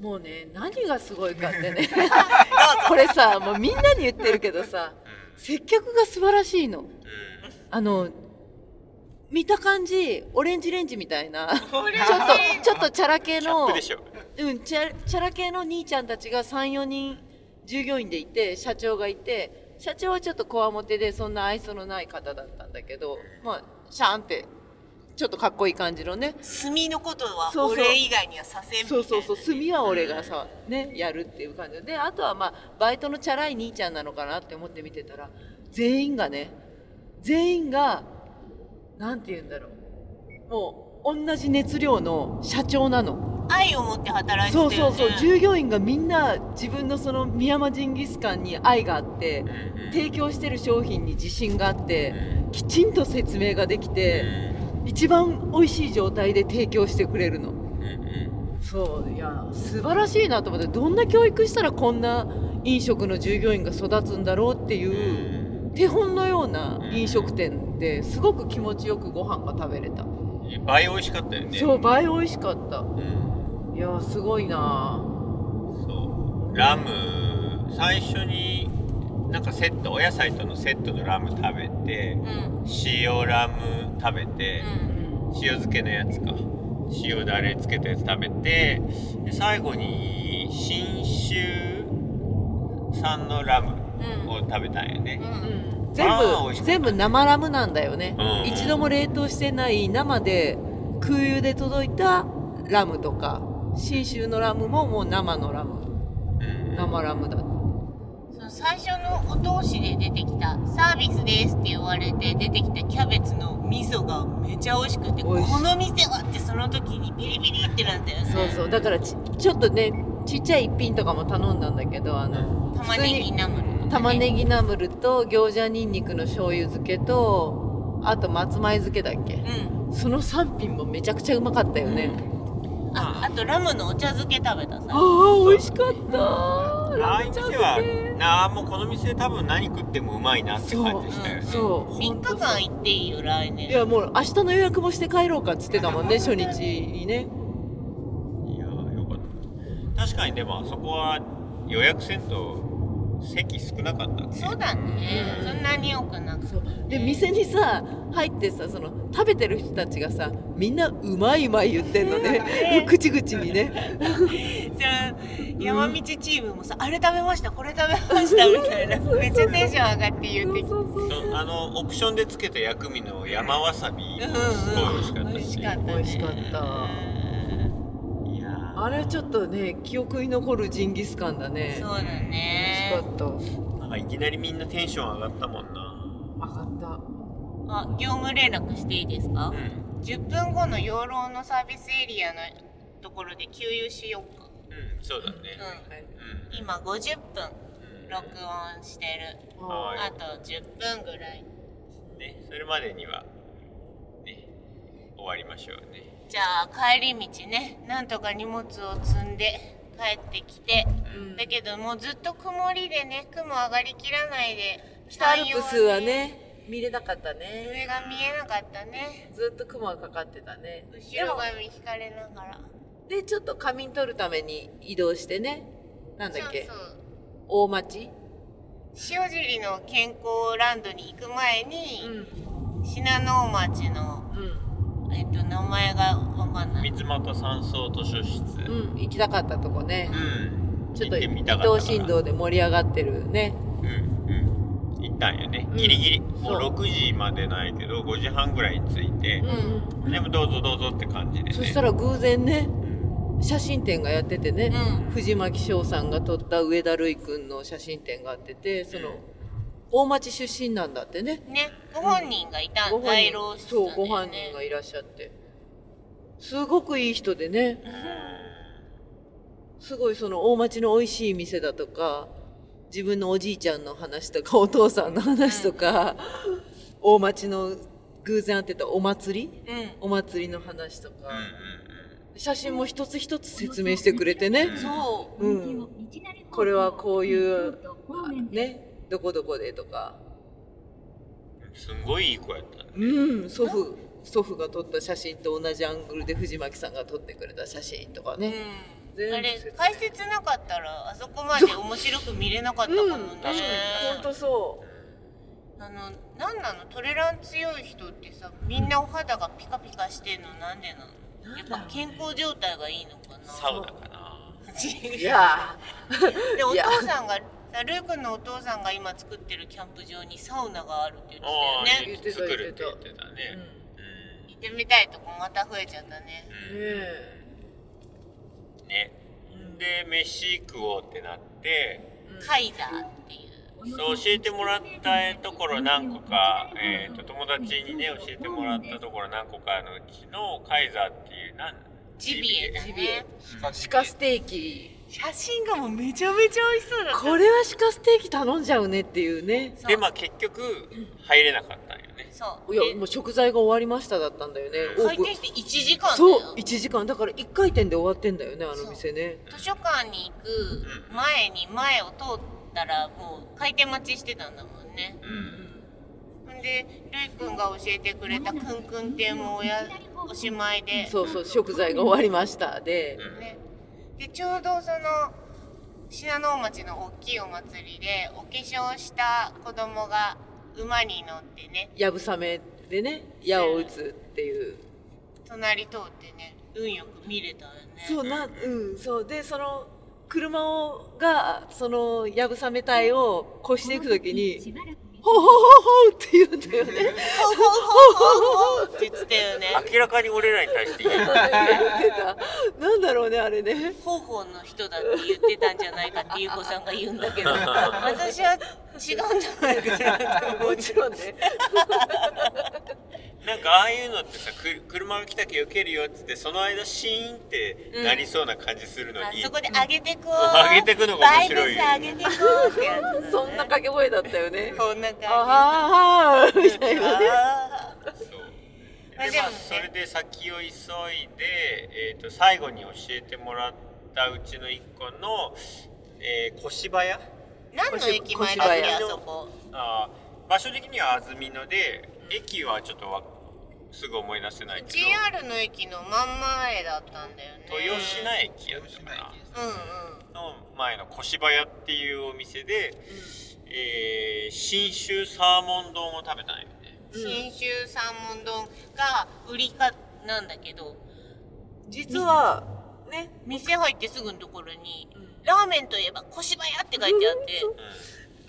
Speaker 3: うもうね何がすごいかってね <laughs> これさもうみんなに言ってるけどさ接客が素晴らしいのあの見た感じオレンジレンジみたいなちょっとちょっとチャラ系の
Speaker 2: でしょ
Speaker 3: うん、チャチャラ系の兄ちゃんたちが34人従業員でいて社長がいて社長はちょっとこわもてでそんな愛想のない方だったんだけどまあシャーンってちょっとかっこいい感じのね
Speaker 1: 炭のことは
Speaker 3: そうそう
Speaker 1: 俺以外にはさせんみたい
Speaker 3: そう
Speaker 1: な
Speaker 3: そうそう炭は俺がさ、ね、やるっていう感じでであとはまあバイトのチャラい兄ちゃんなのかなって思って見てたら全員がね全員がなんて言うんだろうもう同じ熱量の社長なの。
Speaker 1: 愛を持って働いてた
Speaker 3: そ
Speaker 1: よ、
Speaker 3: う
Speaker 1: ね、
Speaker 3: そうそう従業員がみんな自分のその宮間ジンギスカンに愛があって提供してる商品に自信があってきちんと説明ができて一番美味しい状態で提供してくれるのそういや素晴らしいなと思ってどんな教育したらこんな飲食の従業員が育つんだろうっていう手本のような飲食店ですごく気持ちよくご飯が食べれた
Speaker 2: 倍美味しかったよね
Speaker 3: そう倍美味しかったいやすごいな
Speaker 2: そうラム最初になんかセットお野菜とのセットのラム食べて
Speaker 1: うん
Speaker 2: 塩ラム食べて塩漬けのやつか塩だれつけたやつ食べてで最後に信州産のラムを食べたんやね、
Speaker 3: 全
Speaker 2: あー美味しかった
Speaker 3: 部全部生ラムなんだよね、
Speaker 2: うん
Speaker 3: 一度も冷凍してない生で空輸で届いたラムとか信州のラムももう生のラム生ラムだ
Speaker 1: その最初のお通しで出てきた「サービスです」って言われて出てきたキャベツの味噌がめちゃ美味しくて
Speaker 3: 美味しい
Speaker 1: この店はってその時にビリビリってなったよね
Speaker 3: そうそうだからちちょっとねちっちゃい一品とかも頼んだんだけどあの
Speaker 1: 玉ねぎナムルとか、ね、
Speaker 3: 玉ねぎナムルと餃子にんにくの醤油漬けとあと松前漬けだっけ、
Speaker 1: う
Speaker 3: その3品もめちゃくちゃうまかったよね、
Speaker 1: んああとラムのお茶漬け食べたさ
Speaker 3: ああ美味しかった
Speaker 2: ああいう店はなあもうこの店多分何食ってもうまいなって感じしたよね
Speaker 3: そう
Speaker 1: 3日間行っていいよ来
Speaker 3: い
Speaker 1: 年
Speaker 3: やもう明日の予約もして帰ろうかっつってたもんね初日にね
Speaker 2: いやーよかった確かにでもあそこは予約せんと席少なかったね
Speaker 1: そうだね、そんなに多くなくて
Speaker 3: で店にさ入ってさその食べてる人たちがさみんなうまいうまい言ってんのね <laughs> 口々にね
Speaker 1: じゃあ山道チームもさ、あれ食べましたこれ食べましたみたいなめっちゃテンション上がって言ってきて
Speaker 2: そうあのオプションでつけた薬味の山わさび
Speaker 1: うん
Speaker 2: すごい美味しか
Speaker 1: うん
Speaker 2: った
Speaker 1: 美味
Speaker 2: し、
Speaker 1: しかった
Speaker 3: 美味しかった
Speaker 2: いやー
Speaker 3: あれちょっとね記憶に残るジンギスカンだね
Speaker 1: そうだね
Speaker 3: 美味しかった
Speaker 2: なんかいきなりみんなテンション上がったもんな
Speaker 3: 分かった
Speaker 1: あ、業務連絡していいですか、
Speaker 2: ん
Speaker 1: 10分後の養老のサービスエリアのところで給油しようか
Speaker 2: うんそうだね
Speaker 1: う
Speaker 2: うん
Speaker 1: ん今50分録音してる
Speaker 2: は
Speaker 1: あと10分ぐらい
Speaker 2: いねそれまでにはね終わりましょうね
Speaker 1: じゃあ帰り道ねなんとか荷物を積んで帰ってきて、だけどもうずっと曇りでね雲上がりきらないで
Speaker 3: 北アルプスはね見れなかったね
Speaker 1: 上が見えなかったね
Speaker 3: ずっと雲がかかってたね
Speaker 1: 後ろ髪引かれながら
Speaker 3: でちょっと仮眠取るために移動してねなんだっけ
Speaker 1: そうそう
Speaker 3: 大町
Speaker 1: 塩尻の健康ランドに行く前に、信濃町の、えっと、名前がわかんない
Speaker 2: 三俣山荘図書室
Speaker 3: うん、うん、行きたかったとこね
Speaker 2: う、ん
Speaker 3: ちょっと
Speaker 2: 行て
Speaker 3: 伊
Speaker 2: みたかった
Speaker 3: 東新堂で盛り上がってるね
Speaker 2: うんうん行ったんよね、ギリギリもう
Speaker 3: そう
Speaker 2: 6時までないけど5時半ぐらいに着いて、でもどうぞどうぞって感じでね
Speaker 3: そしたら偶然ね写真展がやっててね、藤巻翔さんが撮った上田瑠衣君の写真展があっててその大町出身なんだってね
Speaker 1: ねご本人がいた、
Speaker 3: ご本
Speaker 1: 在
Speaker 3: 人
Speaker 1: 廊室さ
Speaker 3: そ
Speaker 1: んだ
Speaker 3: う
Speaker 1: よ
Speaker 3: ご
Speaker 1: ね
Speaker 3: 本人がいらっしゃってすごくいい人でねすごいその大町の美味しい店だとか自分のおじいちゃんの話とかお父さんの話とか、大町の偶然会ってたお祭り
Speaker 1: う
Speaker 3: お
Speaker 1: ん
Speaker 3: 祭りの話とか、
Speaker 11: う
Speaker 3: 写真も一つ一つ説明してくれてね、 <laughs>
Speaker 1: そう
Speaker 12: うんん、
Speaker 3: こ
Speaker 12: こ
Speaker 3: れ
Speaker 12: れ
Speaker 3: は
Speaker 12: は
Speaker 3: こ
Speaker 12: こ
Speaker 3: う
Speaker 12: う
Speaker 3: い
Speaker 12: いうう
Speaker 3: ねどこどこでとか
Speaker 11: んすんごいいい子やったね
Speaker 3: うん祖父祖父が撮った写真と同じアングルで藤巻さんが撮ってくれた写真とかね、
Speaker 1: う
Speaker 3: 全
Speaker 1: ん、
Speaker 3: 部
Speaker 1: あれ解説なかったらあそこまで面白く見れなかったかもね、
Speaker 3: 本当そ
Speaker 1: あのなんなのトレラン強い人ってさみんなお肌がピカピカしてんのなんでなのやっぱ健康状態がいいのかな
Speaker 11: サウナかな
Speaker 3: ういや
Speaker 1: でお
Speaker 3: いや
Speaker 1: 父さんがさルー君のお父さんが今作ってるキャンプ場にサウナがあるって言ってた
Speaker 11: あ
Speaker 1: よ
Speaker 11: あ、
Speaker 1: ね
Speaker 3: 言
Speaker 11: ね
Speaker 3: って、た
Speaker 11: 作るって
Speaker 3: 言
Speaker 11: 言
Speaker 3: っ
Speaker 11: っててた
Speaker 3: ー、うん、
Speaker 11: ね
Speaker 3: ね
Speaker 11: う
Speaker 1: 行ってみたいとこまた増えちゃったね
Speaker 3: え
Speaker 11: んねで飯食おうってなって
Speaker 1: カイザーっていう
Speaker 11: そう教えてもらったところ何個か、えー、と友達にね教えてもらったところ何個かのうちのカイザーっていうなん
Speaker 1: ジビエだ
Speaker 3: ジビエ
Speaker 1: ね
Speaker 3: 鹿ステーキ
Speaker 1: 写真がもうめちゃめちゃ美味しそうだった
Speaker 3: これは鹿ステーキ頼んじゃうねっていうね
Speaker 1: そう
Speaker 11: でまあ結局入れなかったんよね
Speaker 1: そう
Speaker 3: い
Speaker 1: で
Speaker 3: やもう食材が終わりましただったんだよねオー
Speaker 1: 回
Speaker 3: プン
Speaker 1: 転して1時間だよ
Speaker 3: そう1時間だから1回転で終わってんだよねあの店ね
Speaker 1: 図書館に行く前に前を通ったらもう開店待ちしてたんだもんね
Speaker 11: うん
Speaker 1: んでるいくんが教えてくれたくんくん店もおやおしまいで
Speaker 3: そうそう食材が終わりましたで
Speaker 1: ね、でちょうどその信濃町の大きいお祭りでお化粧した子供が馬に乗ってね
Speaker 3: やぶさめでね矢を打つっていう
Speaker 1: 隣通ってね運よく見れたよね
Speaker 3: そうなうんそうでその車をがそのやぶさめ隊を越していくときに「ほうほうほうほう」って言うんだよね
Speaker 1: ほほほほほって言ってたよね
Speaker 11: 明らかに俺らに対して言えない
Speaker 3: 言ってたなんだろうねあれね
Speaker 1: 方法の人だって言ってたんじゃないかってゆうこさんが言うんだ <laughs> けど私は違うんじゃないかな
Speaker 3: もちろんね
Speaker 11: なんかああいうのってさく車が来たけど受けるよっつってその間シーンってなりそうな感じするの
Speaker 1: あ
Speaker 11: に、
Speaker 1: そこで上げてこう
Speaker 11: 上げてくのが面白いよ
Speaker 1: バイブス上げてこうってやつだね
Speaker 3: そんな掛け声だったよね
Speaker 1: こんな感じ
Speaker 3: あはーはーみたいなね
Speaker 1: あー
Speaker 11: そう
Speaker 1: まあ
Speaker 11: でまあ
Speaker 1: でもね
Speaker 11: それで先を急いで、えー、と最後に教えてもらったうちの一個の、えー、小芝屋
Speaker 1: <laughs> 何の駅前だっけあそこ
Speaker 11: あー場所的には安曇野で駅はちょっとわすぐ思い出せないけど
Speaker 1: JR の駅の真ん前だったんだよね
Speaker 11: 豊品駅やったかな
Speaker 1: うんうん
Speaker 11: の前の小芝屋っていうお店で、えー信州サーモン丼を食べたんよね
Speaker 1: 信州三門丼が売りかなんだけど
Speaker 3: 実はね
Speaker 1: 店入ってすぐのところに「ラーメンといえば小芝屋」って書いてあって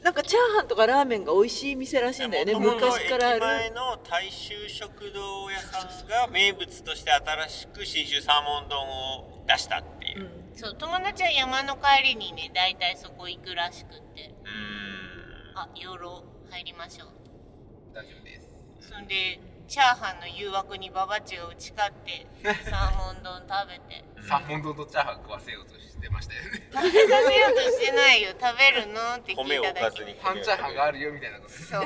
Speaker 3: なんかチャーハンとかラーメンが美味しい店らしいんだよね
Speaker 11: 元々
Speaker 3: 昔からあ
Speaker 11: 駅前
Speaker 3: る
Speaker 11: の大衆食堂屋さんが名物として新しく信州サーモン丼を出したっていう、うん
Speaker 1: そう友達は山の帰りにね大体そこ行くらしくってあ養老入りましょう
Speaker 4: 大丈夫です
Speaker 1: そんでチャーハンの誘惑にババチが打ち勝
Speaker 11: <laughs>
Speaker 1: ってサーモン丼食べて
Speaker 4: 三本堂とチャーハン食わせようとしてましたよ
Speaker 7: <laughs>
Speaker 4: ね
Speaker 1: 食べさせようとしてないよ食べるのって聞
Speaker 11: 米
Speaker 1: い
Speaker 11: を
Speaker 1: た
Speaker 11: おか
Speaker 1: だ
Speaker 11: ず
Speaker 1: け
Speaker 11: に
Speaker 4: 半チャーハンがあるよみたいなこと
Speaker 1: そう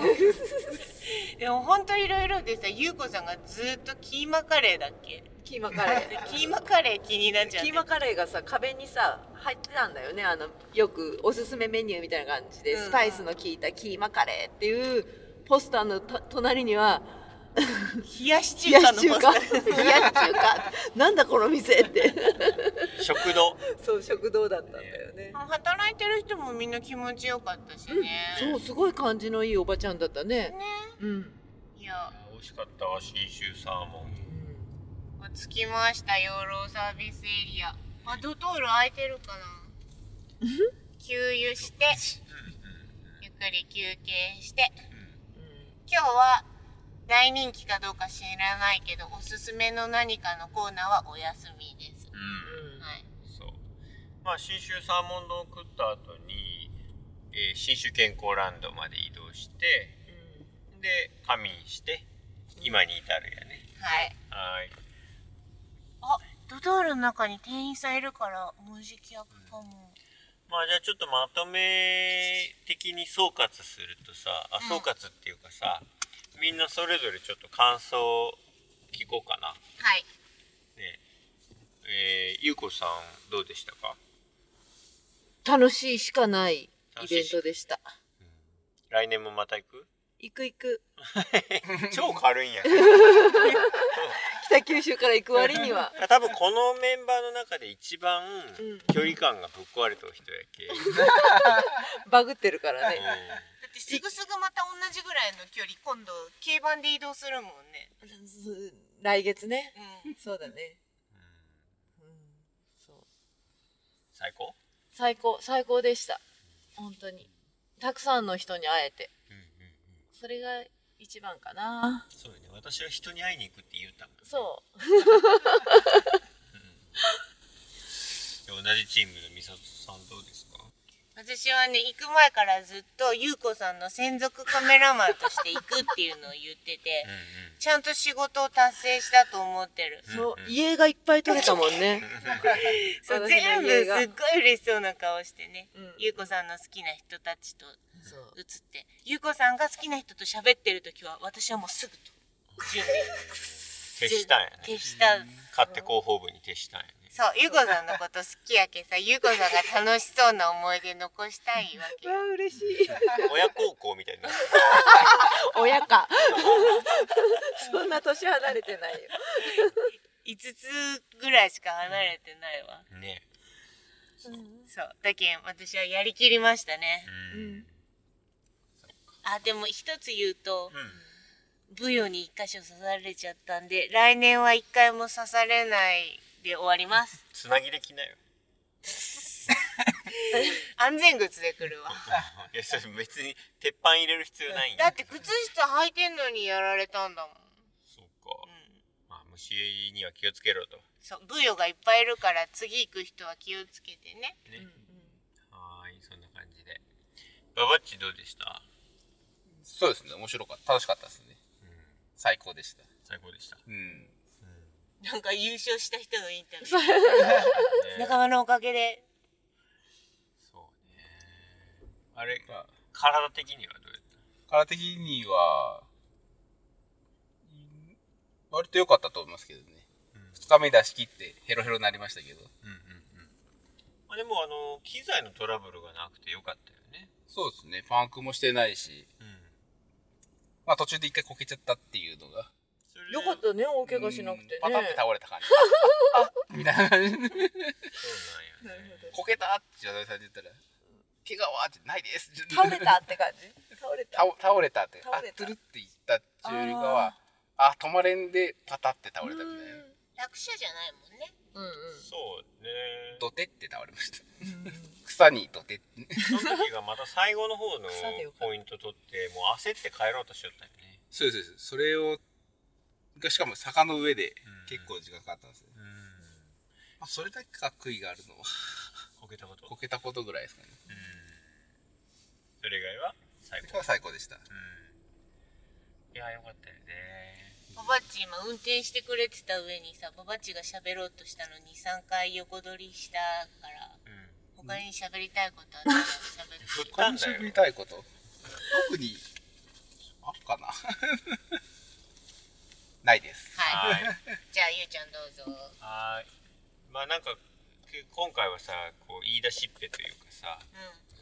Speaker 1: でもほんといろいろでさゆうこさんがずっとキーマカレーだっけ
Speaker 3: キーマカレ
Speaker 1: でキーマカレー気になっち
Speaker 3: ー
Speaker 1: ゃっ
Speaker 3: キ
Speaker 1: て
Speaker 3: ーマカレーがさ壁にさ入ってたんだよねあのよくおすすめメニューみたいな感じで
Speaker 1: うん
Speaker 3: スパイスの効いたキーマカレーっていうポスターのた隣には
Speaker 1: 冷やし
Speaker 3: 冷
Speaker 1: 中
Speaker 3: や
Speaker 1: 華
Speaker 3: し
Speaker 1: の
Speaker 3: 中
Speaker 1: パス
Speaker 3: 華
Speaker 1: タ
Speaker 3: <laughs> 冷やし中華なんだこの店って
Speaker 11: 食堂
Speaker 3: <laughs> そう食堂だったんだよね
Speaker 1: 働いてる人もみんな気持ちよかったしね、
Speaker 3: そうすごい感じのいいおばちゃんだったね
Speaker 1: ね
Speaker 3: うん
Speaker 1: いや
Speaker 11: 美味しかったわ信州サーモン
Speaker 1: 着きました養老サービスエリアあドトール空いてるかな給油してゆっくり休憩して今日は大人気かどうか知らないけどおすすめの何かのコーナーはお休みです、はい、
Speaker 11: そうまあ信州サーモン丼を食った後に、えー、信州健康ランドまで移動して、で仮眠して今に至るやね
Speaker 1: はい、
Speaker 11: はい
Speaker 1: あドトールの中に店員さんいるからもうじき焼くかも
Speaker 11: まあじゃあちょっとまとめ的に総括するとさあ総括っていうかさ、みんなそれぞれちょっと感想聞こうかな
Speaker 1: はい
Speaker 11: ねえー、ゆうこさんどうでしたか
Speaker 3: 楽しいしかないイベントでした。
Speaker 11: 来年もまた行く
Speaker 3: 行く行く。
Speaker 11: <laughs> 超軽いんや
Speaker 3: 北九州から行く割には。
Speaker 11: 多分このメンバーの中で一番距離感がぶっ壊れた人や
Speaker 7: <laughs>
Speaker 11: け、
Speaker 3: バグってるからね。
Speaker 11: う
Speaker 1: だってすぐすぐまた同じぐらいの距離今度軽バンで移動するもんね
Speaker 3: <laughs> 来月ね。
Speaker 1: うん
Speaker 3: そうだね。
Speaker 11: ん
Speaker 3: うんそう
Speaker 11: 最高
Speaker 3: 最高、最高でした。本当に。たくさんの人に会えて。
Speaker 11: うんうんうん
Speaker 3: それが一番かな。
Speaker 11: そうだね私は人に会いに行くって言うたもんね
Speaker 3: そう。
Speaker 11: で同じチームのみさとさんどうですか
Speaker 1: 私はね行く前からずっと優子さんの専属カメラマンとして行くっていうのを言ってて
Speaker 11: うん
Speaker 1: ちゃんと仕事を達成したと思ってる
Speaker 3: そう。家がいっぱい取れたもんね。
Speaker 1: そう
Speaker 3: 私
Speaker 1: 全
Speaker 3: の
Speaker 1: 部
Speaker 3: 家が
Speaker 1: すっごい嬉しそうな顔してね
Speaker 3: うん
Speaker 1: 優子さんの好きな人たちと
Speaker 3: そう。
Speaker 1: 映って優子さんが好きな人と喋ってる時は私はもうすぐと準備
Speaker 11: 徹したんやね
Speaker 1: 徹した
Speaker 11: 勝手広報部に徹したんやね
Speaker 1: そう、ゆうこさんのこと好きやけさ、ゆうこさんが楽しそうな思い出残したいわけ
Speaker 3: わ。あ、嬉しい。
Speaker 11: 親孝行みたいになって
Speaker 3: 親か。そんな年離れてないよ。
Speaker 1: 五つぐらいしか離れてないわ。
Speaker 11: るね
Speaker 1: そう、だけん私はやりきりましたね。
Speaker 11: うん、
Speaker 1: あ、でも一つ言うと、ブヨに一箇所刺されちゃったんで、来年は一回も刺されないで終わり
Speaker 11: <laughs>
Speaker 1: ます。
Speaker 11: つなぎできなよ
Speaker 1: 安全靴で来るわ。
Speaker 11: いやそれ別に鉄板入れる必要ないんや
Speaker 1: だって靴下履いてんのにやられたんだもん。
Speaker 11: そうか
Speaker 1: う、ん。
Speaker 11: まあ、虫には気をつけろと
Speaker 1: そう、ブヨがいっぱいいるから次行く人は気をつけてね。
Speaker 11: ね、はーいそんな感じでババッチどうでした
Speaker 7: そうですね面白かった楽しかったですね、最高でした
Speaker 11: 最高でした、
Speaker 7: うん
Speaker 1: なんか優勝した人のインタビュー。 <laughs> 仲間のおか
Speaker 11: <laughs>
Speaker 1: げで。
Speaker 11: そうねあれ体的にはどうやっ
Speaker 7: 体的にはうん割と良かったと思いますけどね、2日目出し切ってヘロヘロになりましたけど
Speaker 11: たうんうんうんまあでもあの機材のトラブルがなくてよかったよね
Speaker 7: そうですねパンクもしてないし、
Speaker 11: うん
Speaker 7: まあ、途中で一回こけちゃったっていうのが
Speaker 11: それ
Speaker 3: よかったね、大怪我しなくてね。
Speaker 7: うんパタって倒れた感
Speaker 3: <laughs>
Speaker 7: じあみたいな感じ
Speaker 11: そうなんやね
Speaker 7: こけたってジャドさんに言ったら「怪我は?」ってないです
Speaker 3: 倒
Speaker 7: <laughs>
Speaker 3: れたって感じ。倒れた。
Speaker 7: 倒倒れたって
Speaker 3: 倒
Speaker 7: あ
Speaker 3: れ
Speaker 7: つ
Speaker 3: た
Speaker 7: るって言ったっていうよりかはあ止まれんでパタって倒れたみたいな
Speaker 1: 楽勝じゃないもんね。
Speaker 3: うんうん。
Speaker 11: そうね
Speaker 7: ドテって倒れました草にドテって
Speaker 11: その時がまた最後の方 <laughs> の
Speaker 3: 草でよかった
Speaker 11: ポイント取ってもう焦って帰ろうとしよったよね
Speaker 7: そうですそうですそれをがしかも坂の上で結構時間かかったんですよ、
Speaker 11: うん
Speaker 7: まあ、それだけか悔いがあるのは
Speaker 11: こけたこと
Speaker 7: こけたことぐらいですかね
Speaker 11: それ以外は最
Speaker 7: こ
Speaker 11: 高
Speaker 7: れは最高でした
Speaker 11: うんいやよかったよね
Speaker 1: ババッチ今運転してくれてた上にさ、ババッチが喋ろうとしたのに3回横取りしたから、
Speaker 11: うん
Speaker 1: 他に喋りたいことあったら喋って。
Speaker 11: 振っ
Speaker 7: 他
Speaker 11: たん
Speaker 7: に
Speaker 11: だ
Speaker 7: 喋り
Speaker 11: よ
Speaker 7: たいこと特にあるかなないです
Speaker 1: はい。
Speaker 11: はい
Speaker 1: じゃあゆうちゃんどうぞ。
Speaker 11: はいまあなんかけ今回はさこう言い出しっぺというかさ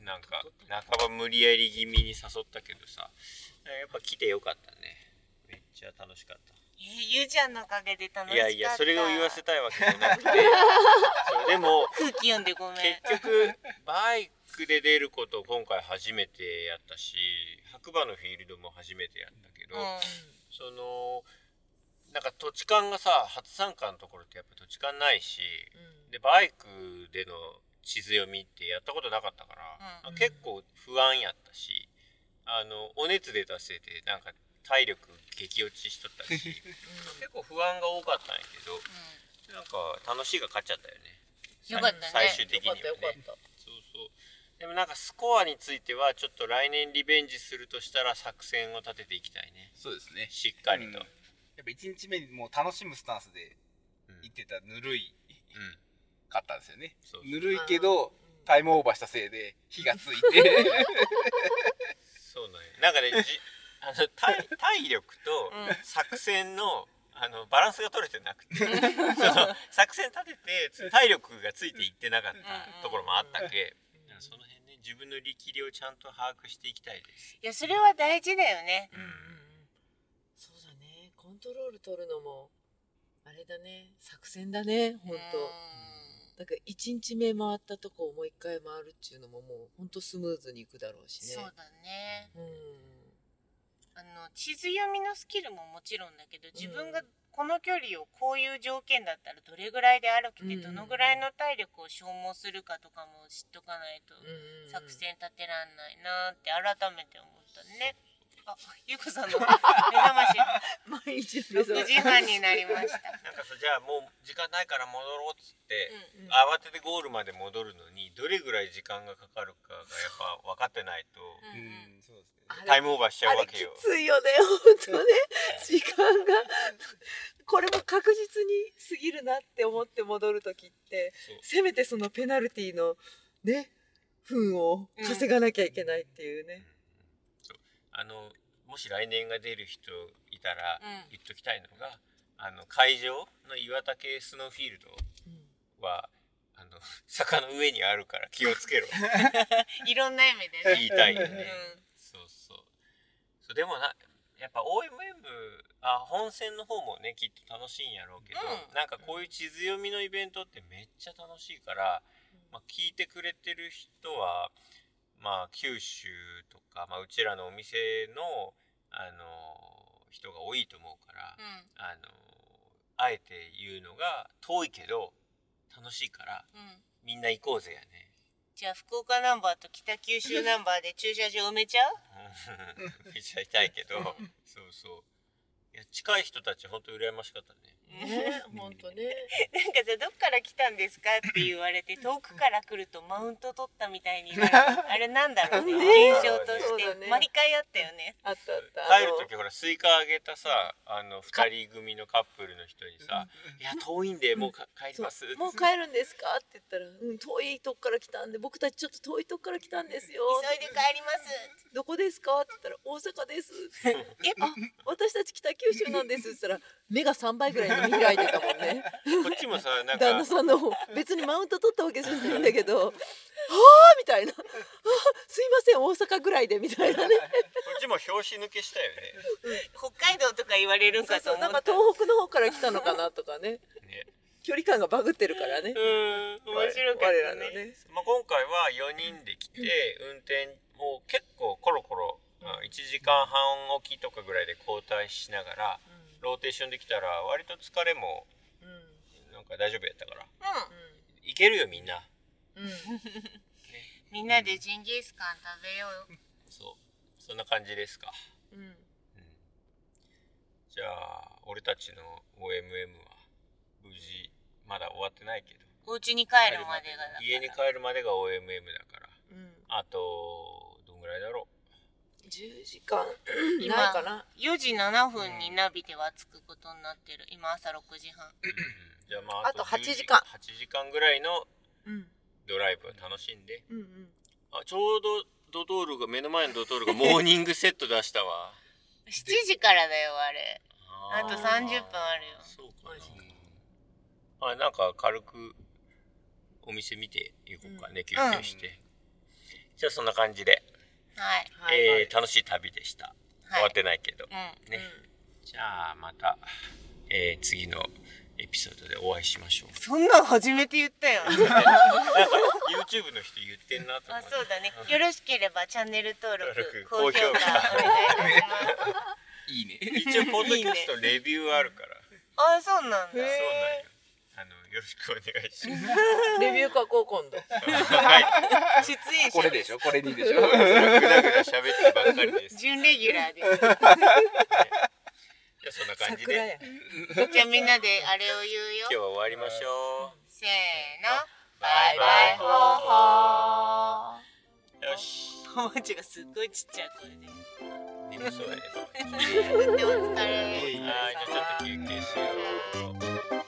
Speaker 1: う
Speaker 11: なんか半ば無理やり気味に誘ったけどさやっぱ来てよかったねめっちゃ楽しかった
Speaker 1: ん。えーゆうちゃんのおかげで楽しかった。
Speaker 11: いやいやそれを言わせたいわけじゃなく <laughs> てそうでも
Speaker 1: 空気読んでごめん。
Speaker 11: 結局バイクで出ることを今回初めてやったし白馬のフィールドも初めてやったけど、
Speaker 1: う
Speaker 11: そのなんか土地勘がさ初参加のところってやっぱ土地勘ないし、でバイクでの地図読みってやったことなかったから、
Speaker 1: うん
Speaker 11: 結構不安やったしあのお熱で出せてなんか体力激落ちしとったし
Speaker 7: <laughs>
Speaker 11: 結構不安が多かったんやけどなんか楽しいが勝っちゃったよね
Speaker 1: よかったね
Speaker 11: 最終的にはねそうそうでもなんかスコアについてはちょっと来年リベンジするとしたら作戦を立てていきたいね
Speaker 7: そうですね
Speaker 11: しっかりと、
Speaker 7: うんやっぱ1日目にもう楽しむスタンスで
Speaker 11: うん
Speaker 7: 行ってたぬるい
Speaker 11: うん
Speaker 7: かったんですよね
Speaker 11: そうそう
Speaker 7: ぬるいけどタイムオーバーしたせいで火がついて
Speaker 11: そうなんやなんかねじあの体体力と作戦のあのバランスが取れてなく <laughs> てその作戦立てて体力がついていってなかったところもあったけだからその辺ね自分の力量をちゃんと把握していきたいです
Speaker 1: いやそれは大事だよね
Speaker 3: そうだねコントロール取るのもあれだね作戦だね本当だから1日目回ったとこをもう一回回るっていうのももう本当スムーズにいくだろうしね
Speaker 1: そうだね
Speaker 3: うん
Speaker 1: あの地図読みのスキルももちろんだけど自分がこの距離をこういう条件だったらどれぐらいで歩けて
Speaker 3: うん
Speaker 1: どのぐらいの体力を消耗するかとかも知っとかないと
Speaker 3: うん
Speaker 1: 作戦立てらんないなーって改めて思ったねあゆう
Speaker 3: <laughs>
Speaker 1: こさんの目覚まし
Speaker 3: 毎日の目覚まし
Speaker 1: 6時半になりました
Speaker 11: なんかさじゃあもう時間ないから戻ろうっつって、
Speaker 3: うん
Speaker 11: 慌ててゴールまで戻るのにどれぐらい時間がかかるかがやっぱ分かってないと
Speaker 1: うんうん
Speaker 7: そうですね
Speaker 11: タイムオーバーしちゃうわけよ
Speaker 3: あれきついよね本当ね時間がこれも確実に過ぎるなって思って戻る時って
Speaker 11: そう
Speaker 3: せめてそのペナルティのね分を稼がなきゃいけないっていうね、
Speaker 11: あのもし来年が出る人いたら
Speaker 1: うん
Speaker 11: 言っときたいのが、あの会場の岩竹スノーフィールドは、あの <laughs> 坂の上にあるから気をつけ
Speaker 7: <laughs>
Speaker 11: ろ
Speaker 1: いろんな意味でね
Speaker 11: 言いたいよね、
Speaker 1: うん
Speaker 11: そうそうそうでもなやっぱ OMM あ本戦の方もねきっと楽しいんやろうけど、
Speaker 1: うん
Speaker 11: なんかこういう地図読みのイベントってめっちゃ楽しいから、まあ、聞いてくれてる人は、まあ、九州とか、まあ、うちらのお店の、あの人が多いと思うから、
Speaker 1: うん
Speaker 11: あのあえて言うのが遠いけど楽しいから
Speaker 1: うん
Speaker 11: みんな行こうぜや
Speaker 1: <laughs>
Speaker 11: ね。
Speaker 1: じゃあ福岡ナンバーと北九州ナンバーで駐車場埋めちゃう
Speaker 11: うんめっちゃ痛いけど
Speaker 1: <laughs>
Speaker 11: そうそういや近い人たち本当羨ましかったね
Speaker 3: ね本当ね
Speaker 1: なんかさ、どっから来たんですかって言われて、遠くから来るとマウント取ったみたいになる。あれなんだろうね、現象と
Speaker 3: そ
Speaker 1: し
Speaker 3: うだ
Speaker 1: て。
Speaker 3: ね
Speaker 1: 毎回あったよね。
Speaker 3: <laughs> あったあった
Speaker 11: 帰る時ほらスイカあげたさあの2人組のカップルの人にさ「いや遠いんでもうか帰ります」
Speaker 3: もう帰るんですかって言ったら「うん遠いとこから来たんで僕たちちょっと遠いとこから来たんですよ
Speaker 1: <laughs> 急いで帰ります。
Speaker 3: どこですか?」って言ったら「大阪 <laughs> です」えあ私たち北九州なんです」って言ったら目が3倍ぐらいに見開いてたもんね <laughs>
Speaker 11: こっちもさなん
Speaker 3: 旦那
Speaker 11: か
Speaker 3: さんの方別にマウント取ったわけじゃないんだけ <laughs> ど「はあ」みたいなあ「すいません大阪ぐらいで」みたいなね
Speaker 11: こっちも拍子抜けしたよね
Speaker 1: 北海道とか言われる
Speaker 3: <laughs>
Speaker 1: ん
Speaker 3: そ
Speaker 1: か
Speaker 3: う
Speaker 1: と
Speaker 3: そう
Speaker 1: 思
Speaker 3: な
Speaker 1: っ
Speaker 3: ん
Speaker 1: た
Speaker 3: か。東北の方から来たのかなとかね
Speaker 11: ね
Speaker 3: 距離感がバグってるからね
Speaker 11: うん
Speaker 1: 面白かっ
Speaker 3: 我
Speaker 1: た
Speaker 3: ら
Speaker 1: ね
Speaker 3: の。ね
Speaker 11: まあ、今回は4人で来て運転も結構コロコロ1時間半おきとかぐらいで交代しながらローテーションできたら割と疲れもなんか大丈夫やったから
Speaker 1: うん。
Speaker 11: いけるよみんな
Speaker 1: みんなでジンギスカン食べようよ。
Speaker 11: そうそんな感じですか
Speaker 3: うん
Speaker 11: うんじゃあ俺たちの OMM は無事まだ終わってないけど
Speaker 1: お家に帰るまでがだから。
Speaker 11: 家に帰るまでが OMM だから
Speaker 3: うん
Speaker 11: あとどんぐらいだろ
Speaker 3: 10時間
Speaker 1: 今
Speaker 3: ないかな
Speaker 1: 4時7分にナビでは着くことになってる。今朝6時半。
Speaker 11: う、うんじゃあまあ
Speaker 3: あと
Speaker 11: 10
Speaker 3: 8時間
Speaker 11: 8時間ぐらいの
Speaker 3: うん
Speaker 11: ドライブを楽しんで、
Speaker 3: うんうん
Speaker 11: あちょうどドトールが目の前のドトー <laughs> ルがモーニングセット出したわ
Speaker 1: 7時からだよ、あれ。
Speaker 11: ー
Speaker 1: あと30分あるよ
Speaker 11: そうかなあなんか軽くお店見ていこうかね、休憩して、じゃあそんな感じで、
Speaker 1: はい。
Speaker 11: えー楽しい旅でした、
Speaker 1: はい
Speaker 11: 終わってないけど、
Speaker 1: うん。
Speaker 11: ね、じゃあまた、えー次のエピソードでお会いしましょう
Speaker 1: そんなん初めて言った <laughs> よ。
Speaker 11: なんか YouTube の人言ってんなと思
Speaker 1: あ
Speaker 11: って
Speaker 1: そうだね。よろしければチャンネル登録、
Speaker 11: 登
Speaker 1: 高評
Speaker 11: 録
Speaker 1: 価お願いします。
Speaker 7: いいね
Speaker 11: 一応ポッドキャストレビューあるから
Speaker 1: <laughs> あ、そうなんだ。
Speaker 11: そうなんよ。あのよろしくお願いします。
Speaker 3: レビュー書こう今度
Speaker 11: はい。
Speaker 1: 出演
Speaker 7: こ
Speaker 1: 者
Speaker 7: れでしょこれにでしょ
Speaker 11: ぐだぐだ喋ってばっかりです。
Speaker 1: 準レギュラーです。
Speaker 11: じゃあそんな感じ
Speaker 3: 桜
Speaker 11: で
Speaker 3: や
Speaker 1: じゃあみんな
Speaker 11: <laughs>
Speaker 1: であれを言う
Speaker 11: 今日
Speaker 1: よ。
Speaker 11: は終わりましょ
Speaker 1: せーの。
Speaker 11: バイバイ
Speaker 1: バイバ
Speaker 11: う。よし。
Speaker 1: イホーホー。マチがすっごいちっちゃい声で。<laughs>
Speaker 11: 眠そうやね。
Speaker 1: でお疲れ。
Speaker 11: はい。じゃあちょっと休憩しよう。
Speaker 1: はい